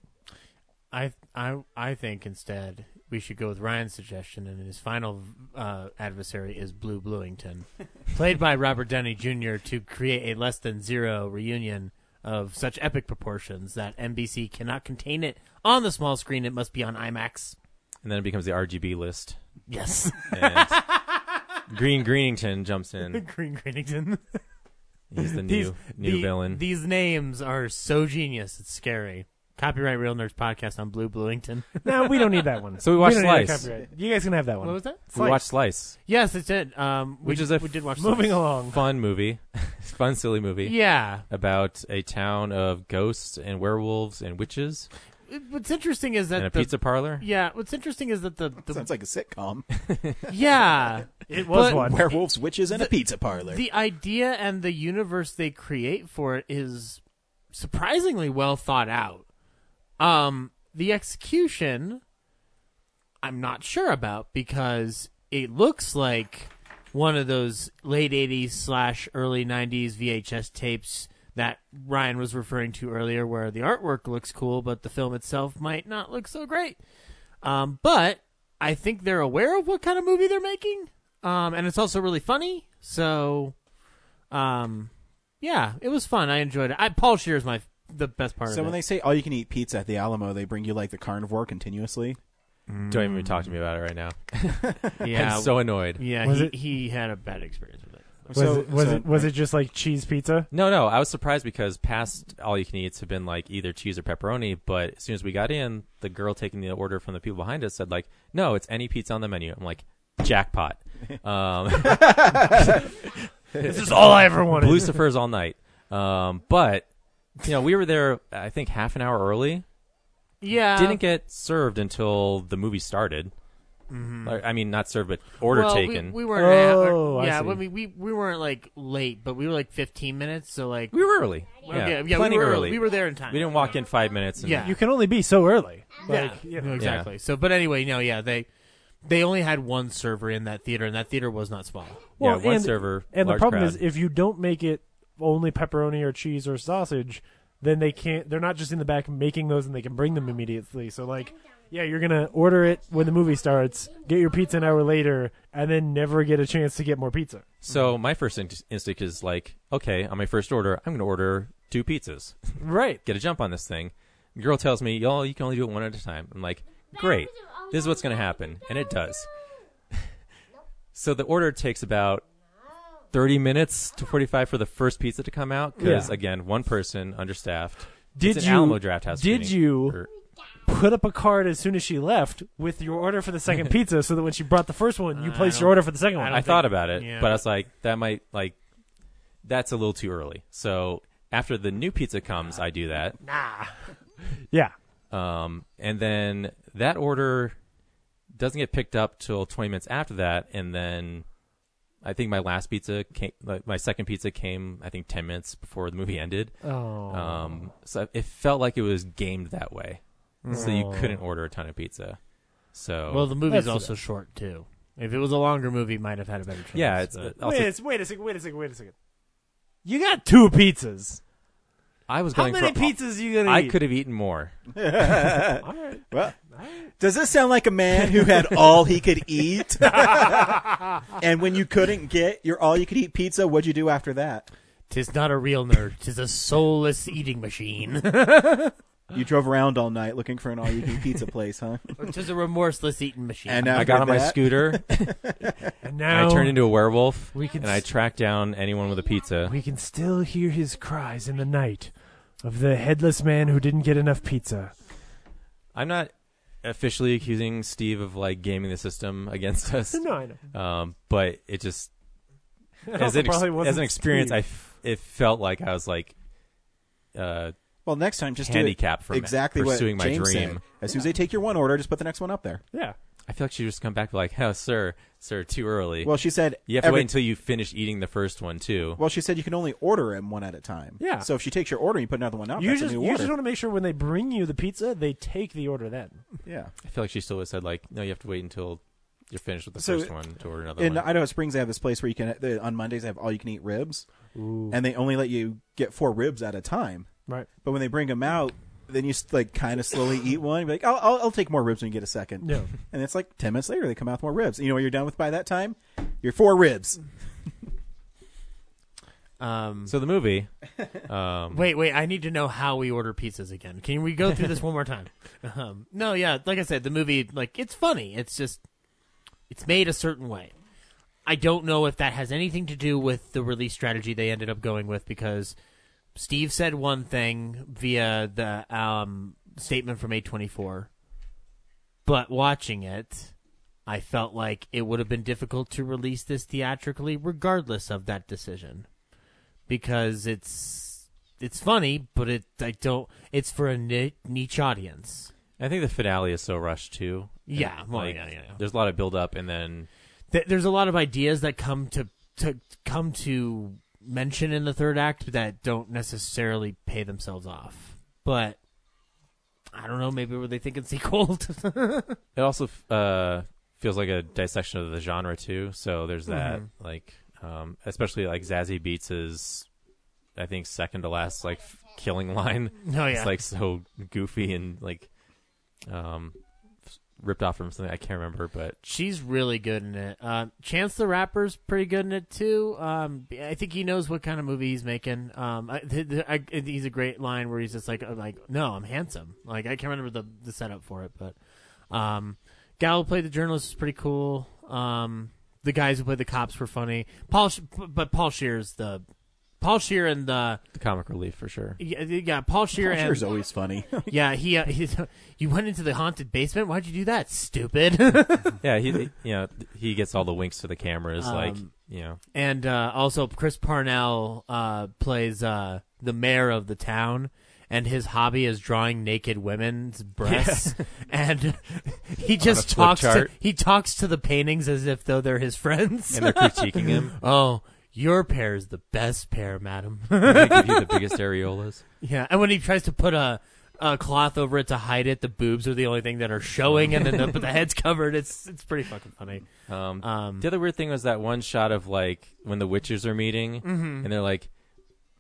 Speaker 8: I I I think instead we should go with Ryan's suggestion, and his final uh, adversary is Blue Bluington, played by Robert Downey Jr. to create a less than zero reunion of such epic proportions that NBC cannot contain it on the small screen. It must be on IMAX.
Speaker 7: And then it becomes the RGB list.
Speaker 8: Yes,
Speaker 7: And Green Greenington jumps in.
Speaker 8: Green Greenington.
Speaker 7: He's the new new
Speaker 8: the-
Speaker 7: villain.
Speaker 8: These names are so genius. It's scary. Copyright Real Nerds podcast on Blue Bluington.
Speaker 6: No, we don't need that one.
Speaker 7: So we watched
Speaker 6: don't need that
Speaker 7: Slice.
Speaker 6: copyright. You guys can have that one.
Speaker 8: that?
Speaker 7: we watched Slice,
Speaker 8: Yes, it's it. Um, we,
Speaker 7: Which is a
Speaker 8: we did watch.
Speaker 6: Moving
Speaker 8: Slice.
Speaker 6: along.
Speaker 7: fun movie, fun silly movie.
Speaker 8: Yeah,
Speaker 7: about a town of ghosts and werewolves and witches
Speaker 8: It- what's interesting is that
Speaker 7: and a
Speaker 8: the,
Speaker 7: pizza parlor.
Speaker 8: Yeah, what's interesting is that the, the
Speaker 1: Sounds like a sitcom.
Speaker 8: yeah
Speaker 6: It was
Speaker 8: But-
Speaker 6: one.
Speaker 1: Werewolves, witches, and a pizza parlor.
Speaker 8: the idea and the universe they create for it is surprisingly well thought out. Um, the execution, I'm not sure about because it looks like one of those late '80s slash early '90s VHS tapes that Ryan was referring to earlier, where the artwork looks cool, but the film itself might not look so great. Um, but I think they're aware of what kind of movie they're making. Um, and it's also really funny. So, um, yeah, it was fun. I enjoyed it. I, Paul Shear is my the best part
Speaker 1: so
Speaker 8: of
Speaker 1: when
Speaker 8: it.
Speaker 1: they say all you can eat pizza at the Alamo, they bring you like the carnivore continuously.
Speaker 8: Mm.
Speaker 7: Don't even talk to me about it right now.
Speaker 8: yeah,
Speaker 7: I'm so annoyed.
Speaker 8: yeah,
Speaker 6: Was
Speaker 8: he,
Speaker 6: it-
Speaker 8: he had a bad experience with it.
Speaker 6: Was it was it was it just like cheese pizza?
Speaker 7: No, no, I was surprised because past all you can eats have been like either cheese or pepperoni, but as soon as we got in, the girl taking the order from the people behind us said like, "No, it's any pizza on the menu." I'm like, "Jackpot." Um
Speaker 6: This is all I ever wanted.
Speaker 7: Lucifer's all night. Um but you know, we were there I think half an hour early.
Speaker 8: Yeah,
Speaker 7: Didn't get served until the movie started.
Speaker 8: Mm-hmm.
Speaker 7: Like, I mean, not served, but order
Speaker 8: well, we-
Speaker 7: taken.
Speaker 8: We, weren't. an hour-
Speaker 6: Oh, I
Speaker 8: yeah,
Speaker 6: see.
Speaker 8: well, I mean, we we weren't like late, but we were like 15 minutes. So like,
Speaker 7: We were early.
Speaker 8: yeah, yeah, we
Speaker 7: plenty
Speaker 8: were
Speaker 7: early.
Speaker 8: We were there in time.
Speaker 7: We didn't walk in five minutes. And
Speaker 8: Yeah.
Speaker 6: You can only be so early. Like,
Speaker 8: yeah,
Speaker 6: you know.
Speaker 8: exactly. So, but anyway, no, yeah, they they only had one server in that theater, and that theater was not small.
Speaker 7: Yeah, one
Speaker 6: and,
Speaker 7: server,
Speaker 6: And the
Speaker 7: large
Speaker 6: problem
Speaker 7: crowd.
Speaker 6: is, if you don't make it only pepperoni or cheese or sausage, then they can't. They're not just in the back making those, and they can bring them immediately. So like, yeah, you're gonna order it when the movie starts, get your pizza an hour later, and then never get a chance to get more pizza.
Speaker 7: So my first in- instinct is like, okay, on my first order, I'm going to order two pizzas.
Speaker 6: Right.
Speaker 7: Get a jump on this thing. The girl tells me, y'all, you can only do it one at a time. I'm like, great. This is what's going to happen. And it does. so the order takes about 30 minutes to 45 for the first pizza to come out. Because,
Speaker 6: Yeah.
Speaker 7: again, one person, understaffed.
Speaker 6: Did
Speaker 7: it's an
Speaker 6: you?
Speaker 7: Alamo Draft House
Speaker 6: did
Speaker 7: meeting.
Speaker 6: you
Speaker 7: Or-
Speaker 6: put up a card as soon as she left with your order for the second pizza, so that when she brought the first one, you
Speaker 8: I
Speaker 6: placed
Speaker 8: don't-
Speaker 6: your order for the second one.
Speaker 8: I
Speaker 7: I,
Speaker 8: don't
Speaker 7: thought
Speaker 8: think-
Speaker 7: about it,
Speaker 8: yeah.
Speaker 7: but I was like, that might like that's a little too early. So after the new pizza comes, I do that,
Speaker 6: yeah.
Speaker 7: um, and then that order doesn't get picked up till 20 minutes after that, and then I think my last pizza came, like, my second pizza came, I think 10 minutes before the movie ended.
Speaker 6: Oh.
Speaker 7: Um, so it felt like it was gamed that way, so you
Speaker 6: Oh.
Speaker 7: couldn't order a ton of pizza. So
Speaker 8: Well, the movie's
Speaker 6: That's-
Speaker 8: also short too. If it was a longer movie, it might have had a better chance.
Speaker 7: yeah, it's uh,
Speaker 8: but-
Speaker 7: also-
Speaker 6: wait, a, wait a second. Wait a second. Wait a second. You got two pizzas.
Speaker 7: I was
Speaker 6: How
Speaker 7: going
Speaker 6: many
Speaker 7: for
Speaker 6: pizzas you gonna
Speaker 7: I
Speaker 6: eat?
Speaker 7: could have eaten more.
Speaker 6: All right.
Speaker 1: Well, Does this sound like a man who had all he could eat? and when you couldn't get your all you could eat pizza, what'd you do after that?
Speaker 8: Tis not a real nerd. Tis a soulless eating machine.
Speaker 1: You drove around all night looking for an all you can eat pizza place, huh?
Speaker 8: Tis a remorseless eating machine.
Speaker 1: And uh,
Speaker 7: I got on my scooter.
Speaker 6: And
Speaker 7: I
Speaker 6: now
Speaker 7: turned into a werewolf,
Speaker 6: We can
Speaker 7: and I
Speaker 6: s-
Speaker 7: tracked down anyone with a pizza.
Speaker 6: we can still hear his cries in the night of the headless man who didn't get enough pizza.
Speaker 7: I'm not officially accusing Steve of like gaming the system against us,
Speaker 6: No, I know.
Speaker 7: um, but it just as
Speaker 6: also
Speaker 7: an ex-
Speaker 6: probably wasn't
Speaker 7: as an experience,
Speaker 6: Steve.
Speaker 7: I f- it felt like I was like uh,
Speaker 1: Well, next time, just
Speaker 7: Handicap
Speaker 1: do it
Speaker 7: for me-
Speaker 1: exactly
Speaker 7: pursuing
Speaker 1: what
Speaker 7: my
Speaker 1: James
Speaker 7: dream.
Speaker 1: said. As soon as they take your one order, just put the next one up there.
Speaker 6: Yeah.
Speaker 7: I feel like she just come back like, oh, sir, sir, too early.
Speaker 1: Well, she said
Speaker 7: you have to
Speaker 1: every-
Speaker 7: wait until you finish eating the first one too.
Speaker 1: Well, she said you can only order them one at a time.
Speaker 6: Yeah.
Speaker 1: So if she takes your order, and you put another one up.
Speaker 6: you
Speaker 1: that's
Speaker 6: just
Speaker 1: a
Speaker 6: you
Speaker 1: new
Speaker 6: just
Speaker 1: order.
Speaker 6: want to make sure when they bring you the pizza, they take the order then.
Speaker 1: Yeah.
Speaker 7: I feel like she still would have said like, no, you have to wait until you're finished with the
Speaker 1: So,
Speaker 7: first one to order another
Speaker 1: In
Speaker 7: one.
Speaker 1: Idaho Springs, they have this place where you can they- on Mondays they have all you can eat ribs, and they only let you get four ribs at a time.
Speaker 6: Right.
Speaker 1: But when they bring them out, then you s- like kind of slowly eat one. You're like, I'll, I'll, I'll take more ribs when you get a second.
Speaker 6: Yeah.
Speaker 1: And it's like ten minutes later, they come out with more ribs. You know what you're done with by that time? Your four ribs.
Speaker 8: Um,
Speaker 7: so the movie, um,
Speaker 8: Wait, wait. I need to know how we order pizzas again. Can we go through this one more time? Um, no, yeah. Like I said, the movie, like, it's funny. It's just, it's made a certain way. I don't know if that has anything to do with the release strategy they ended up going with because Steve said one thing via the um, statement from A24, but watching it, I felt like it would have been difficult to release this theatrically, regardless of that decision, because it's it's funny, but it I don't. It's for a ni- niche audience.
Speaker 7: I think the finale is so rushed too. And,
Speaker 8: Yeah, well,
Speaker 7: like,
Speaker 8: yeah, yeah, yeah.
Speaker 7: There's a lot of build up, and then
Speaker 8: Th- there's a lot of ideas that come to to come to mention in the third act that don't necessarily pay themselves off, but. I don't know. Maybe were they thinking sequel? Oh,
Speaker 7: it also f- uh, feels like a dissection of the genre too. So there's that,
Speaker 8: Mm-hmm.
Speaker 7: like, um, especially like Zazie Beats is, I think, second to last like f- killing line.
Speaker 8: No, Oh, yeah.
Speaker 7: It's like so goofy and like, um, s- ripped off from something I can't remember, but
Speaker 8: She's really good in it. Um, Chance the Rapper's pretty good in it too. Um, I think he knows what kind of movie he's making. Um, I, th th I, he's a great line where he's just like, I'm like, no, I'm handsome. Like I can't remember the, the setup for it, but um, Gal who played the journalist was pretty cool. Um, the guys who played the cops were funny. Paul, Sch- but Paul Shear's the Paul Shear and the
Speaker 7: the comic relief for sure.
Speaker 8: yeah, yeah Paul
Speaker 1: Sure,
Speaker 8: Shear and
Speaker 1: is always funny.
Speaker 8: yeah he, uh, he you went into the haunted basement. Why'd you do that? Stupid.
Speaker 7: Yeah, he, you know, he gets all the winks to the cameras, like,
Speaker 8: Um,
Speaker 7: you know,
Speaker 8: and uh, also Chris Parnell uh, plays uh, the mayor of the town, and his hobby is drawing naked women's breasts, and he just
Speaker 7: flip
Speaker 8: talks. To,
Speaker 7: chart.
Speaker 8: he talks to the paintings as if though they're his friends.
Speaker 7: and they're critiquing him.
Speaker 8: oh, your pair is the best pair, madam.
Speaker 7: they give you the biggest areolas.
Speaker 8: yeah, and when he tries to put a. A cloth over it to hide it. The boobs are the only thing that are showing, and then the, but the head's covered. It's it's pretty fucking funny.
Speaker 7: Um,
Speaker 8: Um,
Speaker 7: The other weird thing was that one shot of like when the witches are meeting
Speaker 8: Mm-hmm.
Speaker 7: and they're like,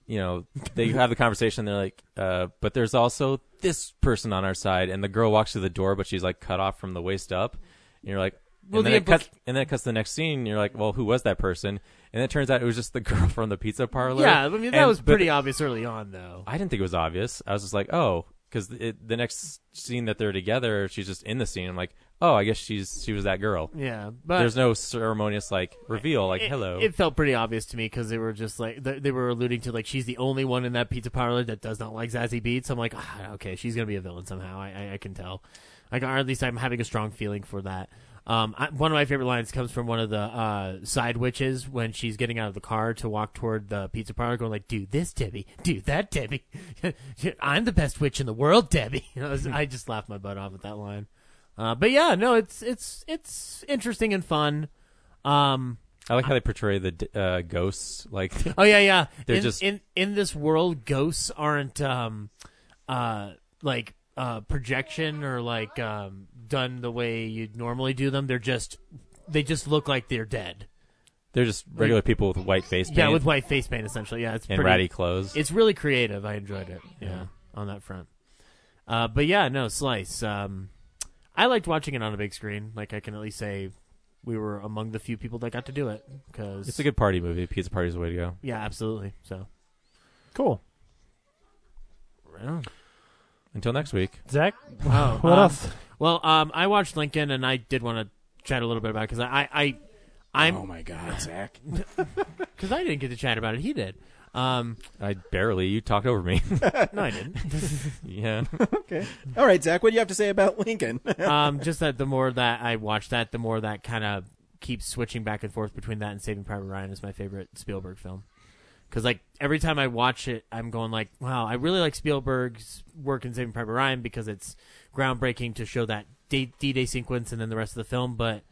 Speaker 7: you know, they have the conversation. They're like, uh, but there's also this person on our side, and the girl walks through the door, but she's like cut off from the waist up, and you're like.
Speaker 8: Well,
Speaker 7: and, then
Speaker 8: the
Speaker 7: it cuts,
Speaker 8: implic-
Speaker 7: and then it cuts to the next scene. And you're like, well, who was that person? And it turns out it was just the girl from the pizza parlor.
Speaker 8: yeah, I mean that
Speaker 7: And-
Speaker 8: was
Speaker 7: but
Speaker 8: pretty obvious early on, though.
Speaker 7: I didn't think it was obvious. I was just like, oh, because the next scene that they're together, she's just in the scene. I'm like, oh, I guess she's she was that girl.
Speaker 8: Yeah, but
Speaker 7: There's no ceremonious like reveal, like
Speaker 8: it,
Speaker 7: hello.
Speaker 8: It felt pretty obvious to me because they were just like they, they were alluding to like she's the only one in that pizza parlor that does not like Zazie Beats. I'm like, ah, okay, she's gonna be a villain somehow. I, I, I can tell. Like, or at least I'm having a strong feeling for that. Um, I, one of my favorite lines comes from one of the uh, side witches when she's getting out of the car to walk toward the pizza parlor, going like, "Do this, Debbie. Do that, Debbie. I'm the best witch in the world, Debbie." I, was- I just laughed my butt off at that line. Uh, but yeah, no, it's it's it's interesting and fun. Um,
Speaker 7: I like how they portray the d- uh, ghosts. Like
Speaker 8: Oh yeah, yeah.
Speaker 7: They're
Speaker 8: in,
Speaker 7: just-
Speaker 8: in in this world, ghosts aren't um, uh, like uh, projection or like um, done the way you'd normally do them. They're just they just look like they're dead.
Speaker 7: they're just regular people with white face paint
Speaker 8: Yeah, with white face paint essentially. Yeah, it's
Speaker 7: and
Speaker 8: pretty,
Speaker 7: ratty clothes.
Speaker 8: It's really creative. I enjoyed it. Yeah, on that front. Uh, but yeah, no slice. Um, I liked watching it on a big screen. Like I can at least say we were among the few people that got to do it because
Speaker 7: It's a good party movie. Pizza Party's the way to go.
Speaker 8: yeah, absolutely. So
Speaker 6: Cool.
Speaker 8: right on.
Speaker 7: Until next week.
Speaker 6: Zach,
Speaker 8: Oh,
Speaker 6: what
Speaker 8: um,
Speaker 6: else?
Speaker 8: Well, um, I watched Lincoln, and I did want to chat a little bit about it because I, I, I,
Speaker 1: oh
Speaker 8: I'm
Speaker 1: my god, Zach.
Speaker 8: because I didn't get to chat about it. He did. Um,
Speaker 7: I barely. You talked over me.
Speaker 8: no, I didn't.
Speaker 7: yeah.
Speaker 1: All right, Zach, what do you have to say about Lincoln?
Speaker 8: um, just that the more that I watch that, the more that kind of keeps switching back and forth between that and Saving Private Ryan is my favorite Spielberg film. Because like every time I watch it, I'm going like, wow, I really like Spielberg's work in Saving Private Ryan because it's groundbreaking to show that D Day sequence and then the rest of the film, but.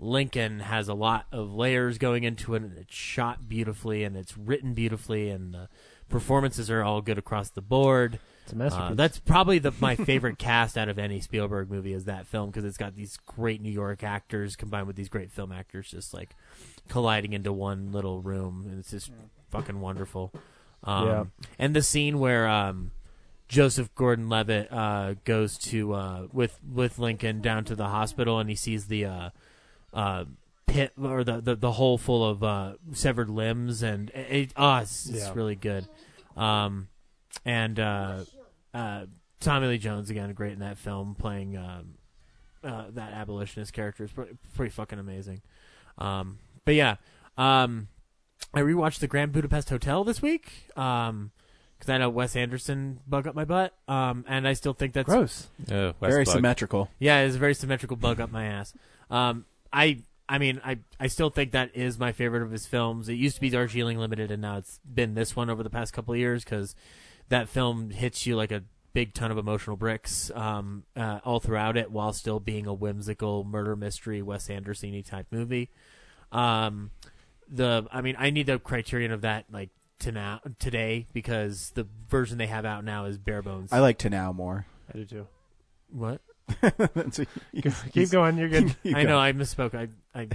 Speaker 8: Lincoln has a lot of layers going into it, and it's shot beautifully, and it's written beautifully, and the performances are all good across the board.
Speaker 6: It's a masterpiece.
Speaker 8: Uh, that's probably the my favorite cast out of any Spielberg movie is that film because it's got these great New York actors combined with these great film actors just like colliding into one little room, and it's just fucking wonderful. Um,
Speaker 6: Yeah.
Speaker 8: And the scene where um, Joseph Gordon-Levitt uh, goes to uh, with with Lincoln down to the hospital, and he sees the uh, uh, pit or the, the the hole full of uh, severed limbs, and it, ah, it's, it's
Speaker 6: Yeah.
Speaker 8: really good. Um, and uh, uh, Tommy Lee Jones again, great in that film, playing um, uh, that abolitionist character is pretty, pretty fucking amazing. Um, but yeah, um, I rewatched the Grand Budapest Hotel this week because I had a Wes Anderson bug up my butt, um, and I still think that's
Speaker 6: Gross.
Speaker 7: Uh, West
Speaker 1: Very
Speaker 7: Bug.
Speaker 1: symmetrical.
Speaker 8: yeah, it's a very symmetrical bug up my ass. Um, I I mean I I still think that is my favorite of his films. It used to be Darjeeling Limited, and now it's been this one over the past couple of years because that film hits you like a big ton of emotional bricks um, uh, all throughout it, while still being a whimsical murder mystery Wes Anderson type movie. Um, the I mean I need the criterion of that like to now today because the version they have out now is bare bones.
Speaker 1: I like to now more.
Speaker 6: I do too.
Speaker 8: what?
Speaker 1: That's-
Speaker 6: Keep going. You're good.
Speaker 1: you
Speaker 8: I
Speaker 1: go.
Speaker 8: know I misspoke. I I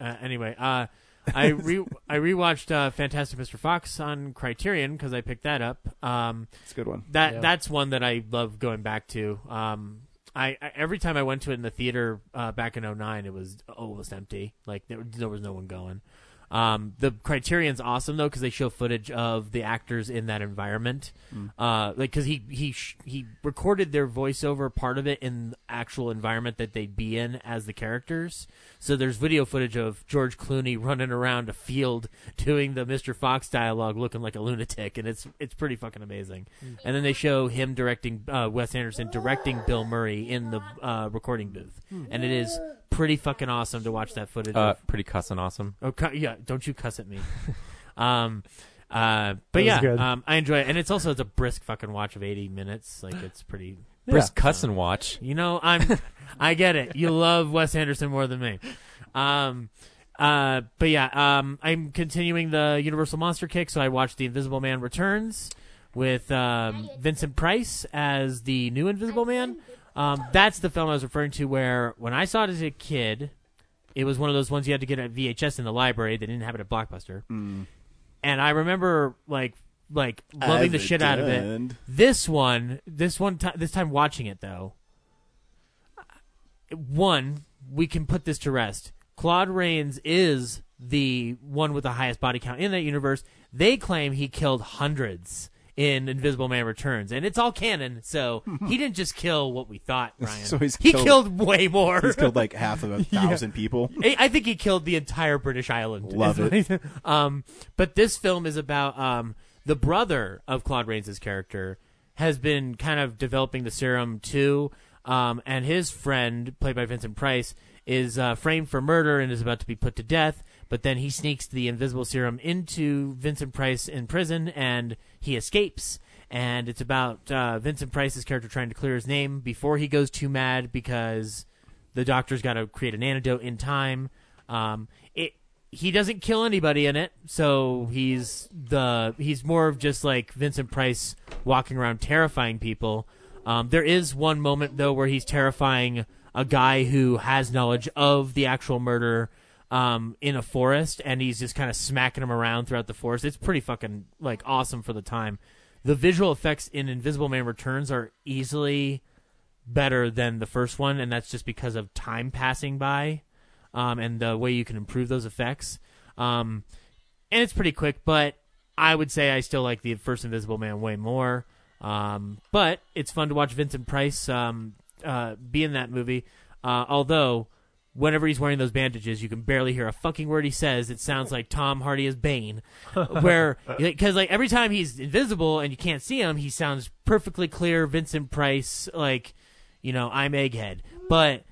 Speaker 8: uh, anyway. Uh, I re I rewatched uh, Fantastic Mr. Fox on Criterion because I picked that up. Um,
Speaker 1: It's a good one.
Speaker 8: that
Speaker 6: Yeah.
Speaker 8: that's one that I love going back to. Um, I, I every time I went to it in the theater uh, back in 09, it was almost empty. Like there, there was no one going. Um, the Criterion's awesome though because they show footage of the actors in that environment. Uh, like because he he sh- he recorded their voiceover part of it in the actual environment that they'd be in as the characters. So there's video footage of George Clooney running around a field doing the Mr. Fox dialogue, looking like a lunatic, and it's it's pretty fucking amazing. And then they show him directing uh, Wes Anderson directing Bill Murray in the uh, recording booth, and it is pretty fucking awesome to watch that footage.
Speaker 7: Uh,
Speaker 8: of,
Speaker 7: pretty cussin' awesome.
Speaker 8: Oh, cu- yeah. Don't you cuss at me. um, uh, but
Speaker 6: That was
Speaker 8: yeah,
Speaker 6: good.
Speaker 8: um, I enjoy it, and it's also it's a brisk fucking watch of eighty minutes. Like it's pretty.
Speaker 7: Brisk cussin' watch.
Speaker 8: You know, I'm. I get it. You love Wes Anderson more than me. Um, uh, but yeah, um, I'm continuing the Universal Monster Kick, so I watched The Invisible Man Returns with um, Vincent Price as the new Invisible Man. Um, that's the film I was referring to, where when I saw it as a kid, it was one of those ones you had to get at VHS in the library. They didn't have it at Blockbuster, and I remember like like loving the shit out of it.
Speaker 1: And-
Speaker 8: This one, this one, ti this time watching it though. One, we can put this to rest. Claude Rains is the one with the highest body count in that universe. They claim he killed hundreds in Invisible Man Returns, and it's all canon. So he didn't just kill what we thought, Ryan.
Speaker 1: So he's
Speaker 8: he
Speaker 1: killed-
Speaker 8: killed, way more.
Speaker 1: He's killed like half of a thousand people.
Speaker 8: I I think he killed the entire British island.
Speaker 1: Love
Speaker 8: it. um, but this film is about um, the brother of Claude Rains' character has been kind of developing the serum too, um, and his friend, played by Vincent Price, is uh, framed for murder and is about to be put to death. But then he sneaks the invisible serum into Vincent Price in prison, and he escapes and it's about uh, Vincent Price's character trying to clear his name before he goes too mad because the doctor's got to create an antidote in time. Um, it he doesn't kill anybody in it, so he's the he's more of just like Vincent Price walking around terrifying people. Um, there is one moment though where he's terrifying a guy who has knowledge of the actual murder um, in a forest, and he's just kind of smacking him around throughout the forest. It's pretty fucking like awesome for the time. The visual effects in Invisible Man Returns are easily better than the first one, and that's just because of time passing by, um, and the way you can improve those effects. Um, and it's pretty quick, but I would say I still like the first Invisible Man way more. Um, but it's fun to watch Vincent Price um, uh, be in that movie. Uh, although, whenever he's wearing those bandages, you can barely hear a fucking word he says. It sounds like Tom Hardy as Bane, where because like every time he's invisible and you can't see him, he sounds perfectly clear. Vincent Price, like you know, I'm Egghead, but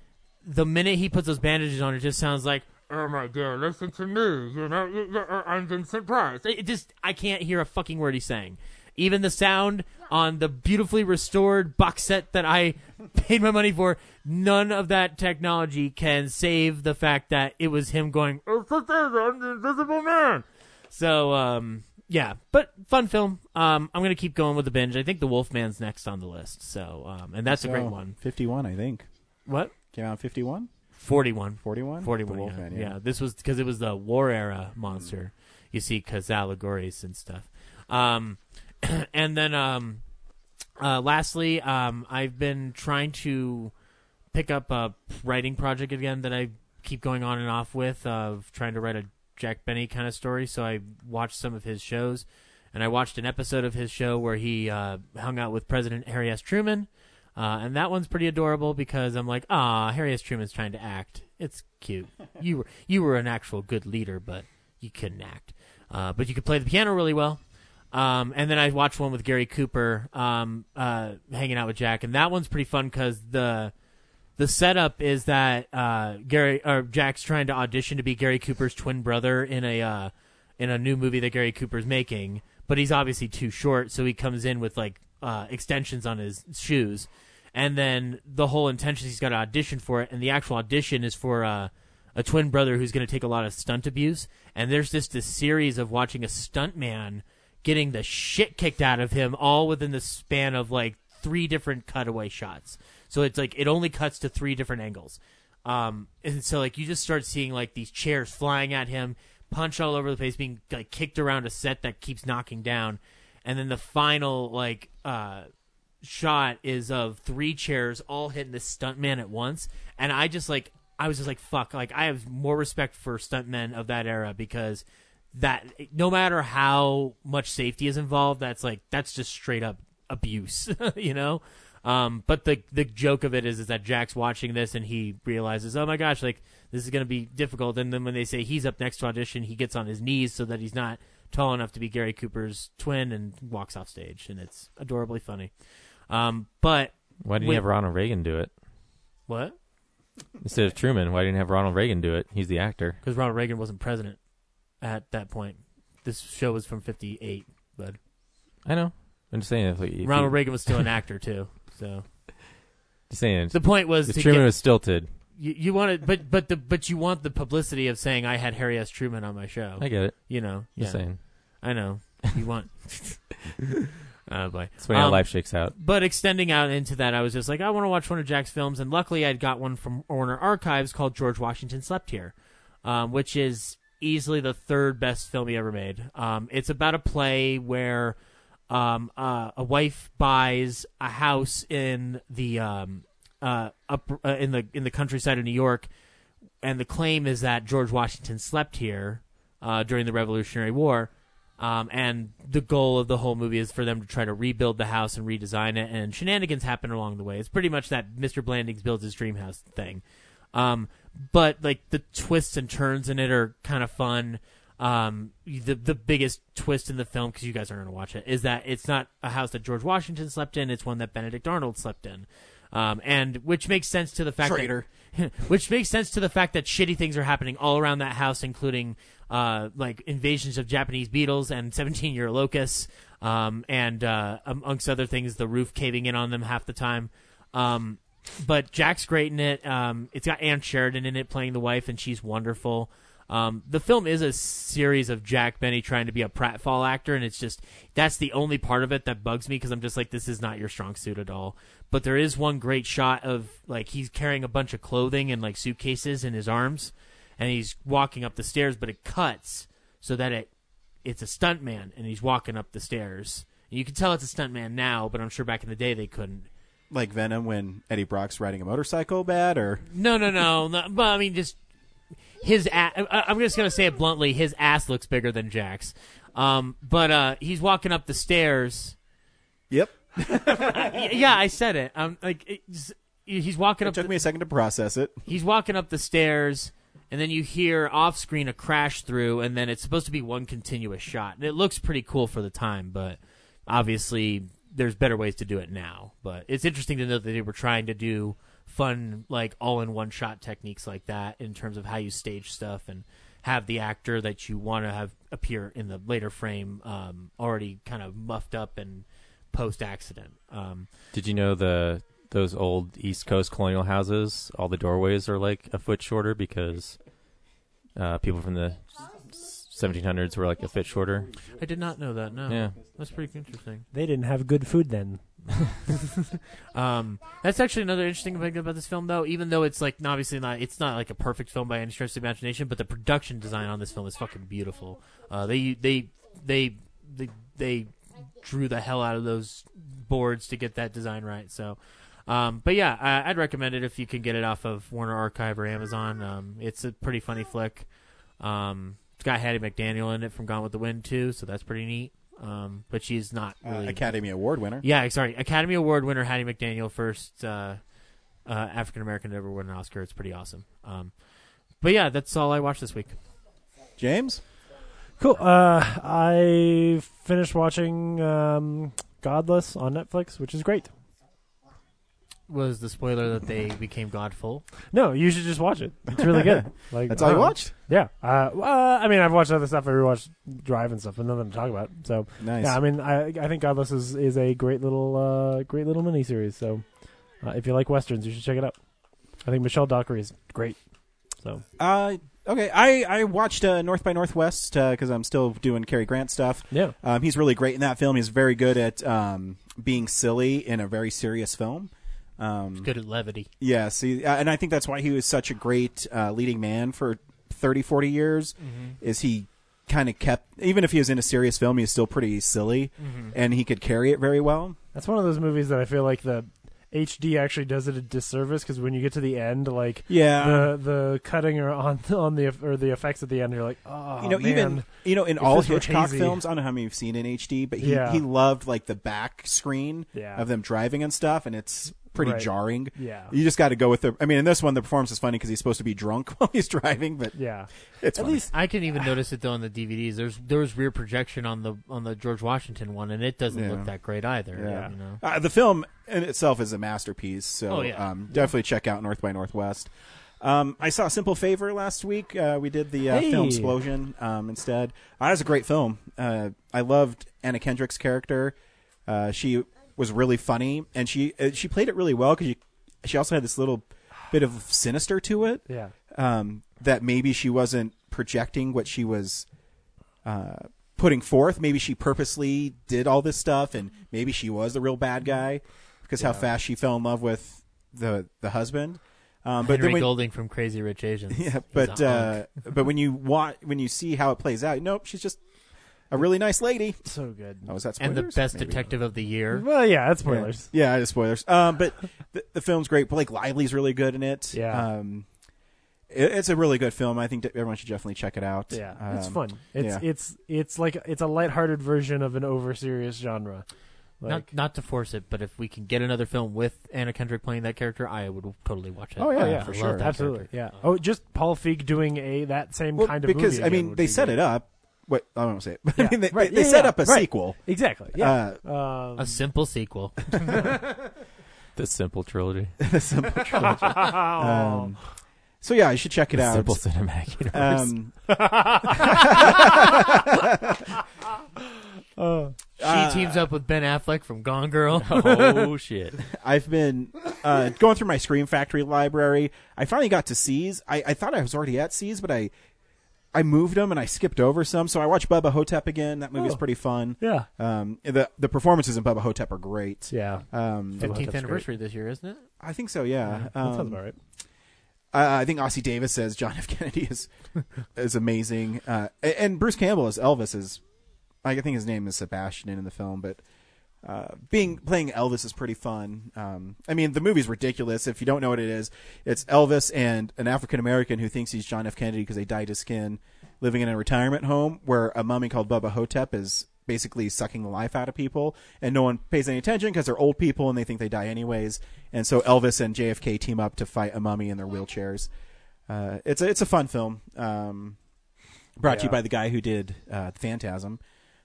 Speaker 8: the minute he puts those bandages on, it just sounds like, oh my god, listen to me, you know, y- y- uh, I'm Vincent Price. It it just, I can't hear a fucking word he's saying. Even the sound on the beautifully restored box set that I paid my money for, none of that technology can save the fact that it was him going, oh, fuck that, I'm the Invisible Man. So, um, yeah, but fun film. Um, I'm gonna keep going with the binge. I think The Wolfman's next on the list. So, um, and that's a great
Speaker 1: So,
Speaker 8: one.
Speaker 1: 51, I think.
Speaker 8: What?
Speaker 1: Came out in 51?
Speaker 8: 41.
Speaker 1: 41?
Speaker 8: 41,
Speaker 1: The
Speaker 8: yeah.
Speaker 1: Wolfman,
Speaker 8: yeah. this was because it was the war era monster. You see, because allegories and stuff. Um, and then, um, uh, lastly, um, I've been trying to pick up a writing project again that I keep going on and off with of trying to write a Jack Benny kind of story. So I watched some of his shows, and I watched an episode of his show where he uh, hung out with President Harry S. Truman, uh, and that one's pretty adorable because I'm like, ah, Harry S. Truman's trying to act. It's cute. you were you were an actual good leader, but you couldn't act. Uh, but you could play the piano really well. Um, and then I watched one with Gary Cooper um, uh, hanging out with Jack, and that one's pretty fun because the the setup is that uh, Gary or Jack's trying to audition to be Gary Cooper's twin brother in a uh, in a new movie that Gary Cooper's making, but he's obviously too short, so he comes in with like uh, extensions on his shoes, and then the whole intention is he's got to audition for it, and the actual audition is for uh, a twin brother who's going to take a lot of stunt abuse, and there's just this series of watching a stunt man getting the shit kicked out of him all within the span of like three different cutaway shots. So it's like it only cuts to three different angles. Um, and so like you just start seeing like these chairs flying at him, punch all over the place, being like kicked around a set that keeps knocking down, and then the final like uh shot is of three chairs all hitting the stuntman at once, and I just like I was just like fuck, like I have more respect for stuntmen of that era because that no matter how much safety is involved, that's like that's just straight up abuse, you know. Um, but the the joke of it is is that Jack's watching this and he realizes, oh my gosh, like this is gonna be difficult. And then when they say he's up next to audition, he gets on his knees so that he's not tall enough to be Gary Cooper's twin and walks off stage, and it's adorably funny. Um, but
Speaker 7: Why didn't
Speaker 8: Wait.
Speaker 7: you have Ronald Reagan do it
Speaker 8: what?
Speaker 7: instead of Truman? Why didn't you have Ronald Reagan do it? He's the actor.
Speaker 8: Because Ronald Reagan wasn't president at that point. This show was from '58, but
Speaker 7: I know. I'm just saying. If, like, if
Speaker 8: Ronald
Speaker 7: you,
Speaker 8: Reagan was still an actor too. So
Speaker 7: Just saying.
Speaker 8: the point was
Speaker 7: if
Speaker 8: to
Speaker 7: Truman
Speaker 8: get-
Speaker 7: was stilted,
Speaker 8: you, you want it, but but the but you want the publicity of saying I had Harry S. Truman on my show.
Speaker 7: I get it.
Speaker 8: you know, yeah,
Speaker 7: Just saying.
Speaker 8: I know you want. oh boy,
Speaker 7: That's the way how
Speaker 8: Um,
Speaker 7: life shakes out.
Speaker 8: But extending out into that, I was just like, I want to watch one of Jack's films, and luckily I'd got one from Warner Archives called George Washington Slept Here, um, which is easily the third best film he ever made. Um, it's about a play where um, uh, a wife buys a house in the um, uh, up uh, in the in the countryside of New York, and the claim is that George Washington slept here uh, during the Revolutionary War. Um, and the goal of the whole movie is for them to try to rebuild the house and redesign it, and shenanigans happen along the way. It's pretty much that Mr. Blandings builds his dream house thing. Um, but like the twists and turns in it are kind of fun. Um, the the biggest twist in the film, because you guys aren't gonna watch it, is that it's not a house that George Washington slept in; it's one that Benedict Arnold slept in, um, and which makes sense to the fact
Speaker 1: Traitor.
Speaker 8: that which makes sense to the fact that shitty things are happening all around that house, including uh, like invasions of Japanese beetles and seventeen year locusts, um, and uh, amongst other things, the roof caving in on them half the time. Um, but Jack's great in it. Um, it's got Anne Sheridan in it playing the wife, and she's wonderful. Um, the film is a series of Jack Benny trying to be a pratfall actor, and it's just that's the only part of it that bugs me because I'm just like, this is not your strong suit at all. But there is one great shot of like he's carrying a bunch of clothing and like suitcases in his arms, and he's walking up the stairs, but it cuts so that it it's a stuntman and he's walking up the stairs. And you can tell it's a stuntman now, but I'm sure back in the day they couldn't.
Speaker 1: like Venom when Eddie Brock's riding a motorcycle bad, or
Speaker 8: No, no, no. no but I mean, just his. A- I- I'm just gonna say it bluntly. His ass looks bigger than Jack's. Um, but uh, he's walking up the stairs.
Speaker 1: yep.
Speaker 8: Y- Yeah, I said it. I'm like, it's- he's walking
Speaker 1: It
Speaker 8: up.
Speaker 1: took
Speaker 8: The,
Speaker 1: me a second to process it.
Speaker 8: he's walking up the stairs, and then you hear off screen a crash through, and then it's supposed to be one continuous shot, and it looks pretty cool for the time, but obviously there's better ways to do it now. But it's interesting to know that they were trying to do fun, like all in one shot techniques like that in terms of how you stage stuff and have the actor that you want to have appear in the later frame um, already kind of muffed up and post accident. Um,
Speaker 7: Did you know the those old East Coast colonial houses? All the doorways are like a foot shorter because uh, people from the 1700s were like a foot shorter.
Speaker 8: I did not know that. No,
Speaker 7: Yeah.
Speaker 8: that's pretty interesting.
Speaker 6: They didn't have good food then.
Speaker 8: Um, that's actually another interesting thing about this film, though. Even though it's like obviously not, it's not like a perfect film by any stretch of the imagination, but the production design on this film is fucking beautiful. Uh, they they they they they drew the hell out of those boards to get that design right. So, um, but yeah, I, I'd recommend it if you can get it off of Warner Archive or Amazon. Um, it's a pretty funny flick. Um, it's got Hattie McDaniel in it from Gone with the Wind too, so that's pretty neat. Um, but she's not
Speaker 1: Uh,
Speaker 8: really
Speaker 1: Academy Award winner.
Speaker 8: yeah, sorry. Academy Award winner Hattie McDaniel, first uh, uh, African American to ever win an Oscar. It's pretty awesome. Um, but yeah, that's all I watched this week.
Speaker 1: James,
Speaker 6: Cool. Uh, I finished watching um, Godless on Netflix, which is great.
Speaker 8: Was the spoiler that they became godful?
Speaker 6: No, you should just watch it. It's really good. Like
Speaker 1: that's all you
Speaker 6: uh,
Speaker 1: watched.
Speaker 6: Yeah. Uh, well, I mean, I've watched other stuff. I rewatched Drive and stuff, but nothing to talk about. So
Speaker 1: Nice.
Speaker 6: yeah, I mean, I I think Godless is, is a great little uh, great little miniseries. So uh, if you like westerns, you should check it out. I think Michelle Dockery is great. So
Speaker 1: Uh, okay, I I watched uh, North by Northwest because I'm still doing Cary Grant stuff.
Speaker 6: yeah,
Speaker 1: Um, he's really great in that film. He's very good at um, being silly in a very serious film. Um,
Speaker 8: Good at levity.
Speaker 1: yeah, see, uh, and I think that's why he was such a great uh, leading man for 30, 40 years. Is he kind of kept, even if he was in a serious film, he was still pretty silly, and he could carry it very well.
Speaker 6: that's one of those movies that I feel like the HD actually does it a disservice because when you get to the end, like
Speaker 1: Yeah,
Speaker 6: the the cutting or on on the or the effects at the end, you're like, oh,
Speaker 1: you know,
Speaker 6: man.
Speaker 1: even you know, in
Speaker 6: If
Speaker 1: all
Speaker 6: this were
Speaker 1: Hitchcock
Speaker 6: hazy.
Speaker 1: films, I don't know how many you've seen in HD, but he,
Speaker 6: Yeah.
Speaker 1: he loved like the back screen
Speaker 6: Yeah.
Speaker 1: of them driving and stuff, and it's pretty
Speaker 6: Right.
Speaker 1: jarring.
Speaker 6: Yeah.
Speaker 1: you just got to go with the. I mean, in this one, the performance is funny because he's supposed to be drunk while he's driving, but
Speaker 6: yeah,
Speaker 1: it's
Speaker 6: at
Speaker 1: funny.
Speaker 6: least
Speaker 8: I can even notice it though on the DVDs. There's there was rear projection on the on the George Washington one, and it doesn't
Speaker 1: Yeah.
Speaker 8: look that great either.
Speaker 1: Yeah.
Speaker 8: you know.
Speaker 1: Uh, the film in itself is a masterpiece, so
Speaker 8: Oh, yeah.
Speaker 1: um, definitely check out North by Northwest. Um, I saw Simple Favor last week. Uh, we did the uh,
Speaker 6: Hey.
Speaker 1: film Explosion um, instead. Uh, that was a great film. Uh, I loved Anna Kendrick's character. Uh, she was really funny, and she uh, she played it really well because she also had this little bit of sinister to it
Speaker 6: yeah.
Speaker 1: um, that maybe she wasn't projecting what she was uh, putting forth. Maybe she purposely did all this stuff, and maybe she was the real bad guy because how fast she fell in love with the the husband. Um, but
Speaker 8: Henry
Speaker 1: then when,
Speaker 8: Golding from Crazy Rich Asians.
Speaker 1: yeah,
Speaker 8: He's
Speaker 1: but
Speaker 8: a
Speaker 1: uh,
Speaker 8: hunk.
Speaker 1: but when you want when you see how it plays out, nope, she's just a really nice lady.
Speaker 6: So good.
Speaker 1: Oh, was that
Speaker 8: and the
Speaker 1: spoilers?
Speaker 8: best
Speaker 1: Maybe.
Speaker 8: detective of the year.
Speaker 6: Well, yeah, that's spoilers.
Speaker 1: Yeah, yeah I just spoilers. Um, but the, the film's great. Blake Lively's really good in it.
Speaker 6: Yeah.
Speaker 1: Um, it- it's a really good film. I think that everyone should definitely check it out.
Speaker 6: Yeah,
Speaker 1: um,
Speaker 6: it's fun. It's
Speaker 1: yeah.
Speaker 6: it's it's like it's a lighthearted version of an over serious genre. Like,
Speaker 8: not not to force it, but if we can get another film with Anna Kendrick playing that character, I would totally watch it.
Speaker 1: Oh, yeah,
Speaker 8: I
Speaker 1: yeah,
Speaker 8: love
Speaker 1: for sure.
Speaker 8: that
Speaker 6: absolutely,
Speaker 8: character.
Speaker 6: yeah. Oh, just Paul Feig doing a that same
Speaker 1: Well,
Speaker 6: kind of
Speaker 1: because
Speaker 6: movie
Speaker 1: I
Speaker 6: again
Speaker 1: mean
Speaker 6: would
Speaker 1: they
Speaker 6: be
Speaker 1: set
Speaker 6: great.
Speaker 1: it up. What I don't say it. But I
Speaker 6: Yeah,
Speaker 1: mean, they,
Speaker 6: right,
Speaker 1: they, they
Speaker 6: yeah,
Speaker 1: set
Speaker 6: yeah,
Speaker 1: up a
Speaker 6: right.
Speaker 1: sequel.
Speaker 6: exactly. Yeah,
Speaker 1: Uh,
Speaker 6: um,
Speaker 8: A simple sequel.
Speaker 7: The simple trilogy.
Speaker 6: Oh.
Speaker 1: um, so yeah, you should check it
Speaker 7: The
Speaker 1: out.
Speaker 7: simple cinematic universe.
Speaker 1: Um,
Speaker 8: She teams up with Ben Affleck from Gone Girl.
Speaker 7: oh shit!
Speaker 1: I've been uh, going through my Scream Factory library. I finally got to C's. I, I thought I was already at C's, but I I moved them and I skipped over some. So I watched Bubba Hotep again. That movie is
Speaker 6: Oh.
Speaker 1: pretty fun.
Speaker 6: yeah,
Speaker 1: Um, the the performances in Bubba Hotep are great.
Speaker 6: yeah.
Speaker 1: Um,
Speaker 8: Fifteenth anniversary this year, isn't it?
Speaker 1: I think so. Yeah.
Speaker 6: that sounds
Speaker 1: Um,
Speaker 6: about right.
Speaker 1: I, I think Ossie Davis says John F. Kennedy is is amazing, uh, and Bruce Campbell as Elvis is. I think his name is Sebastian in the film, but uh, being playing Elvis is pretty fun. Um, I mean, the movie's ridiculous. If you don't know what it is, it's Elvis and an African American who thinks he's John F. Kennedy because they dyed his skin, living in a retirement home where a mummy called Bubba Hotep is basically sucking the life out of people, and no one pays any attention because they're old people and they think they die anyways. And so Elvis and JFK team up to fight a mummy in their wheelchairs. Uh, it's a, it's a fun film. Um, brought to you by the guy who did uh, Phantasm.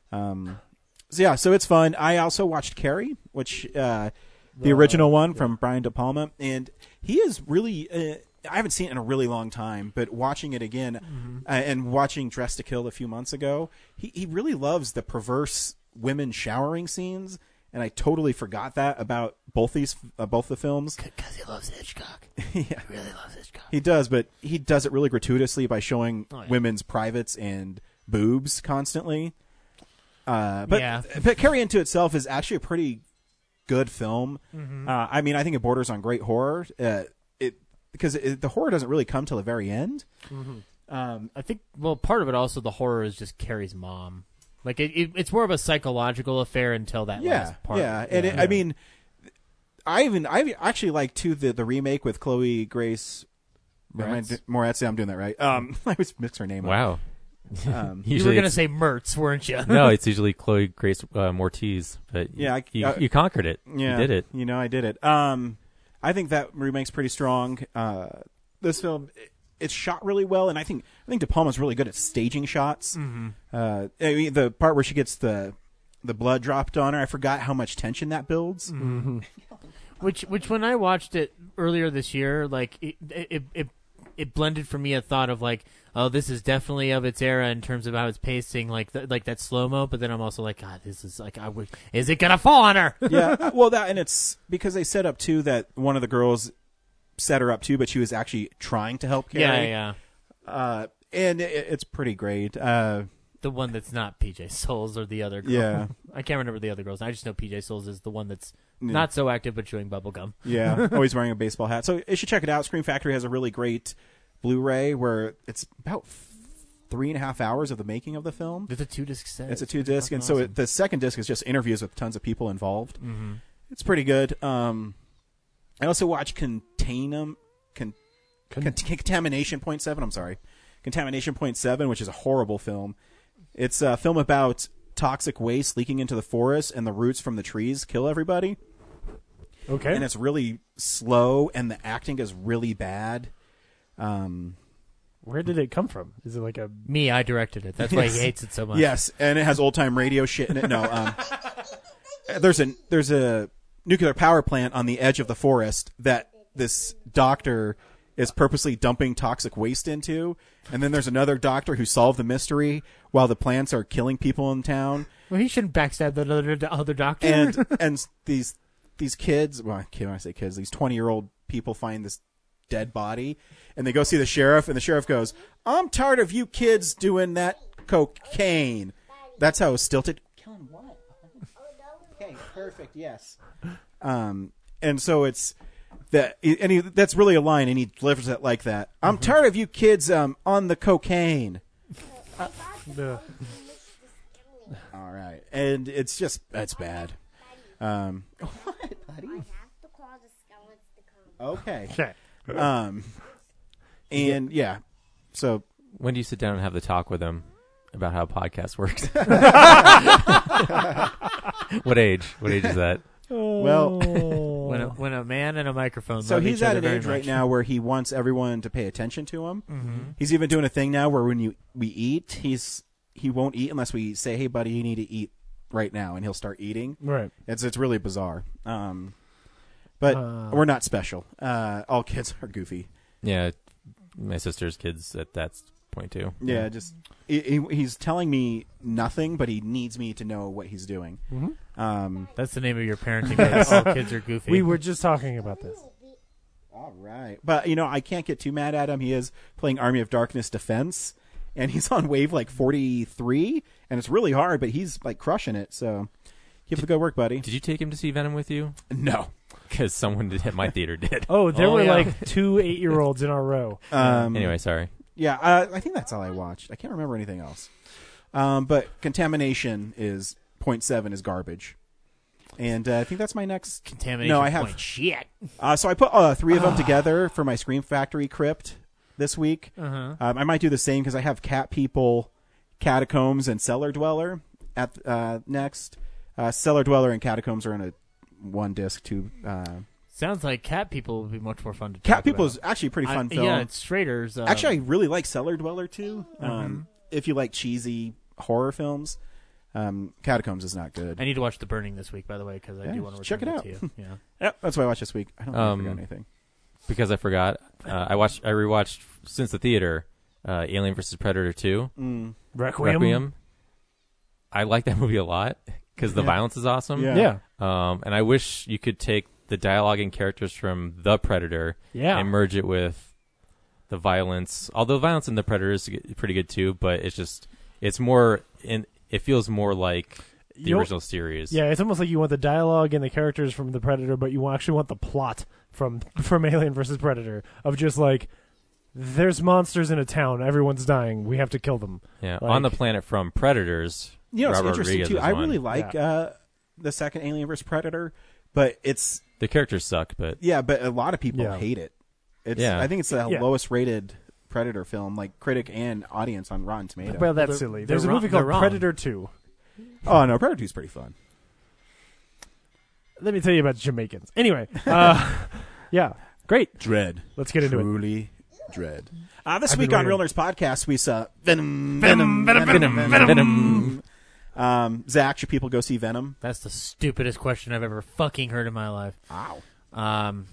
Speaker 1: Um, so yeah, so it's fun. I also watched Carrie, which uh, the, original one from Brian De Palma, and he is really. Uh, I haven't seen it in a really long time, but watching it again uh, and watching Dress to Kill a few months ago, he, he really loves the perverse women showering scenes, and I totally forgot that about both these uh, both the films.
Speaker 8: Because he loves Hitchcock.
Speaker 1: yeah.
Speaker 8: He really loves Hitchcock.
Speaker 1: He does, but he does it really gratuitously by showing
Speaker 8: Oh, yeah.
Speaker 1: women's privates and boobs constantly. Uh, but
Speaker 8: Yeah.
Speaker 1: but Carrie into itself is actually a pretty good film.
Speaker 8: Mm-hmm.
Speaker 1: Uh, I mean, I think it borders on great horror. Uh, it because it, the horror doesn't really come till the very end.
Speaker 8: I think well, part of it also the horror is just Carrie's mom. Like it, it it's more of a psychological affair until that
Speaker 1: yeah,
Speaker 8: last part.
Speaker 1: yeah, and It, I mean, I even I actually like too the the remake with Chloe Grace am I
Speaker 8: Moretz?
Speaker 1: d- Moretz. Yeah, I'm doing that right. Um, I always mix her name up.
Speaker 7: Wow.
Speaker 1: Um,
Speaker 8: you were gonna say Mertz, weren't you?
Speaker 7: no, it's usually Chloe Grace uh, Mortiz, but
Speaker 1: Yeah, I-
Speaker 7: you,
Speaker 1: uh,
Speaker 7: you conquered it.
Speaker 1: Yeah,
Speaker 7: You did it.
Speaker 1: You know, I did it. Um, I think that remake's pretty strong. Uh, this film, it- it's shot really well, and I think I think De Palma's really good at staging shots. Mm-hmm. Uh, I mean, the part where she gets the the blood dropped on her, I forgot how much tension that builds.
Speaker 8: Which which when I watched it earlier this year, like it it it, it blended for me a thought of like, oh, this is definitely of its era in terms of how it's pacing, like th- like that slow mo. But then I'm also like, God, this is like, I would, is it gonna fall on her?
Speaker 1: yeah, uh, well, that and it's because they set up too that one of the girls set her up too, but she was actually trying to help Carrie.
Speaker 8: yeah, yeah.
Speaker 1: Uh, and it, it's pretty great. Uh,
Speaker 8: The one that's not PJ Souls or the other girl.
Speaker 1: Yeah.
Speaker 8: I can't remember the other girls. I just know PJ Souls is the one that's not so active but chewing bubblegum.
Speaker 1: Yeah, always wearing a baseball hat. So you should check it out. Screen Factory has a really great Blu-ray where it's about f- three and a half hours of the making of the film.
Speaker 8: It's a two disc set.
Speaker 1: It's a two disc, and so it, the second disc is just interviews with tons of people involved. Mm-hmm. It's pretty good. Um, I also watched Containum, con, Con- Contamination Point Seven. I'm sorry, Contamination Point Seven, which is a horrible film. It's a film about toxic waste leaking into the forest, and the roots from the trees kill everybody
Speaker 6: Okay.
Speaker 1: and it's really slow and the acting is really bad um
Speaker 6: Where did it come from? Is it like a
Speaker 8: Me, I directed it. That's why he hates it so much.
Speaker 1: yes and it has old time radio shit in it no um there's a there's a nuclear power plant on the edge of the forest that this doctor is purposely dumping toxic waste into and then there's another doctor who solved the mystery while the plants are killing people in town
Speaker 8: Well, he shouldn't backstab the other, other doctor.
Speaker 1: and and these these kids well I can't I say kids these 20 year old people find this dead body and they go see the sheriff and the sheriff goes i'm tired of you kids doing that cocaine that's how stilted killing what okay perfect yes um and so it's that and he, that's really a line and he delivers it like that i'm tired of you kids um on the cocaine
Speaker 6: the
Speaker 1: all right and it's just that's bad um okay
Speaker 6: okay?
Speaker 1: Um, and yeah. so
Speaker 7: When do you sit down and have the talk with him about how podcast works? what age? What age is that?
Speaker 1: well,
Speaker 8: when, a, when a man and a microphone.
Speaker 1: Oh. so
Speaker 8: love
Speaker 1: he's
Speaker 8: each
Speaker 1: at
Speaker 8: other
Speaker 1: an
Speaker 8: very
Speaker 1: age right
Speaker 8: much. Mm-hmm.
Speaker 1: now where he wants everyone to pay attention to him. He's even doing a thing now where when you we eat, he's he won't eat unless we say, "Hey, buddy, you need to eat right now," and he'll start eating.
Speaker 6: Right.
Speaker 1: It's it's really bizarre. Um, but we're not special. Uh, all kids are goofy.
Speaker 7: Yeah, my sister's kids at that point too.
Speaker 1: Yeah, just he, he, he's telling me nothing, but he needs me to know what he's doing. Um,
Speaker 8: That's the name of your parenting. Yes. All kids are goofy.
Speaker 6: We were just talking about this.
Speaker 1: All right. But, you know, I can't get too mad at him. He is playing Army of Darkness Defense, and he's on wave like 43, and it's really hard, but he's like crushing it. So keep up the good work, buddy.
Speaker 7: Did you take him to see Venom with you?
Speaker 1: No.
Speaker 7: Because someone did, at my theater did.
Speaker 6: Oh, there
Speaker 8: Oh,
Speaker 6: were
Speaker 8: yeah.
Speaker 6: like two eight-year-olds in our row.
Speaker 1: Um,
Speaker 7: Anyway, sorry.
Speaker 1: Yeah, uh, I think that's all I watched. I can't remember anything else. Um, but Contamination is, point seven is garbage. And uh, I think that's my next
Speaker 8: Contamination.
Speaker 1: No, I have.
Speaker 8: point. shit.
Speaker 1: Uh, so I put uh, three of them
Speaker 8: Ah.
Speaker 1: together for my Scream Factory crypt this week.
Speaker 8: Uh-huh.
Speaker 1: Um, I might do the same because I have Cat People, Catacombs, and Cellar Dweller at uh, next. Uh, Cellar Dweller and Catacombs are in a one disc two. Uh,
Speaker 8: Sounds like Cat People would be much more fun to.
Speaker 1: Cat
Speaker 8: talk
Speaker 1: People
Speaker 8: about.
Speaker 1: is actually a pretty fun
Speaker 8: I-
Speaker 1: film.
Speaker 8: Yeah, it's Schrader's. Uh,
Speaker 1: Actually, I really like Cellar Dweller too.
Speaker 8: Mm-hmm.
Speaker 1: Um, if you like cheesy horror films, um, Catacombs is not good.
Speaker 8: I need to watch The Burning this week, by the way, because I
Speaker 1: Yeah,
Speaker 8: do want to
Speaker 1: check it out.
Speaker 8: To you. Yeah.
Speaker 1: Yep, that's what I watched this week. I don't think
Speaker 7: Um,
Speaker 1: I forgot anything.
Speaker 7: because I forgot. Uh, I watched. I rewatched since the theater. Uh, Alien vs Predator Two.
Speaker 1: Mm.
Speaker 6: Requiem.
Speaker 7: Requiem. I like that movie a lot because the violence is awesome.
Speaker 1: Yeah.
Speaker 6: Yeah.
Speaker 7: Um, and I wish you could take the dialogue and characters from The Predator
Speaker 6: Yeah.
Speaker 7: and merge it with the violence. Although violence in The Predator is g- pretty good too, but it's just it's more in it feels more like the
Speaker 6: You'll-
Speaker 7: original series.
Speaker 6: Yeah, it's almost like you want the dialogue and the characters from the Predator, but you wa- actually want the plot from from Alien versus Predator of just like there's monsters in a town, everyone's dying, we have to kill them.
Speaker 7: Yeah,
Speaker 6: Like-
Speaker 7: on the planet from Predators.
Speaker 1: You know, it's
Speaker 7: Robert
Speaker 1: interesting
Speaker 7: Rodriguez
Speaker 1: too.
Speaker 7: is
Speaker 1: I
Speaker 7: one.
Speaker 1: really like uh, the second Alien vs Predator, but it's
Speaker 7: the characters suck, but
Speaker 1: yeah, but a lot of people
Speaker 6: Yeah.
Speaker 1: hate it. It's
Speaker 7: Yeah.
Speaker 1: I think it's the
Speaker 6: Yeah.
Speaker 1: lowest rated Predator film, like critic and audience on Rotten Tomatoes.
Speaker 6: Well, that's
Speaker 8: They're-
Speaker 6: silly.
Speaker 8: they're
Speaker 6: There's a
Speaker 8: wrong-
Speaker 6: movie
Speaker 8: they're
Speaker 6: called
Speaker 8: wrong.
Speaker 6: Predator 2.
Speaker 1: oh no, Predator Two's pretty fun.
Speaker 6: Let me tell you about Jamaicans. Anyway, uh, yeah, great.
Speaker 1: Dread.
Speaker 6: Let's get into it.
Speaker 1: Truly dread. Uh, this week
Speaker 6: been
Speaker 1: on Real
Speaker 6: waiting.
Speaker 1: Nerds Podcast, we saw Venom. Venom. Venom. Venom. Um, Zach, should people go see Venom?
Speaker 8: That's the stupidest question I've ever fucking heard in my life.
Speaker 1: Wow.
Speaker 8: Um,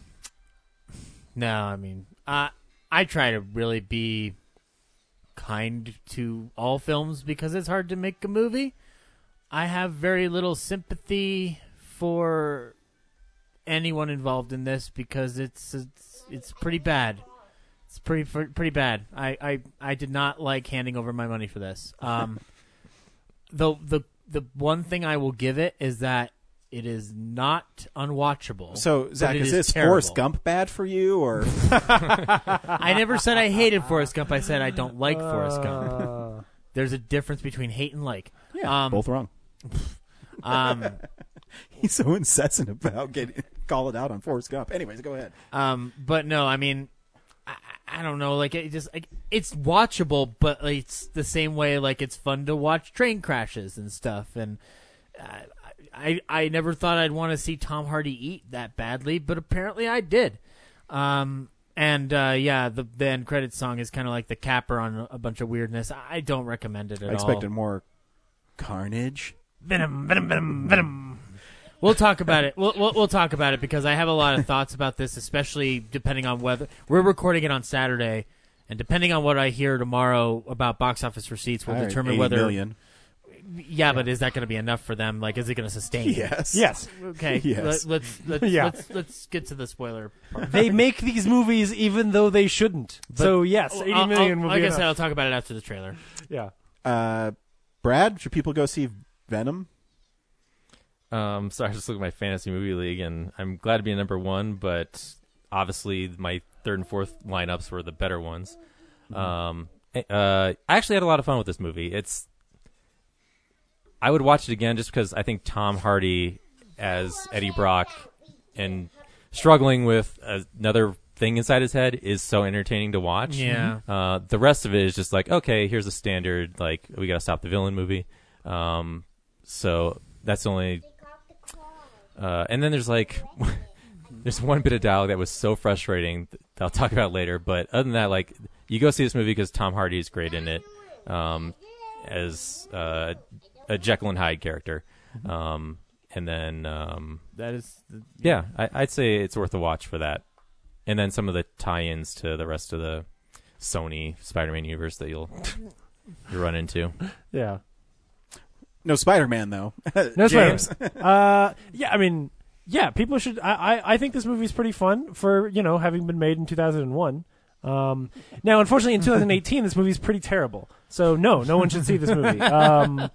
Speaker 8: no, I mean, I I try to really be kind to all films because it's hard to make a movie. I have very little sympathy for anyone involved in this because it's it's, it's pretty bad. It's pretty fr- pretty bad. I, I I did not like handing over my money for this. Um, the the the one thing I will give it is that it is not unwatchable.
Speaker 1: So,
Speaker 8: but
Speaker 1: Zach,
Speaker 8: it
Speaker 1: is this
Speaker 8: terrible.
Speaker 1: Forrest Gump bad for you, or
Speaker 8: I never said I hated Forrest Gump. I said I don't like Forrest Gump.
Speaker 6: Uh,
Speaker 8: There's a difference between hate and like. um,
Speaker 1: both wrong?
Speaker 8: Um,
Speaker 1: He's so incessant about getting calling out on Forrest Gump. Anyways, go ahead.
Speaker 8: um, but no, I mean, I, I don't know. Like it just, like, it's watchable, but like, it's the same way. Like it's fun to watch train crashes and stuff. And I, I, I never thought I'd want to see Tom Hardy eat that badly, but apparently I did. Um, and uh, yeah, the, the end credits song is kind of like the capper on a bunch of weirdness. I don't recommend it at
Speaker 1: I
Speaker 8: all.
Speaker 1: expected more carnage.
Speaker 8: Venom, venom, venom, venom. We'll talk about it. We'll, we'll we'll talk about it because I have a lot of thoughts about this, especially depending on whether we're recording it on Saturday, and depending on what I hear tomorrow about box office receipts, will
Speaker 1: All right,
Speaker 8: determine
Speaker 1: 80
Speaker 8: whether.
Speaker 1: million.
Speaker 8: Yeah, but is that going to be enough for them? Like, is it going to sustain?
Speaker 1: Yes.
Speaker 6: yes.
Speaker 8: Okay.
Speaker 1: Yes.
Speaker 8: Let, us let's,
Speaker 6: Yeah.
Speaker 8: let's let's get to the spoiler. Part.
Speaker 6: They make these movies even though they shouldn't. so yes, eighty
Speaker 8: I'll-
Speaker 6: million
Speaker 8: I'll-
Speaker 6: will
Speaker 8: like
Speaker 6: be
Speaker 8: I said,
Speaker 6: enough.
Speaker 8: I'll talk about it after the trailer.
Speaker 6: Yeah.
Speaker 1: Uh, Brad, should people go see Venom?
Speaker 7: Um, so I just look at my fantasy movie league, and I'm glad to be number one, but obviously my third and fourth lineups were the better ones. Um, eh, uh, I actually had a lot of fun with this movie. It's I would watch it again just because I think Tom Hardy as Eddie Brock and struggling with another thing inside his head is so entertaining to watch.
Speaker 8: Yeah.
Speaker 7: Uh, the rest of it is just like, okay, here's a standard, like, we gotta stop the villain movie. Um, so that's the only. Uh, and then there's like, there's one bit of dialogue that was so frustrating that I'll talk about later. But other than that, like, you go see this movie because Tom Hardy is great in it, um, as uh, a Jekyll and Hyde character. Um, and then, um,
Speaker 8: That is. The,
Speaker 7: yeah, I, I'd say it's worth a watch for that. And then some of the tie-ins to the rest of the Sony Spider-Man universe that you'll you run into.
Speaker 6: Yeah.
Speaker 1: No Spider Man though.
Speaker 6: No
Speaker 1: James.
Speaker 6: spoilers. uh, yeah, I mean, yeah, people should. I, I, I think this movie's pretty fun for you know having been made in 2001. Um, now, unfortunately, in 2018, this movie's pretty terrible. So no, no one should see this movie. Um,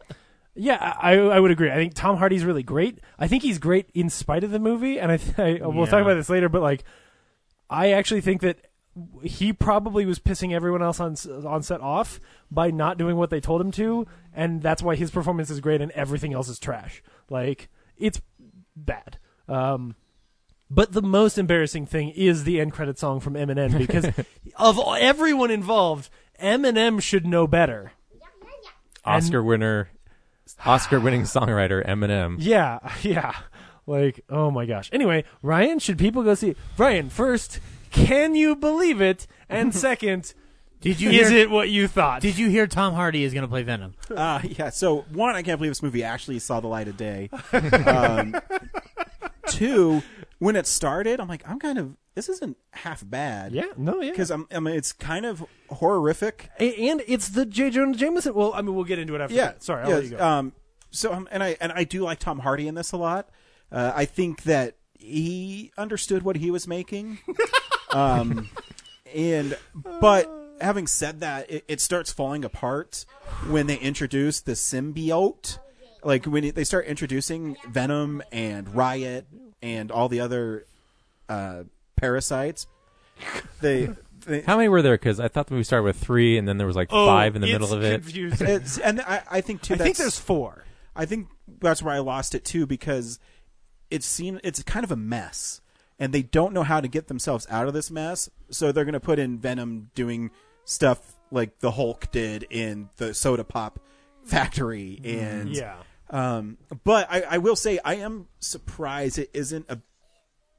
Speaker 6: yeah, I, I would agree. I think Tom Hardy's really great. I think he's great in spite of the movie, and I, th- I
Speaker 8: Yeah.
Speaker 6: we'll talk about this later. But like, I actually think that he probably was pissing everyone else on s- on set off by not doing what they told him to, and that's why his performance is great and everything else is trash. Like it's bad. Um, but the most embarrassing thing is the end credit song from Eminem because of all- everyone involved, Eminem should know better.
Speaker 7: Oscar winner, Oscar winning songwriter Eminem.
Speaker 6: Yeah, yeah. Like, oh my gosh. Anyway, Ryan, should people go see Ryan? First, can you believe it? And second,
Speaker 8: Did you
Speaker 6: is
Speaker 8: hear,
Speaker 6: it what you thought?
Speaker 8: Did you hear Tom Hardy is going to play Venom?
Speaker 1: Uh, yeah. So one, I can't believe this movie actually saw the light of day. Um, two, when it started, I'm like, I'm kind of this isn't half bad.
Speaker 6: Yeah, no, yeah.
Speaker 1: Because I'm, I mean, it's kind of horrific.
Speaker 6: A- and it's the J. Jonah Jameson. Well, I mean, we'll get into it after.
Speaker 1: Yeah.
Speaker 6: that. sorry, I'll
Speaker 1: yeah,
Speaker 6: let you go.
Speaker 1: Um. So um, and I and I do like Tom Hardy in this a lot. Uh, I think that he understood what he was making. um, and but having said that, it, it starts falling apart when they introduce the symbiote. Like when it- they start introducing Venom and Riot and all the other uh, parasites. They, they
Speaker 7: How many were there? Because I thought the movie started with three, and then there was like
Speaker 8: uh,
Speaker 6: Oh,
Speaker 7: five in the middle
Speaker 6: it's
Speaker 7: of it.
Speaker 6: confusing.
Speaker 1: it's, and I, I think too.
Speaker 6: I
Speaker 1: that's,
Speaker 6: think there's four.
Speaker 1: I think that's where I lost it too because it seemed it's kind of a mess, and they don't know how to get themselves out of this mess. So they're going to put in Venom doing stuff like the Hulk did in the soda pop factory, and
Speaker 6: Mm, Yeah.
Speaker 1: Um, but I, I will say I am surprised it isn't a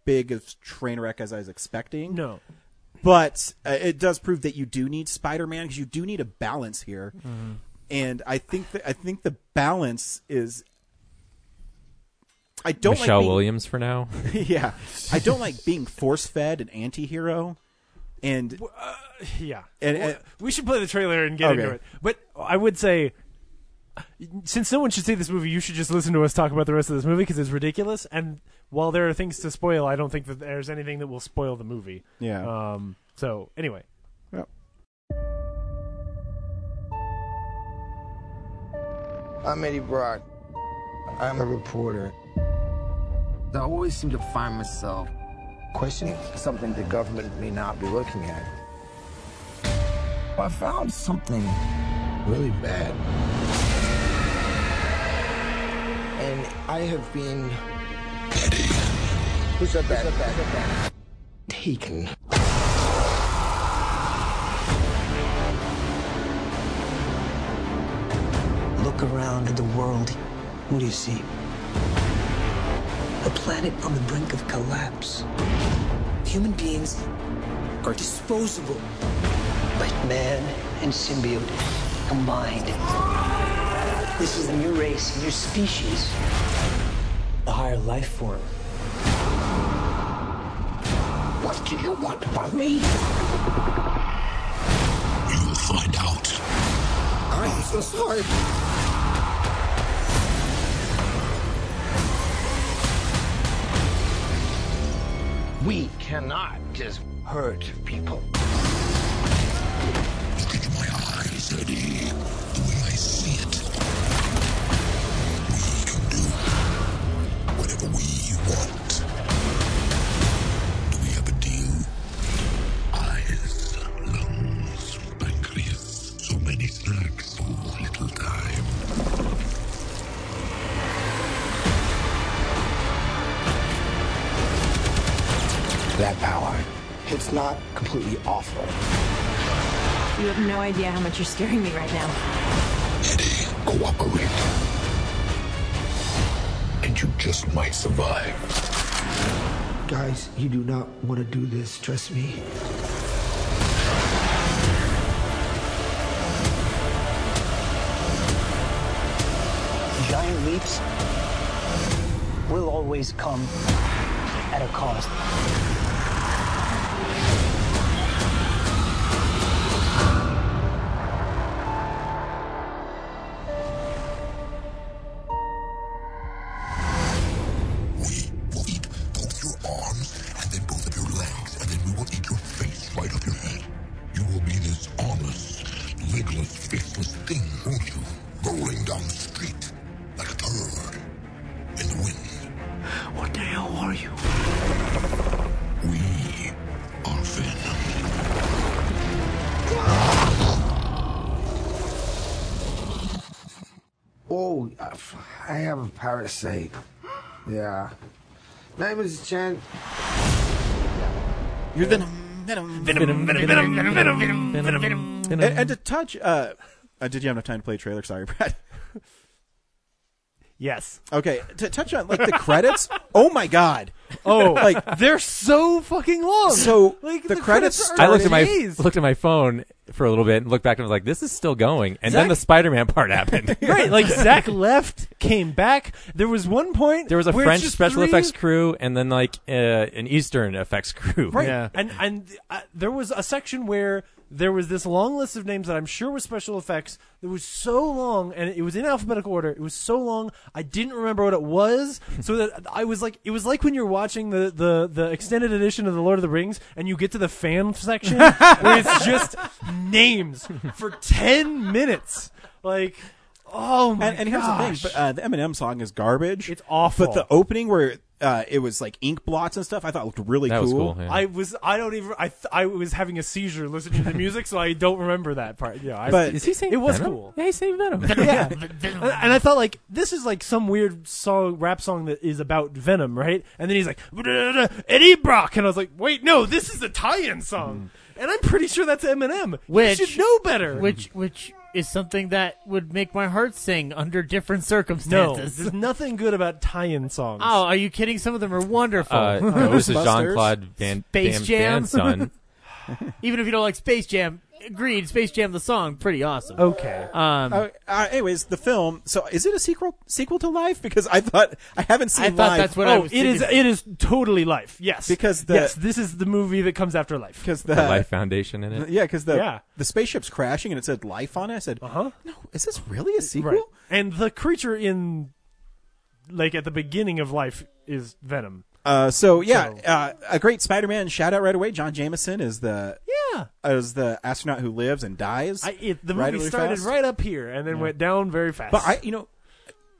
Speaker 1: big of train wreck as I was expecting.
Speaker 6: No.
Speaker 1: But uh, it does prove that you do need Spider-Man because you do need a balance here, and I think that I think the balance is. I don't
Speaker 7: Michelle
Speaker 1: like
Speaker 7: Williams for now.
Speaker 1: being, yeah. I don't like being force-fed an anti-hero. and
Speaker 6: Uh, Yeah.
Speaker 1: And-
Speaker 6: Well,
Speaker 1: and-
Speaker 6: we should play the trailer and get
Speaker 1: Okay.
Speaker 6: into it. But I would say since no one should see this movie, you should just listen to us talk about the rest of this movie because it's ridiculous. And while there are things to spoil, I don't think that there's anything that will spoil the movie.
Speaker 1: Yeah.
Speaker 6: Um. So anyway,
Speaker 10: I'm Eddie Brock. I'm a reporter. I always seem to find myself questioning something the government may not be looking at. I found something really bad. And I have been. Who said that? Taken. Look around at the world. What do you see? A planet on the brink of collapse. Human beings are disposable. But man and symbiote combined. This is a new race, a new species. A higher life form. What do you want from me? You will find out. I'm so sorry. We cannot just hurt people. Look into my eyes, Eddie. The way I see it. We can do whatever we want. Do we have a deal? Eyes, lungs, pancreas, so many snacks, so little time. That power, it's not completely awful.
Speaker 11: You have no idea how much you're scaring me right now.
Speaker 10: Eddie, cooperate. And you just might survive. Guys, you do not want to do this, trust me. Giant leaps will always come at a cost. We will eat both your arms and then both of your legs, and then we will eat your face right off your head. You will be this armless, legless, faceless thing, won't you? Rolling down the street like a bird in the wind. What the hell are you? We are Venom. Oh, I have a parasite.
Speaker 12: Yeah. Name is Chen.
Speaker 1: You're Venom. Venom. Venom. Venom. Venom. Venom. Venom. And, and to touch, uh, uh, did you have enough time to play a trailer? Sorry, Brad.
Speaker 6: Yes.
Speaker 1: Okay, to touch on like the credits. Oh my god.
Speaker 6: Oh,
Speaker 1: like
Speaker 6: they're so fucking long.
Speaker 1: So
Speaker 6: Like,
Speaker 1: the,
Speaker 6: the
Speaker 1: credits.
Speaker 6: credits are
Speaker 1: started-
Speaker 7: I looked at my
Speaker 6: Jeez.
Speaker 7: looked at my phone for a little bit and looked back and was like, "This is still going." And
Speaker 6: Zach-
Speaker 7: then the Spider-Man part happened.
Speaker 6: Right, like Zach left, came back. There was one point
Speaker 7: There was a
Speaker 6: where it's
Speaker 7: French
Speaker 6: just
Speaker 7: special
Speaker 6: three-
Speaker 7: effects crew and then like uh, an Eastern effects crew.
Speaker 6: Right. And and uh, there was a section where there was this long list of names that I'm sure was special effects. That was so long, and it was in alphabetical order. It was so long, I didn't remember what it was. So that I was like, it was like when you're watching the the the extended edition of the Lord of the Rings, and you get to the fan section where it's just names for ten minutes, like. Oh my
Speaker 1: and, and here's the
Speaker 6: gosh.
Speaker 1: thing: but, uh, the Eminem song is garbage. It's
Speaker 6: awful.
Speaker 1: But the opening where uh, it was like ink blots and stuff, I thought looked really
Speaker 7: That was
Speaker 1: cool.
Speaker 7: cool, yeah.
Speaker 6: I was I don't even I th- I was having a seizure listening to the music, so I don't remember that part. Yeah, I,
Speaker 1: But-
Speaker 7: Is he saying
Speaker 6: it was
Speaker 7: Venom?
Speaker 6: cool?
Speaker 7: Yeah, he's saying Venom.
Speaker 6: yeah, and, and I thought like this is like some weird song rap song that is about Venom, right? And then he's like Eddie Brock, and I was like, wait, no, this is a tie-in song, and I'm pretty sure that's Eminem.
Speaker 8: Hmm. Which
Speaker 6: you should know better.
Speaker 8: Which which is something that would make my heart sing under different
Speaker 6: no,
Speaker 8: circumstances.
Speaker 6: there's nothing good about tie-in songs.
Speaker 8: Oh, are you kidding? Some of them are wonderful.
Speaker 6: Oh.
Speaker 7: Uh, no, this is Jean Claude Van
Speaker 8: Space
Speaker 7: Van-
Speaker 8: Jam.
Speaker 7: Van's son.
Speaker 8: Even if you don't like Space Jam, agreed. Space Jam the song, pretty awesome.
Speaker 7: Oh,
Speaker 6: Okay.
Speaker 8: Um,
Speaker 1: Uh, uh, anyways, the film. So, is it a sequel sequel to Life? Because I thought I haven't seen.
Speaker 8: I thought
Speaker 1: Life.
Speaker 8: that's what I
Speaker 6: Oh,
Speaker 8: was
Speaker 6: it is
Speaker 8: thinking.
Speaker 6: it is totally life. Yes,
Speaker 1: Because the-
Speaker 6: yes, this is the movie that comes after life.
Speaker 1: because
Speaker 7: The Life Foundation in it.
Speaker 1: Yeah, because the
Speaker 6: Yeah.
Speaker 1: the spaceship's crashing and it said life on it. I said, uh
Speaker 6: Uh-huh.
Speaker 1: No, is this really a sequel?
Speaker 6: Right. And the creature in like at the beginning of life is Venom.
Speaker 1: Uh, so yeah,
Speaker 6: So-
Speaker 1: uh, a great Spider-Man shout out right away. John Jameson is the
Speaker 6: Yeah.
Speaker 1: is the astronaut who lives and dies.
Speaker 6: I, it, the
Speaker 1: right
Speaker 6: movie
Speaker 1: really
Speaker 6: started
Speaker 1: fast.
Speaker 6: right up here and then went down very fast.
Speaker 1: But I, you know,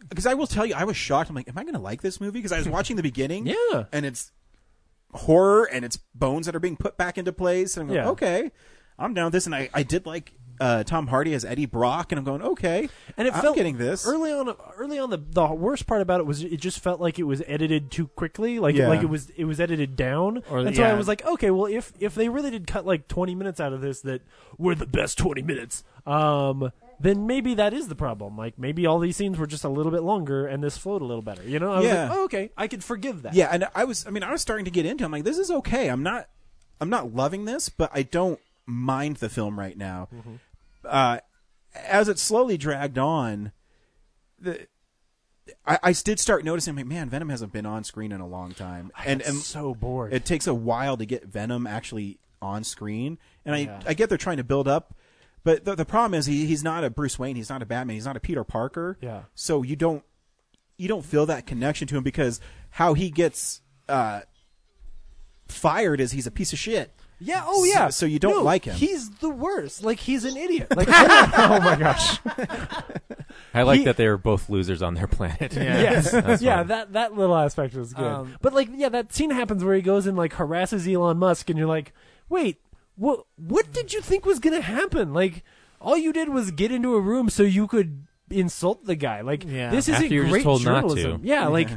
Speaker 1: because I will tell you, I was shocked. I'm like, am I going to like this movie? Because I was watching the beginning,
Speaker 6: Yeah.
Speaker 1: and it's horror and it's bones that are being put back into place, and I'm going,
Speaker 6: Yeah.
Speaker 1: okay, I'm down with this. And I, I did like uh, Tom Hardy as Eddie Brock, and I'm going, okay,
Speaker 6: and it
Speaker 1: I'm
Speaker 6: felt
Speaker 1: getting this.
Speaker 6: early on. Early on, the the worst part about it was it just felt like it was edited too quickly. Like
Speaker 1: Yeah.
Speaker 6: like it was it was edited down.
Speaker 8: Or-
Speaker 6: and so I
Speaker 8: yeah.
Speaker 6: was like, okay, well if if they really did cut like twenty minutes out of this, that were the best twenty minutes. Um. Then maybe that is the problem. Like maybe all these scenes were just a little bit longer, and this flowed a little better. You know, I was
Speaker 1: Yeah.
Speaker 6: like, oh, okay, I could forgive that.
Speaker 1: Yeah, and I was I mean, I was starting to get into it. I'm like, this is okay. I'm not I'm not loving this, but I don't mind the film right now. Uh as it slowly dragged on, the I, I did start noticing, like, man, Venom hasn't been on screen in a long time, and and
Speaker 6: It's so bored.
Speaker 1: it takes a while to get Venom actually on screen. And I, I get they're trying to build up, but the, the problem is he, he's not a Bruce Wayne, he's not a Batman, he's not a Peter Parker.
Speaker 6: Yeah.
Speaker 1: So you don't you don't feel that connection to him because how he gets uh, fired is he's a piece of shit.
Speaker 6: Yeah. Oh, yeah.
Speaker 1: So- so you don't
Speaker 6: No,
Speaker 1: like him.
Speaker 6: He's the worst. Like he's an idiot. Like oh my gosh.
Speaker 7: I like
Speaker 6: He-
Speaker 7: that they were both losers on their planet.
Speaker 8: Yeah.
Speaker 6: Yes.
Speaker 7: That's
Speaker 6: yeah.
Speaker 7: funny.
Speaker 6: That that little aspect was good.
Speaker 8: Um,
Speaker 6: but like, yeah, that scene happens where he goes and like harasses Elon Musk, and you're like, wait, what? What did you think was gonna happen? Like, all you did was get into a room so you could insult the guy. Like,
Speaker 8: Yeah.
Speaker 6: this isn't
Speaker 7: After you were just
Speaker 6: great
Speaker 7: told not to.
Speaker 6: journalism. Yeah. Like,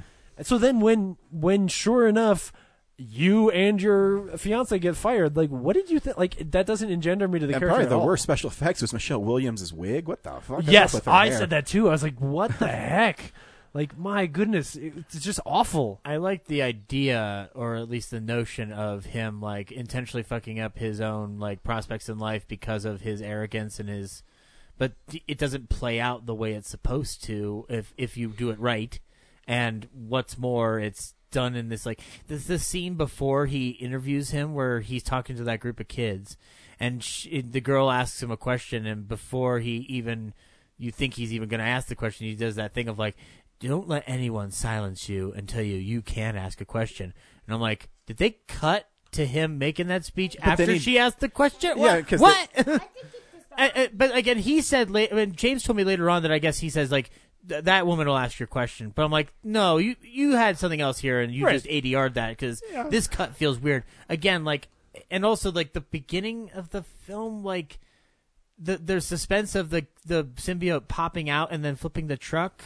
Speaker 6: so then when when sure enough. You and your fiance get fired. Like, what did you think? Like, that doesn't engender me to the
Speaker 1: And
Speaker 6: character.
Speaker 1: probably
Speaker 6: at
Speaker 1: the
Speaker 6: all.
Speaker 1: worst special effects was Michelle Williams' wig. What the fuck? is up
Speaker 6: Yes,
Speaker 1: with her
Speaker 6: I
Speaker 1: hair?
Speaker 6: said that too. I was like, "What the heck?" Like, my goodness, it- it's just awful.
Speaker 8: I like the idea, or at least the notion of him like intentionally fucking up his own like prospects in life because of his arrogance and his. But d- it doesn't play out the way it's supposed to if if you do it right. And what's more, it's done in this like there's this scene before he interviews him where he's talking to that group of kids, and sh the girl asks him a question, and before he even you think he's even going to ask the question, he does that thing of like, don't let anyone silence you and tell you you can ask a question. And I'm like, did they cut to him making that speech
Speaker 1: then
Speaker 8: after
Speaker 1: he-
Speaker 8: she asked the question?
Speaker 1: Yeah,
Speaker 8: What?
Speaker 1: 'cause
Speaker 8: what? Uh, uh, but again, he said later. And James told me later on that I guess he says like th- that woman will ask your question. But I'm like, no, you you had something else here, and you
Speaker 6: Right.
Speaker 8: just ADR'd that because this cut feels weird. Again, like, and also like the beginning of the film, like the the suspense of the the symbiote popping out and then flipping the truck.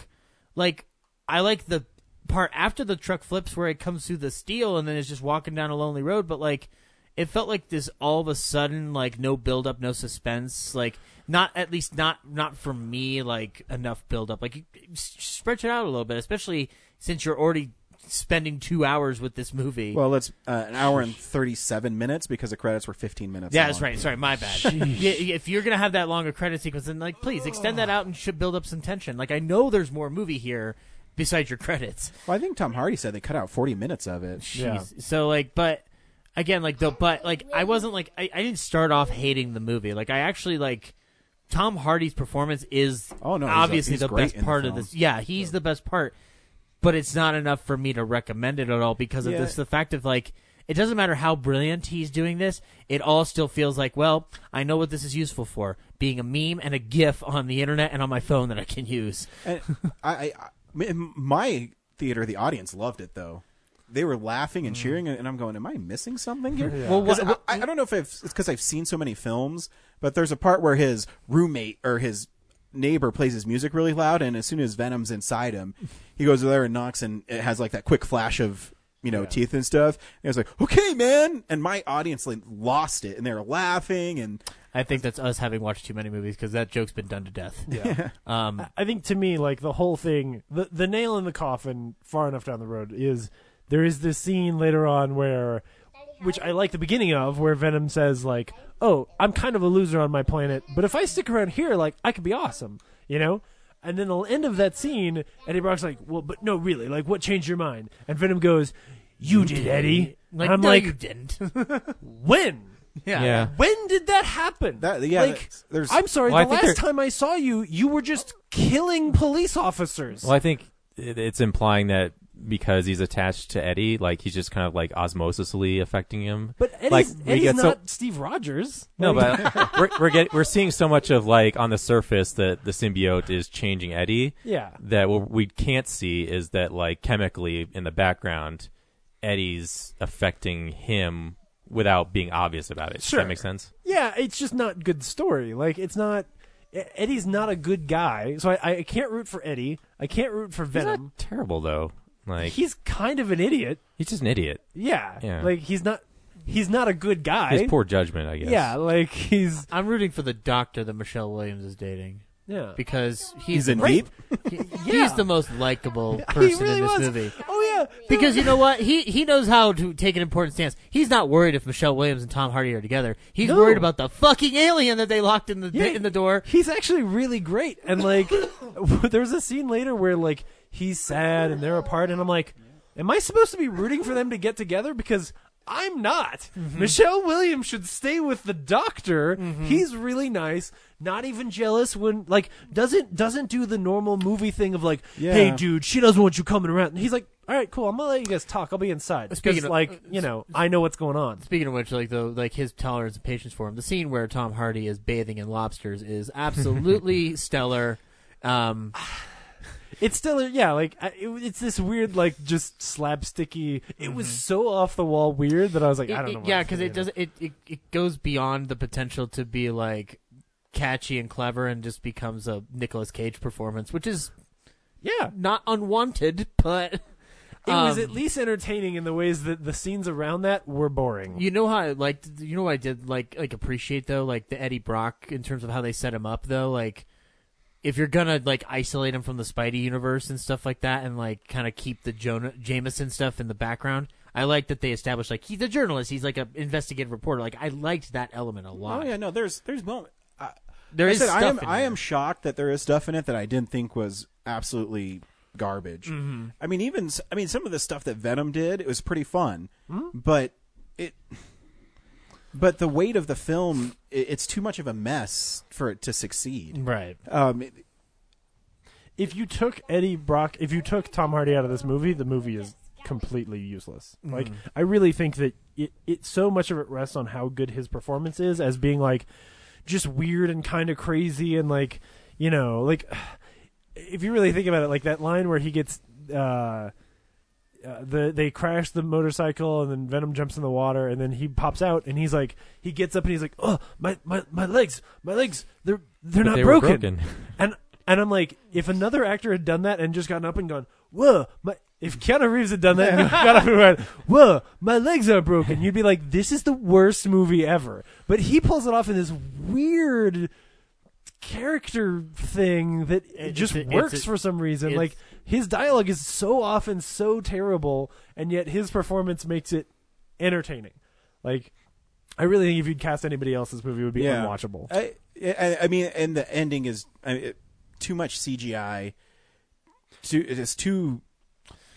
Speaker 8: Like, I like the part after the truck flips where it comes through the steel and then it's just walking down a lonely road, but like it felt like this all of a sudden like no build up, no suspense, like not at least not not for me like enough build up. Like you, you s- stretch it out a little bit, especially since you're already spending 2 hours with this movie.
Speaker 1: Well, it's uh, an hour and 37 minutes because the credits were 15 minutes
Speaker 8: yeah, that's
Speaker 1: long.
Speaker 8: right. Sorry, my bad. Yeah, yeah, if you're gonna have that longer credit sequence, then like, please extend that out and should build up some tension. Like, I know there's more movie here besides your credits.
Speaker 1: Well, I think Tom Hardy said they cut out 40 minutes of it.
Speaker 8: Jeez. So like, but again, like the but like I wasn't like I, I didn't start off hating the movie. Like I actually like Tom Hardy's performance is
Speaker 1: Oh, no, he's a-
Speaker 8: obviously
Speaker 1: he's
Speaker 8: the
Speaker 1: great
Speaker 8: best
Speaker 1: in the
Speaker 8: part of
Speaker 1: film.
Speaker 8: this. Yeah, he's the best part, but it's not enough for me to recommend it at all because of
Speaker 1: Yeah.
Speaker 8: this. The fact of like. It doesn't matter how brilliant he's doing this, it all still feels like, well, I know what this is useful for being a meme and a GIF on the internet and on my phone that I can use.
Speaker 1: And I, I, I- m- my theater, the audience loved it though. They were laughing and cheering, and I'm going, "Am I missing something here?"
Speaker 8: Yeah. Well,
Speaker 1: 'Cause
Speaker 8: what-
Speaker 1: I, I don't know if I've, it's because I've seen so many films, but there's a part where his roommate or his neighbor plays his music really loud, and as soon as Venom's inside him, he goes over there and knocks, and it has like that quick flash of you know teeth and stuff. And I was like, "Okay, man!" And my audience like lost it, and they were laughing, and
Speaker 8: I think that's us having watched too many movies because that joke's been done to death.
Speaker 6: Yeah.
Speaker 8: um,
Speaker 6: I think to me, like the whole thing, the the nail in the coffin, far enough down the road, is there is this scene later on where, which I like the beginning of, where Venom says like, "Oh, I'm kind of a loser on my planet, but if I stick around here, like I could be awesome," you know. And then the end of that scene, Eddie Brock's like, "Well, but no, really, like what changed your mind?" And Venom goes, "You did, Eddie."
Speaker 8: Like,
Speaker 6: And I'm
Speaker 8: no,
Speaker 6: like,
Speaker 8: you didn't.
Speaker 6: when?
Speaker 8: Yeah.
Speaker 7: Yeah.
Speaker 6: When did that happen?
Speaker 1: That- yeah,
Speaker 6: like,
Speaker 1: that's- there's-
Speaker 6: I'm sorry.
Speaker 7: Well, I
Speaker 6: the
Speaker 7: think
Speaker 6: last
Speaker 7: there-
Speaker 6: time I saw you, you were just killing police officers.
Speaker 7: Well, I think it- it's implying that because he's attached to Eddie, like he's just kind of like osmosisly affecting him.
Speaker 6: but Eddie's,
Speaker 7: like, we
Speaker 6: Eddie's
Speaker 7: get so-
Speaker 6: not Steve Rogers.
Speaker 7: No,
Speaker 6: Like-
Speaker 7: but we're we're, get, we're seeing so much of like on the surface that the symbiote is changing Eddie.
Speaker 6: Yeah.
Speaker 7: That what we can't see is that like chemically in the background, Eddie's affecting him without being obvious about it. Does
Speaker 6: Sure.
Speaker 7: that make sense?
Speaker 6: yeah, it's just not good story. Like it's not. E- Eddie's not a good guy, so I, I can't root for Eddie. I can't root for
Speaker 7: He's
Speaker 6: Venom.
Speaker 7: not terrible though. Like
Speaker 6: He's kind of an idiot.
Speaker 7: he's just an idiot.
Speaker 6: Yeah.
Speaker 7: Yeah.
Speaker 6: Like he's not. He's not a good guy.
Speaker 7: His poor judgment, I guess.
Speaker 6: Yeah. Like he's.
Speaker 8: I'm rooting for the doctor that Michelle Williams is dating
Speaker 6: Yeah.
Speaker 8: because he's,
Speaker 1: He's
Speaker 8: the
Speaker 1: in
Speaker 8: most-
Speaker 1: deep?
Speaker 8: he- He's the most likable
Speaker 6: he
Speaker 8: person
Speaker 6: really
Speaker 8: in this
Speaker 6: was.
Speaker 8: movie.
Speaker 6: Oh yeah.
Speaker 8: Because you know what, he he knows how to take an important stance. He's not worried if Michelle Williams and Tom Hardy are together. He's
Speaker 6: No.
Speaker 8: worried about the fucking alien that they locked in the
Speaker 6: Yeah,
Speaker 8: in the door.
Speaker 6: He's actually really great. And like, there was a scene later where like he's sad and they're apart, and I'm like, am I supposed to be rooting for them to get together? Because I'm not.
Speaker 8: Mm-hmm.
Speaker 6: Michelle Williams should stay with the doctor. He's really nice. Not even jealous when like doesn't doesn't do the normal movie thing of like,
Speaker 1: Yeah.
Speaker 6: hey dude, she doesn't want you coming around. And he's like, all right, cool. I'm gonna let you guys talk. I'll be inside
Speaker 8: Speaking
Speaker 6: because
Speaker 8: of- uh,
Speaker 6: like you know I know what's going on.
Speaker 8: Speaking of which, like the like his tolerance and patience for him, the scene where Tom Hardy is bathing in lobsters is absolutely stellar. Um,
Speaker 6: It's still yeah, like I, it, it's this weird like just slapsticky. It was so off the wall weird that I was like, I
Speaker 8: Mm-hmm. it-
Speaker 6: don't know.
Speaker 8: it-
Speaker 6: what
Speaker 8: yeah,
Speaker 6: I'm
Speaker 8: because
Speaker 6: saying.
Speaker 8: it does it, it it goes beyond the potential to be like catchy and clever, and just becomes a Nicolas Cage performance, which is
Speaker 6: Yeah,
Speaker 8: not unwanted, but
Speaker 6: it was
Speaker 8: um,
Speaker 6: at least entertaining in the ways that the scenes around that were boring.
Speaker 8: You know how I liked. You know what I did like like appreciate though, like the Eddie Brock in terms of how they set him up though. Like if you're gonna like isolate him from the Spidey universe and stuff like that, and like kind of keep the Jonah Jameson stuff in the background. I like that they established like he's a journalist. He's like an investigative reporter. Like I liked that element a lot.
Speaker 1: oh yeah, no, there's there's moment. I,
Speaker 8: There
Speaker 1: I
Speaker 8: is
Speaker 1: said,
Speaker 8: stuff
Speaker 1: I am
Speaker 8: in
Speaker 1: I
Speaker 8: here.
Speaker 1: am shocked that there is stuff in it that I didn't think was absolutely garbage.
Speaker 8: Mm-hmm.
Speaker 1: I mean, even s- I mean, some of the stuff that Venom did, it was pretty fun,
Speaker 8: Mm-hmm.
Speaker 1: but it. But the weight of the film, it, it's too much of a mess for it to succeed.
Speaker 8: right.
Speaker 1: Um, it-
Speaker 6: If you took Eddie Brock, if you took Tom Hardy out of this movie, the movie is completely useless. Like
Speaker 7: Mm.
Speaker 6: I really think that it it so much of it rests on how good his performance is as being like just weird and kind of crazy and like you know like if you really think about it like that line where he gets uh uh, the they crash the motorcycle and then Venom jumps in the water and then he pops out and he's like he gets up and he's like oh my my, my legs my legs they're they're
Speaker 7: But
Speaker 6: not
Speaker 7: they were
Speaker 6: broken.
Speaker 7: broken.
Speaker 6: and and I'm like if another actor had done that and just gotten up and gone whoa, my, if Keanu Reeves had done that, and got up and went, whoa, my legs are broken, you'd be like, this is the worst movie ever. But he pulls it off in this weird character thing that it just
Speaker 8: it's a-
Speaker 6: works
Speaker 8: it's a-
Speaker 6: for some reason.
Speaker 8: it's-
Speaker 6: Like his dialogue is so often so terrible, and yet his performance makes it entertaining. Like, I really think if you'd cast anybody else, this movie would be
Speaker 1: yeah.
Speaker 6: unwatchable.
Speaker 1: I, I, I mean, and the ending is I mean, it, too much CGI. Too, it's too.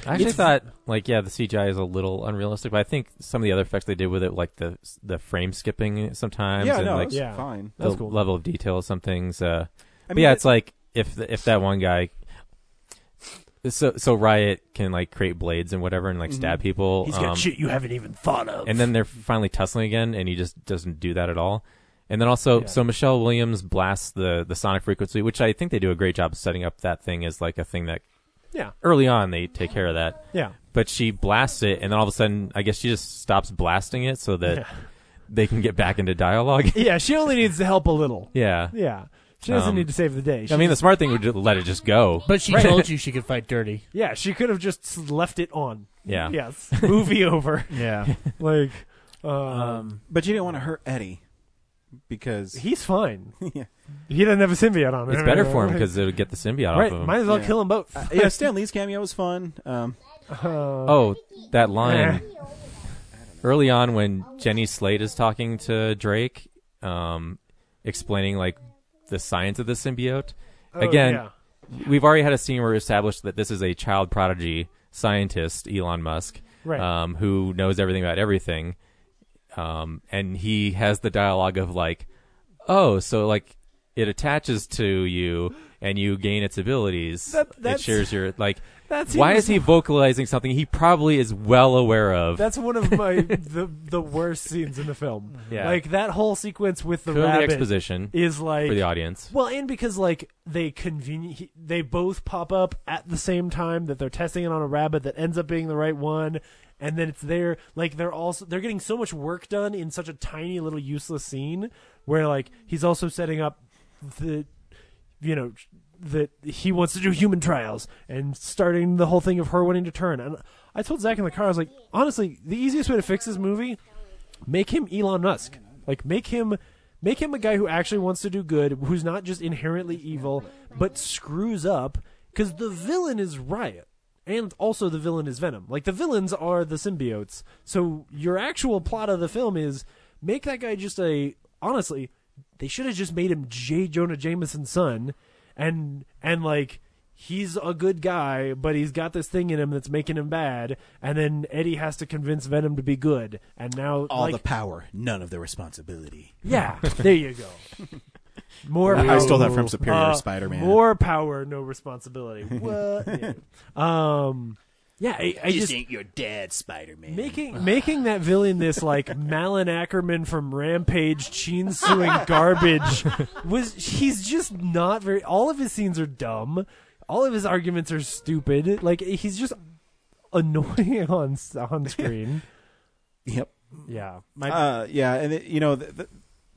Speaker 7: I actually
Speaker 1: it's-
Speaker 7: thought, like, yeah, the CGI is a little unrealistic, but I think some of the other effects they did with it, like the the frame skipping sometimes,
Speaker 1: Yeah,
Speaker 7: and
Speaker 1: no,
Speaker 7: like
Speaker 1: that's Yeah. fine.
Speaker 7: the
Speaker 1: That's cool.
Speaker 7: level of detail of some things. Uh, but
Speaker 1: mean,
Speaker 7: yeah,
Speaker 1: it-
Speaker 7: it's like if the, if that one guy, so so Riot can like create blades and whatever, and like
Speaker 1: Mm-hmm.
Speaker 7: stab
Speaker 6: Mhm.
Speaker 7: people. um,
Speaker 6: He's got shit you haven't even thought of.
Speaker 7: And then they're finally tussling again, and he just doesn't do that at all. And then also,
Speaker 6: Yeah.
Speaker 7: so Michelle Williams blasts the the sonic frequency, which I think they do a great job of setting up that thing as like a thing that
Speaker 6: Yeah.
Speaker 7: early on they take care of that.
Speaker 6: Yeah.
Speaker 7: But she blasts it, and then all of a sudden, I guess she just stops blasting it so that
Speaker 6: Yeah.
Speaker 7: they can get back into dialogue.
Speaker 6: yeah, she only needs to help a little.
Speaker 7: yeah.
Speaker 6: Yeah. She doesn't
Speaker 7: Um,
Speaker 6: need to save the day. She
Speaker 7: I mean, the
Speaker 6: just-
Speaker 7: smart thing would just let it just go.
Speaker 8: But she told you she could fight dirty.
Speaker 6: Yeah, she could have just left it on.
Speaker 7: Yeah.
Speaker 6: Yes. Movie over.
Speaker 8: Yeah.
Speaker 6: like, um,
Speaker 1: But you didn't want to hurt Eddie because
Speaker 6: he's fine.
Speaker 1: yeah.
Speaker 6: he doesn't have a symbiote on him.
Speaker 7: It's better for him because it would get the symbiote
Speaker 6: Right,
Speaker 7: off of him.
Speaker 6: might as well kill them both.
Speaker 1: Uh, yeah, Stan Lee's cameo was fun. Um,
Speaker 7: Oh, that line. Early on, when Jenny Slate is talking to Drake, um, explaining like the science of the symbiote.
Speaker 6: Oh,
Speaker 7: Again,
Speaker 6: yeah.
Speaker 7: we've already had a scene where we established that this is a child prodigy scientist, Elon Musk,
Speaker 6: Right.
Speaker 7: um, who knows everything about everything. Um, and he has the dialogue of like, "Oh, so like it attaches to you." And you gain its abilities.
Speaker 6: That-
Speaker 7: it
Speaker 6: that's-
Speaker 7: shares your like.
Speaker 6: That
Speaker 7: why
Speaker 6: seems-
Speaker 7: is he vocalizing something he probably is well aware of?
Speaker 6: That's one of my the the worst scenes in the film.
Speaker 7: Yeah.
Speaker 6: Like that whole sequence with the
Speaker 7: Clearly
Speaker 6: rabbit
Speaker 7: exposition
Speaker 6: is like
Speaker 7: for the audience.
Speaker 6: Well, and because like they convenient he- they both pop up at the same time that they're testing it on a rabbit that ends up being the right one and then it's there like they're also they're getting so much work done in such a tiny little useless scene where like he's also setting up the you know that he wants to do human trials and starting the whole thing of her wanting to turn. And I told Zach in the car, I was like, honestly, the easiest way to fix this movie, make him Elon Musk. Like make him make him a guy who actually wants to do good, who's not just inherently evil, but screws up because the villain is Riot. And also the villain is Venom. Like the villains are the symbiotes. So your actual plot of the film is make that guy just a honestly, they should have just made him J. Jonah Jameson's son and and like he's a good guy, but he's got this thing in him that's making him bad, and then Eddie has to convince Venom to be good, and now
Speaker 1: all
Speaker 6: like,
Speaker 1: the power, none of the responsibility.
Speaker 6: yeah, there you go. More.
Speaker 1: I
Speaker 6: power.
Speaker 1: stole that from Superior
Speaker 6: Uh,
Speaker 1: Spider-Man.
Speaker 6: More power, no responsibility. What? Yeah. Um. Yeah, I, I just,
Speaker 1: ain't your dad, Spider Man.
Speaker 6: making making that villain this like Malin Ackerman from Rampage, chainsawing garbage was he's just not very. All of his scenes are dumb. All of his arguments are stupid. Like he's just annoying on s- on screen.
Speaker 1: Yep.
Speaker 6: Yeah.
Speaker 1: uh, yeah, and it, you know the, the,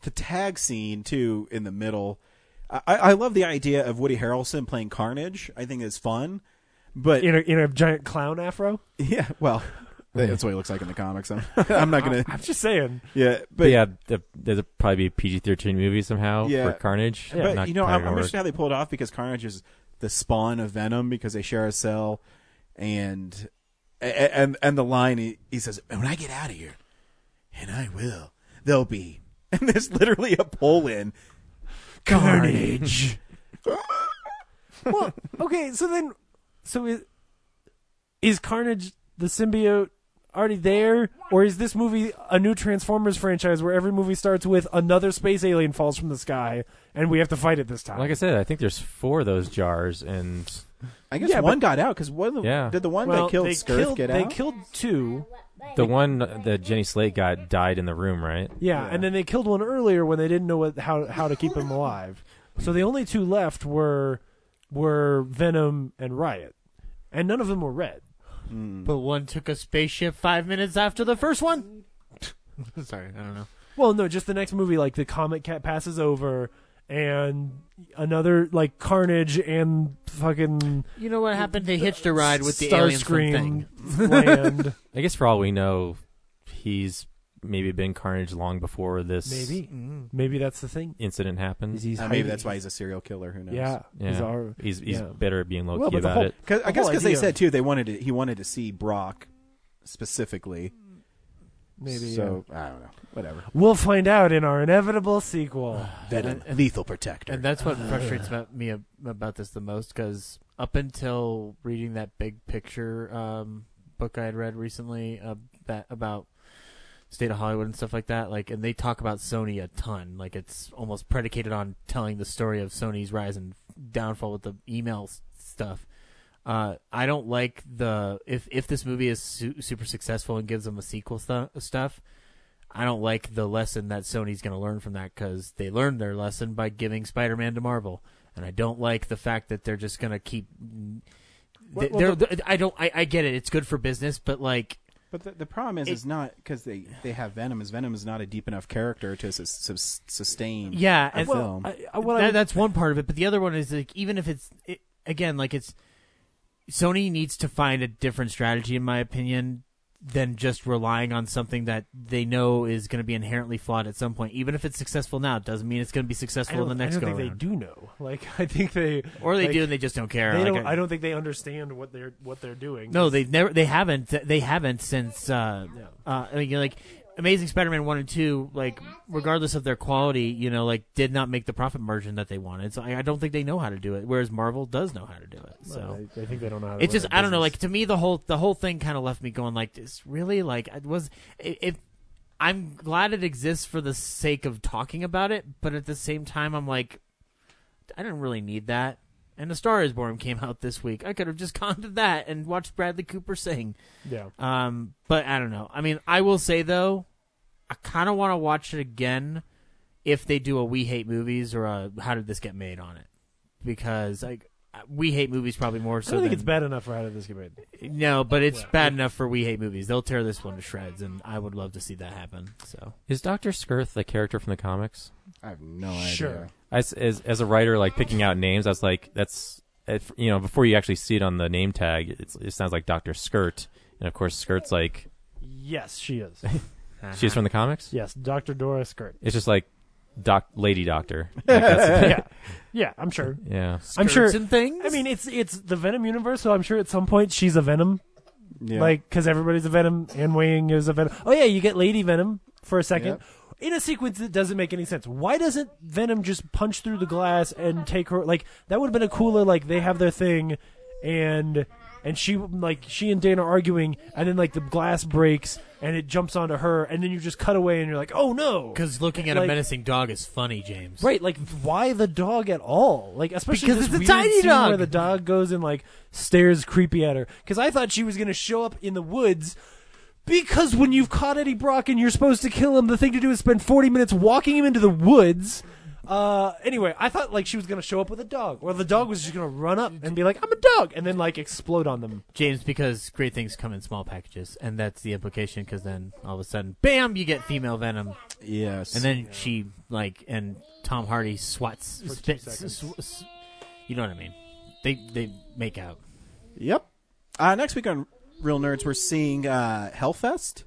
Speaker 1: the tag scene too in the middle. I, I love the idea of Woody Harrelson playing Carnage. I think it's fun, but
Speaker 6: in a in a giant clown afro.
Speaker 1: yeah, well, that's what he looks like in the comics. I'm, I'm not gonna.
Speaker 6: I'm just saying.
Speaker 1: Yeah,
Speaker 7: But
Speaker 1: but
Speaker 7: yeah, th- there's a- probably a PG-13 movie somehow
Speaker 1: Yeah.
Speaker 7: for Carnage.
Speaker 1: but
Speaker 7: Not
Speaker 1: you know,
Speaker 7: probably
Speaker 1: I'm,
Speaker 7: gonna
Speaker 1: I'm
Speaker 7: work.
Speaker 1: interested how they pulled it off because Carnage is the spawn of Venom because they share a cell, and a- and and the line he, he says, "When I get out of here, and I will, there'll be." And there's literally a pull in. Carnage.
Speaker 6: well, okay, so then, so is, is Carnage the symbiote already there, or is this movie a new Transformers franchise where every movie starts with another space alien falls from the sky and we have to fight it this time?
Speaker 7: Like I said, I think there's four of those jars, and
Speaker 1: I guess
Speaker 6: Yeah,
Speaker 1: one
Speaker 6: but-
Speaker 1: got out because one of the,
Speaker 7: Yeah.
Speaker 1: did the one
Speaker 6: Well,
Speaker 1: that killed
Speaker 6: they
Speaker 1: Skirth
Speaker 6: killed-
Speaker 1: get
Speaker 6: They
Speaker 1: out?
Speaker 6: killed two.
Speaker 7: the one that Jenny Slate got died in the room, right?
Speaker 6: Yeah, and then they killed one earlier when they didn't know what, how how to keep him alive. So the only two left were were Venom and Riot, and none of them were red.
Speaker 8: But one took a spaceship five minutes after the first one. Sorry, I don't know.
Speaker 6: Well, no, just the next movie, like the comet cat passes over, and another like Carnage and fucking.
Speaker 8: You know what happened? They hitched a ride with the aliens from
Speaker 6: Starscream
Speaker 8: Thing.
Speaker 6: land.
Speaker 7: I guess for all we know, he's maybe been Carnage long before this
Speaker 6: Maybe,
Speaker 1: Mm.
Speaker 6: maybe that's the thing.
Speaker 7: incident happened.
Speaker 1: Uh, maybe that's why he's a serial killer. Who knows?
Speaker 6: Yeah,
Speaker 7: Yeah.
Speaker 6: he's our-
Speaker 7: he's, he's
Speaker 6: yeah.
Speaker 7: better at being low
Speaker 6: Well,
Speaker 7: key
Speaker 6: but the
Speaker 7: about
Speaker 6: whole-
Speaker 7: it.
Speaker 1: 'Cause- I
Speaker 6: The
Speaker 1: guess
Speaker 6: whole
Speaker 1: because they
Speaker 6: idea-
Speaker 1: said too they wanted to, he wanted to see Brock specifically.
Speaker 6: Maybe,
Speaker 1: so. I don't know. Whatever.
Speaker 6: We'll find out in our inevitable sequel.
Speaker 1: Venom, lethal protector.
Speaker 8: And that's what frustrates about me ab- about this the most because up until reading that big picture um, book I had read recently uh, that about state of Hollywood and stuff like that, like, and they talk about Sony a ton. Like, it's almost predicated on telling the story of Sony's rise and downfall with the email s- stuff. Uh, I don't like the if if this movie is su- super successful and gives them a sequel stu- stuff. I don't like the lesson that Sony's going to learn from that because they learned their lesson by giving Spider-Man to Marvel, and I don't like the fact that they're just going to keep.
Speaker 1: Well, well,
Speaker 8: they're,
Speaker 1: the-
Speaker 8: they're- I don't. I, I get it. It's good for business, but like
Speaker 1: But the, the problem is, is not because they, they have Venom. Is Venom is not a deep enough character to sus, sus, sustain.
Speaker 8: Yeah,
Speaker 1: a
Speaker 6: Uh,
Speaker 8: and
Speaker 1: film.
Speaker 8: that, that's one part of it, but the other one is like even if it's it, again like it's Sony needs to find a different strategy, in my opinion, than just relying on something that they know is going to be inherently flawed at some point. Even if it's successful now, it doesn't mean it's going to be
Speaker 6: I
Speaker 8: successful in
Speaker 6: don't,
Speaker 8: the next
Speaker 6: I
Speaker 8: go
Speaker 6: don't think they do know. Like I think they
Speaker 8: Or they
Speaker 6: like,
Speaker 8: do and they just don't care.
Speaker 6: They
Speaker 8: Like,
Speaker 6: don't,
Speaker 8: I-
Speaker 6: I, don't think they understand what they're what they're doing.
Speaker 8: No, they've never. They haven't. They haven't since. Uh, uh, I mean, you know, like Amazing Spider-Man one and two. Like, regardless of their quality, you know, like did not make the profit margin that they wanted. So I, I don't think they know how to do it. Whereas Marvel does know how to do it. So
Speaker 6: Well, I- I think they don't know how to
Speaker 8: It's
Speaker 6: run
Speaker 8: just
Speaker 6: a
Speaker 8: I don't know.
Speaker 6: business.
Speaker 8: Like to me, the whole the whole thing kind of left me going like, this really like it was it. it I'm glad it exists for the sake of talking about it, but at the same time, I'm like, I didn't really need that. And A Star Is Born came out this week. I could have just gone to that and watched Bradley Cooper sing.
Speaker 6: Yeah.
Speaker 8: Um, but I don't know. I mean, I will say though, I kind of want to watch it again if they do a We Hate Movies or a How Did This Get Made on it, because like We Hate Movies probably more
Speaker 6: I
Speaker 8: so.
Speaker 6: don't think
Speaker 8: than-
Speaker 6: it's bad enough for how did this get made.
Speaker 8: No, but it's bad enough for We Hate Movies. They'll tear this one to shreds, and I would love to see that happen. So
Speaker 7: Is Doctor Skirth the character from the comics?
Speaker 1: I have no
Speaker 6: Sure.
Speaker 7: As, as as a writer, like picking out names, I was like, that's if, you know, before you actually see it on the name tag, it's, it sounds like Doctor Skirt, and of course, Skirt's like
Speaker 6: Yes, she is.
Speaker 7: she's from the comics.
Speaker 6: Yes, Doctor Dora Skirt.
Speaker 7: It's just like Doc Lady Doctor.
Speaker 6: yeah, yeah, I'm sure.
Speaker 7: Yeah.
Speaker 6: I'm sure.
Speaker 8: Skirts and things?
Speaker 6: I mean, it's it's the Venom universe, so I'm sure at some point she's a Venom.
Speaker 1: Yeah.
Speaker 6: Like, because everybody's a Venom, and Wing is a Venom. Oh yeah, you get Lady Venom for a second.
Speaker 1: Yep.
Speaker 6: In a sequence that doesn't make any sense. Why doesn't Venom just punch through the glass and take her? Like that would have been a cooler. Like they have their thing, and and she like she and Dan are arguing, and then like the glass breaks and it jumps onto her, and then you just cut away and you're like, oh no,
Speaker 8: because looking at a
Speaker 6: Like-
Speaker 8: menacing dog is funny, James.
Speaker 6: Right, like why the dog at all? Like especially
Speaker 8: Because
Speaker 6: this
Speaker 8: it's a
Speaker 6: weird
Speaker 8: tiny
Speaker 6: scene
Speaker 8: dog.
Speaker 6: where the dog goes and like stares creepy at her. Because I thought she was gonna show up in the woods. Because when you've caught Eddie Brock and you're supposed to kill him, the thing to do is spend 40 minutes walking him into the woods. Uh, anyway, I thought like she was gonna show up with a dog, or the dog was just gonna run up and be like, "I'm a dog," and then like explode on them.
Speaker 8: James, because great things come in small packages, and that's the implication. Because then all of a sudden, bam, you get female venom,
Speaker 1: Yes.
Speaker 8: and then she like and Tom Hardy swats,
Speaker 6: For two
Speaker 8: spits,
Speaker 6: seconds.
Speaker 8: sw- s- you know what I mean? They they make out.
Speaker 1: Yep. Uh, next week on Real Nerds, we're seeing uh, Hellfest.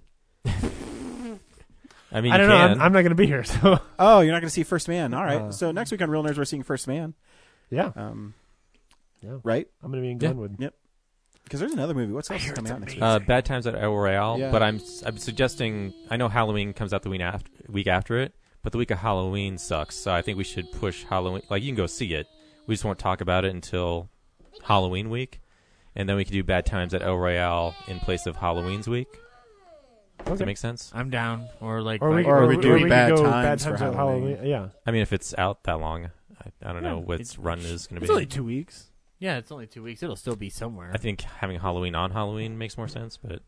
Speaker 7: I mean,
Speaker 6: I don't
Speaker 7: you
Speaker 6: know.
Speaker 7: can.
Speaker 6: I'm, I'm not gonna be here, so
Speaker 1: Oh, you're not going to see First Man. All right.
Speaker 6: Uh.
Speaker 1: so next week on Real Nerds, we're seeing First Man.
Speaker 6: yeah,
Speaker 1: Um,
Speaker 6: Yeah.
Speaker 1: Right?
Speaker 6: I'm gonna be in
Speaker 7: Yeah.
Speaker 6: Glenwood.
Speaker 1: Because there's another movie. What's else is coming out next week?
Speaker 7: Uh, Bad Times at El Royale,
Speaker 1: Yeah.
Speaker 7: but I'm I'm suggesting I know Halloween comes out the week after week after it, but the week of Halloween sucks. So I think we should push Halloween. Like you can go see it. We just won't talk about it until Halloween week, and then we can do Bad Times at El Royale in place of Halloween's week. Does
Speaker 6: Okay.
Speaker 7: that make sense?
Speaker 8: I'm down, or like,
Speaker 6: Or we,
Speaker 8: like-
Speaker 1: Or we do
Speaker 6: we could
Speaker 1: Bad
Speaker 6: go
Speaker 1: Times for
Speaker 6: Times at
Speaker 1: Halloween.
Speaker 6: Yeah,
Speaker 7: I mean, if it's out that long, I, I don't
Speaker 8: Yeah,
Speaker 7: know what its
Speaker 8: it's-
Speaker 7: run is going to
Speaker 6: it's
Speaker 7: be.
Speaker 6: only two weeks.
Speaker 8: yeah, it's only two weeks. It'll still be somewhere.
Speaker 7: I think having Halloween on Halloween makes more sense, but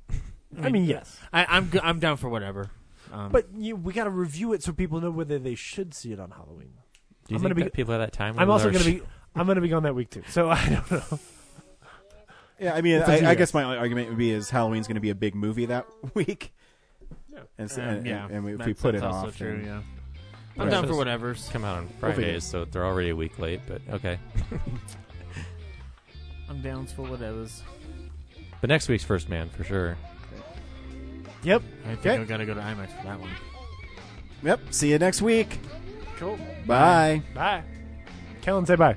Speaker 6: I mean, yes.
Speaker 8: I, I'm go- I'm down for whatever. Um,
Speaker 6: But you, we got to review it so people know whether they should see it on Halloween.
Speaker 7: do you
Speaker 6: I'm
Speaker 7: think
Speaker 6: gonna be-
Speaker 7: that people at that time?
Speaker 6: I'm
Speaker 7: will
Speaker 6: also
Speaker 7: or-
Speaker 6: going to be I'm going to be gone that week too. So I don't know.
Speaker 1: Yeah, I mean,
Speaker 6: It's up to
Speaker 1: I, I
Speaker 6: you
Speaker 1: guess my argument would be is Halloween's going to be a big movie that week. Yeah. And, so,
Speaker 8: um,
Speaker 1: and,
Speaker 8: yeah,
Speaker 1: and we- if
Speaker 8: that's-
Speaker 1: we put it
Speaker 8: that's also
Speaker 1: off,
Speaker 8: true,
Speaker 1: then-
Speaker 8: yeah. I'm
Speaker 7: Right.
Speaker 8: down
Speaker 7: It's
Speaker 8: for whatever's.
Speaker 7: Come out on
Speaker 8: We'll figure
Speaker 7: Fridays, so they're already a week late. But okay.
Speaker 8: I'm down for whatever's.
Speaker 7: but next week's first man for sure.
Speaker 6: Yep.
Speaker 8: I think
Speaker 6: Okay.
Speaker 8: I gotta go to IMAX for that one.
Speaker 13: Yep. See you next week.
Speaker 6: Cool.
Speaker 13: Bye.
Speaker 6: Bye. Kellen, say bye.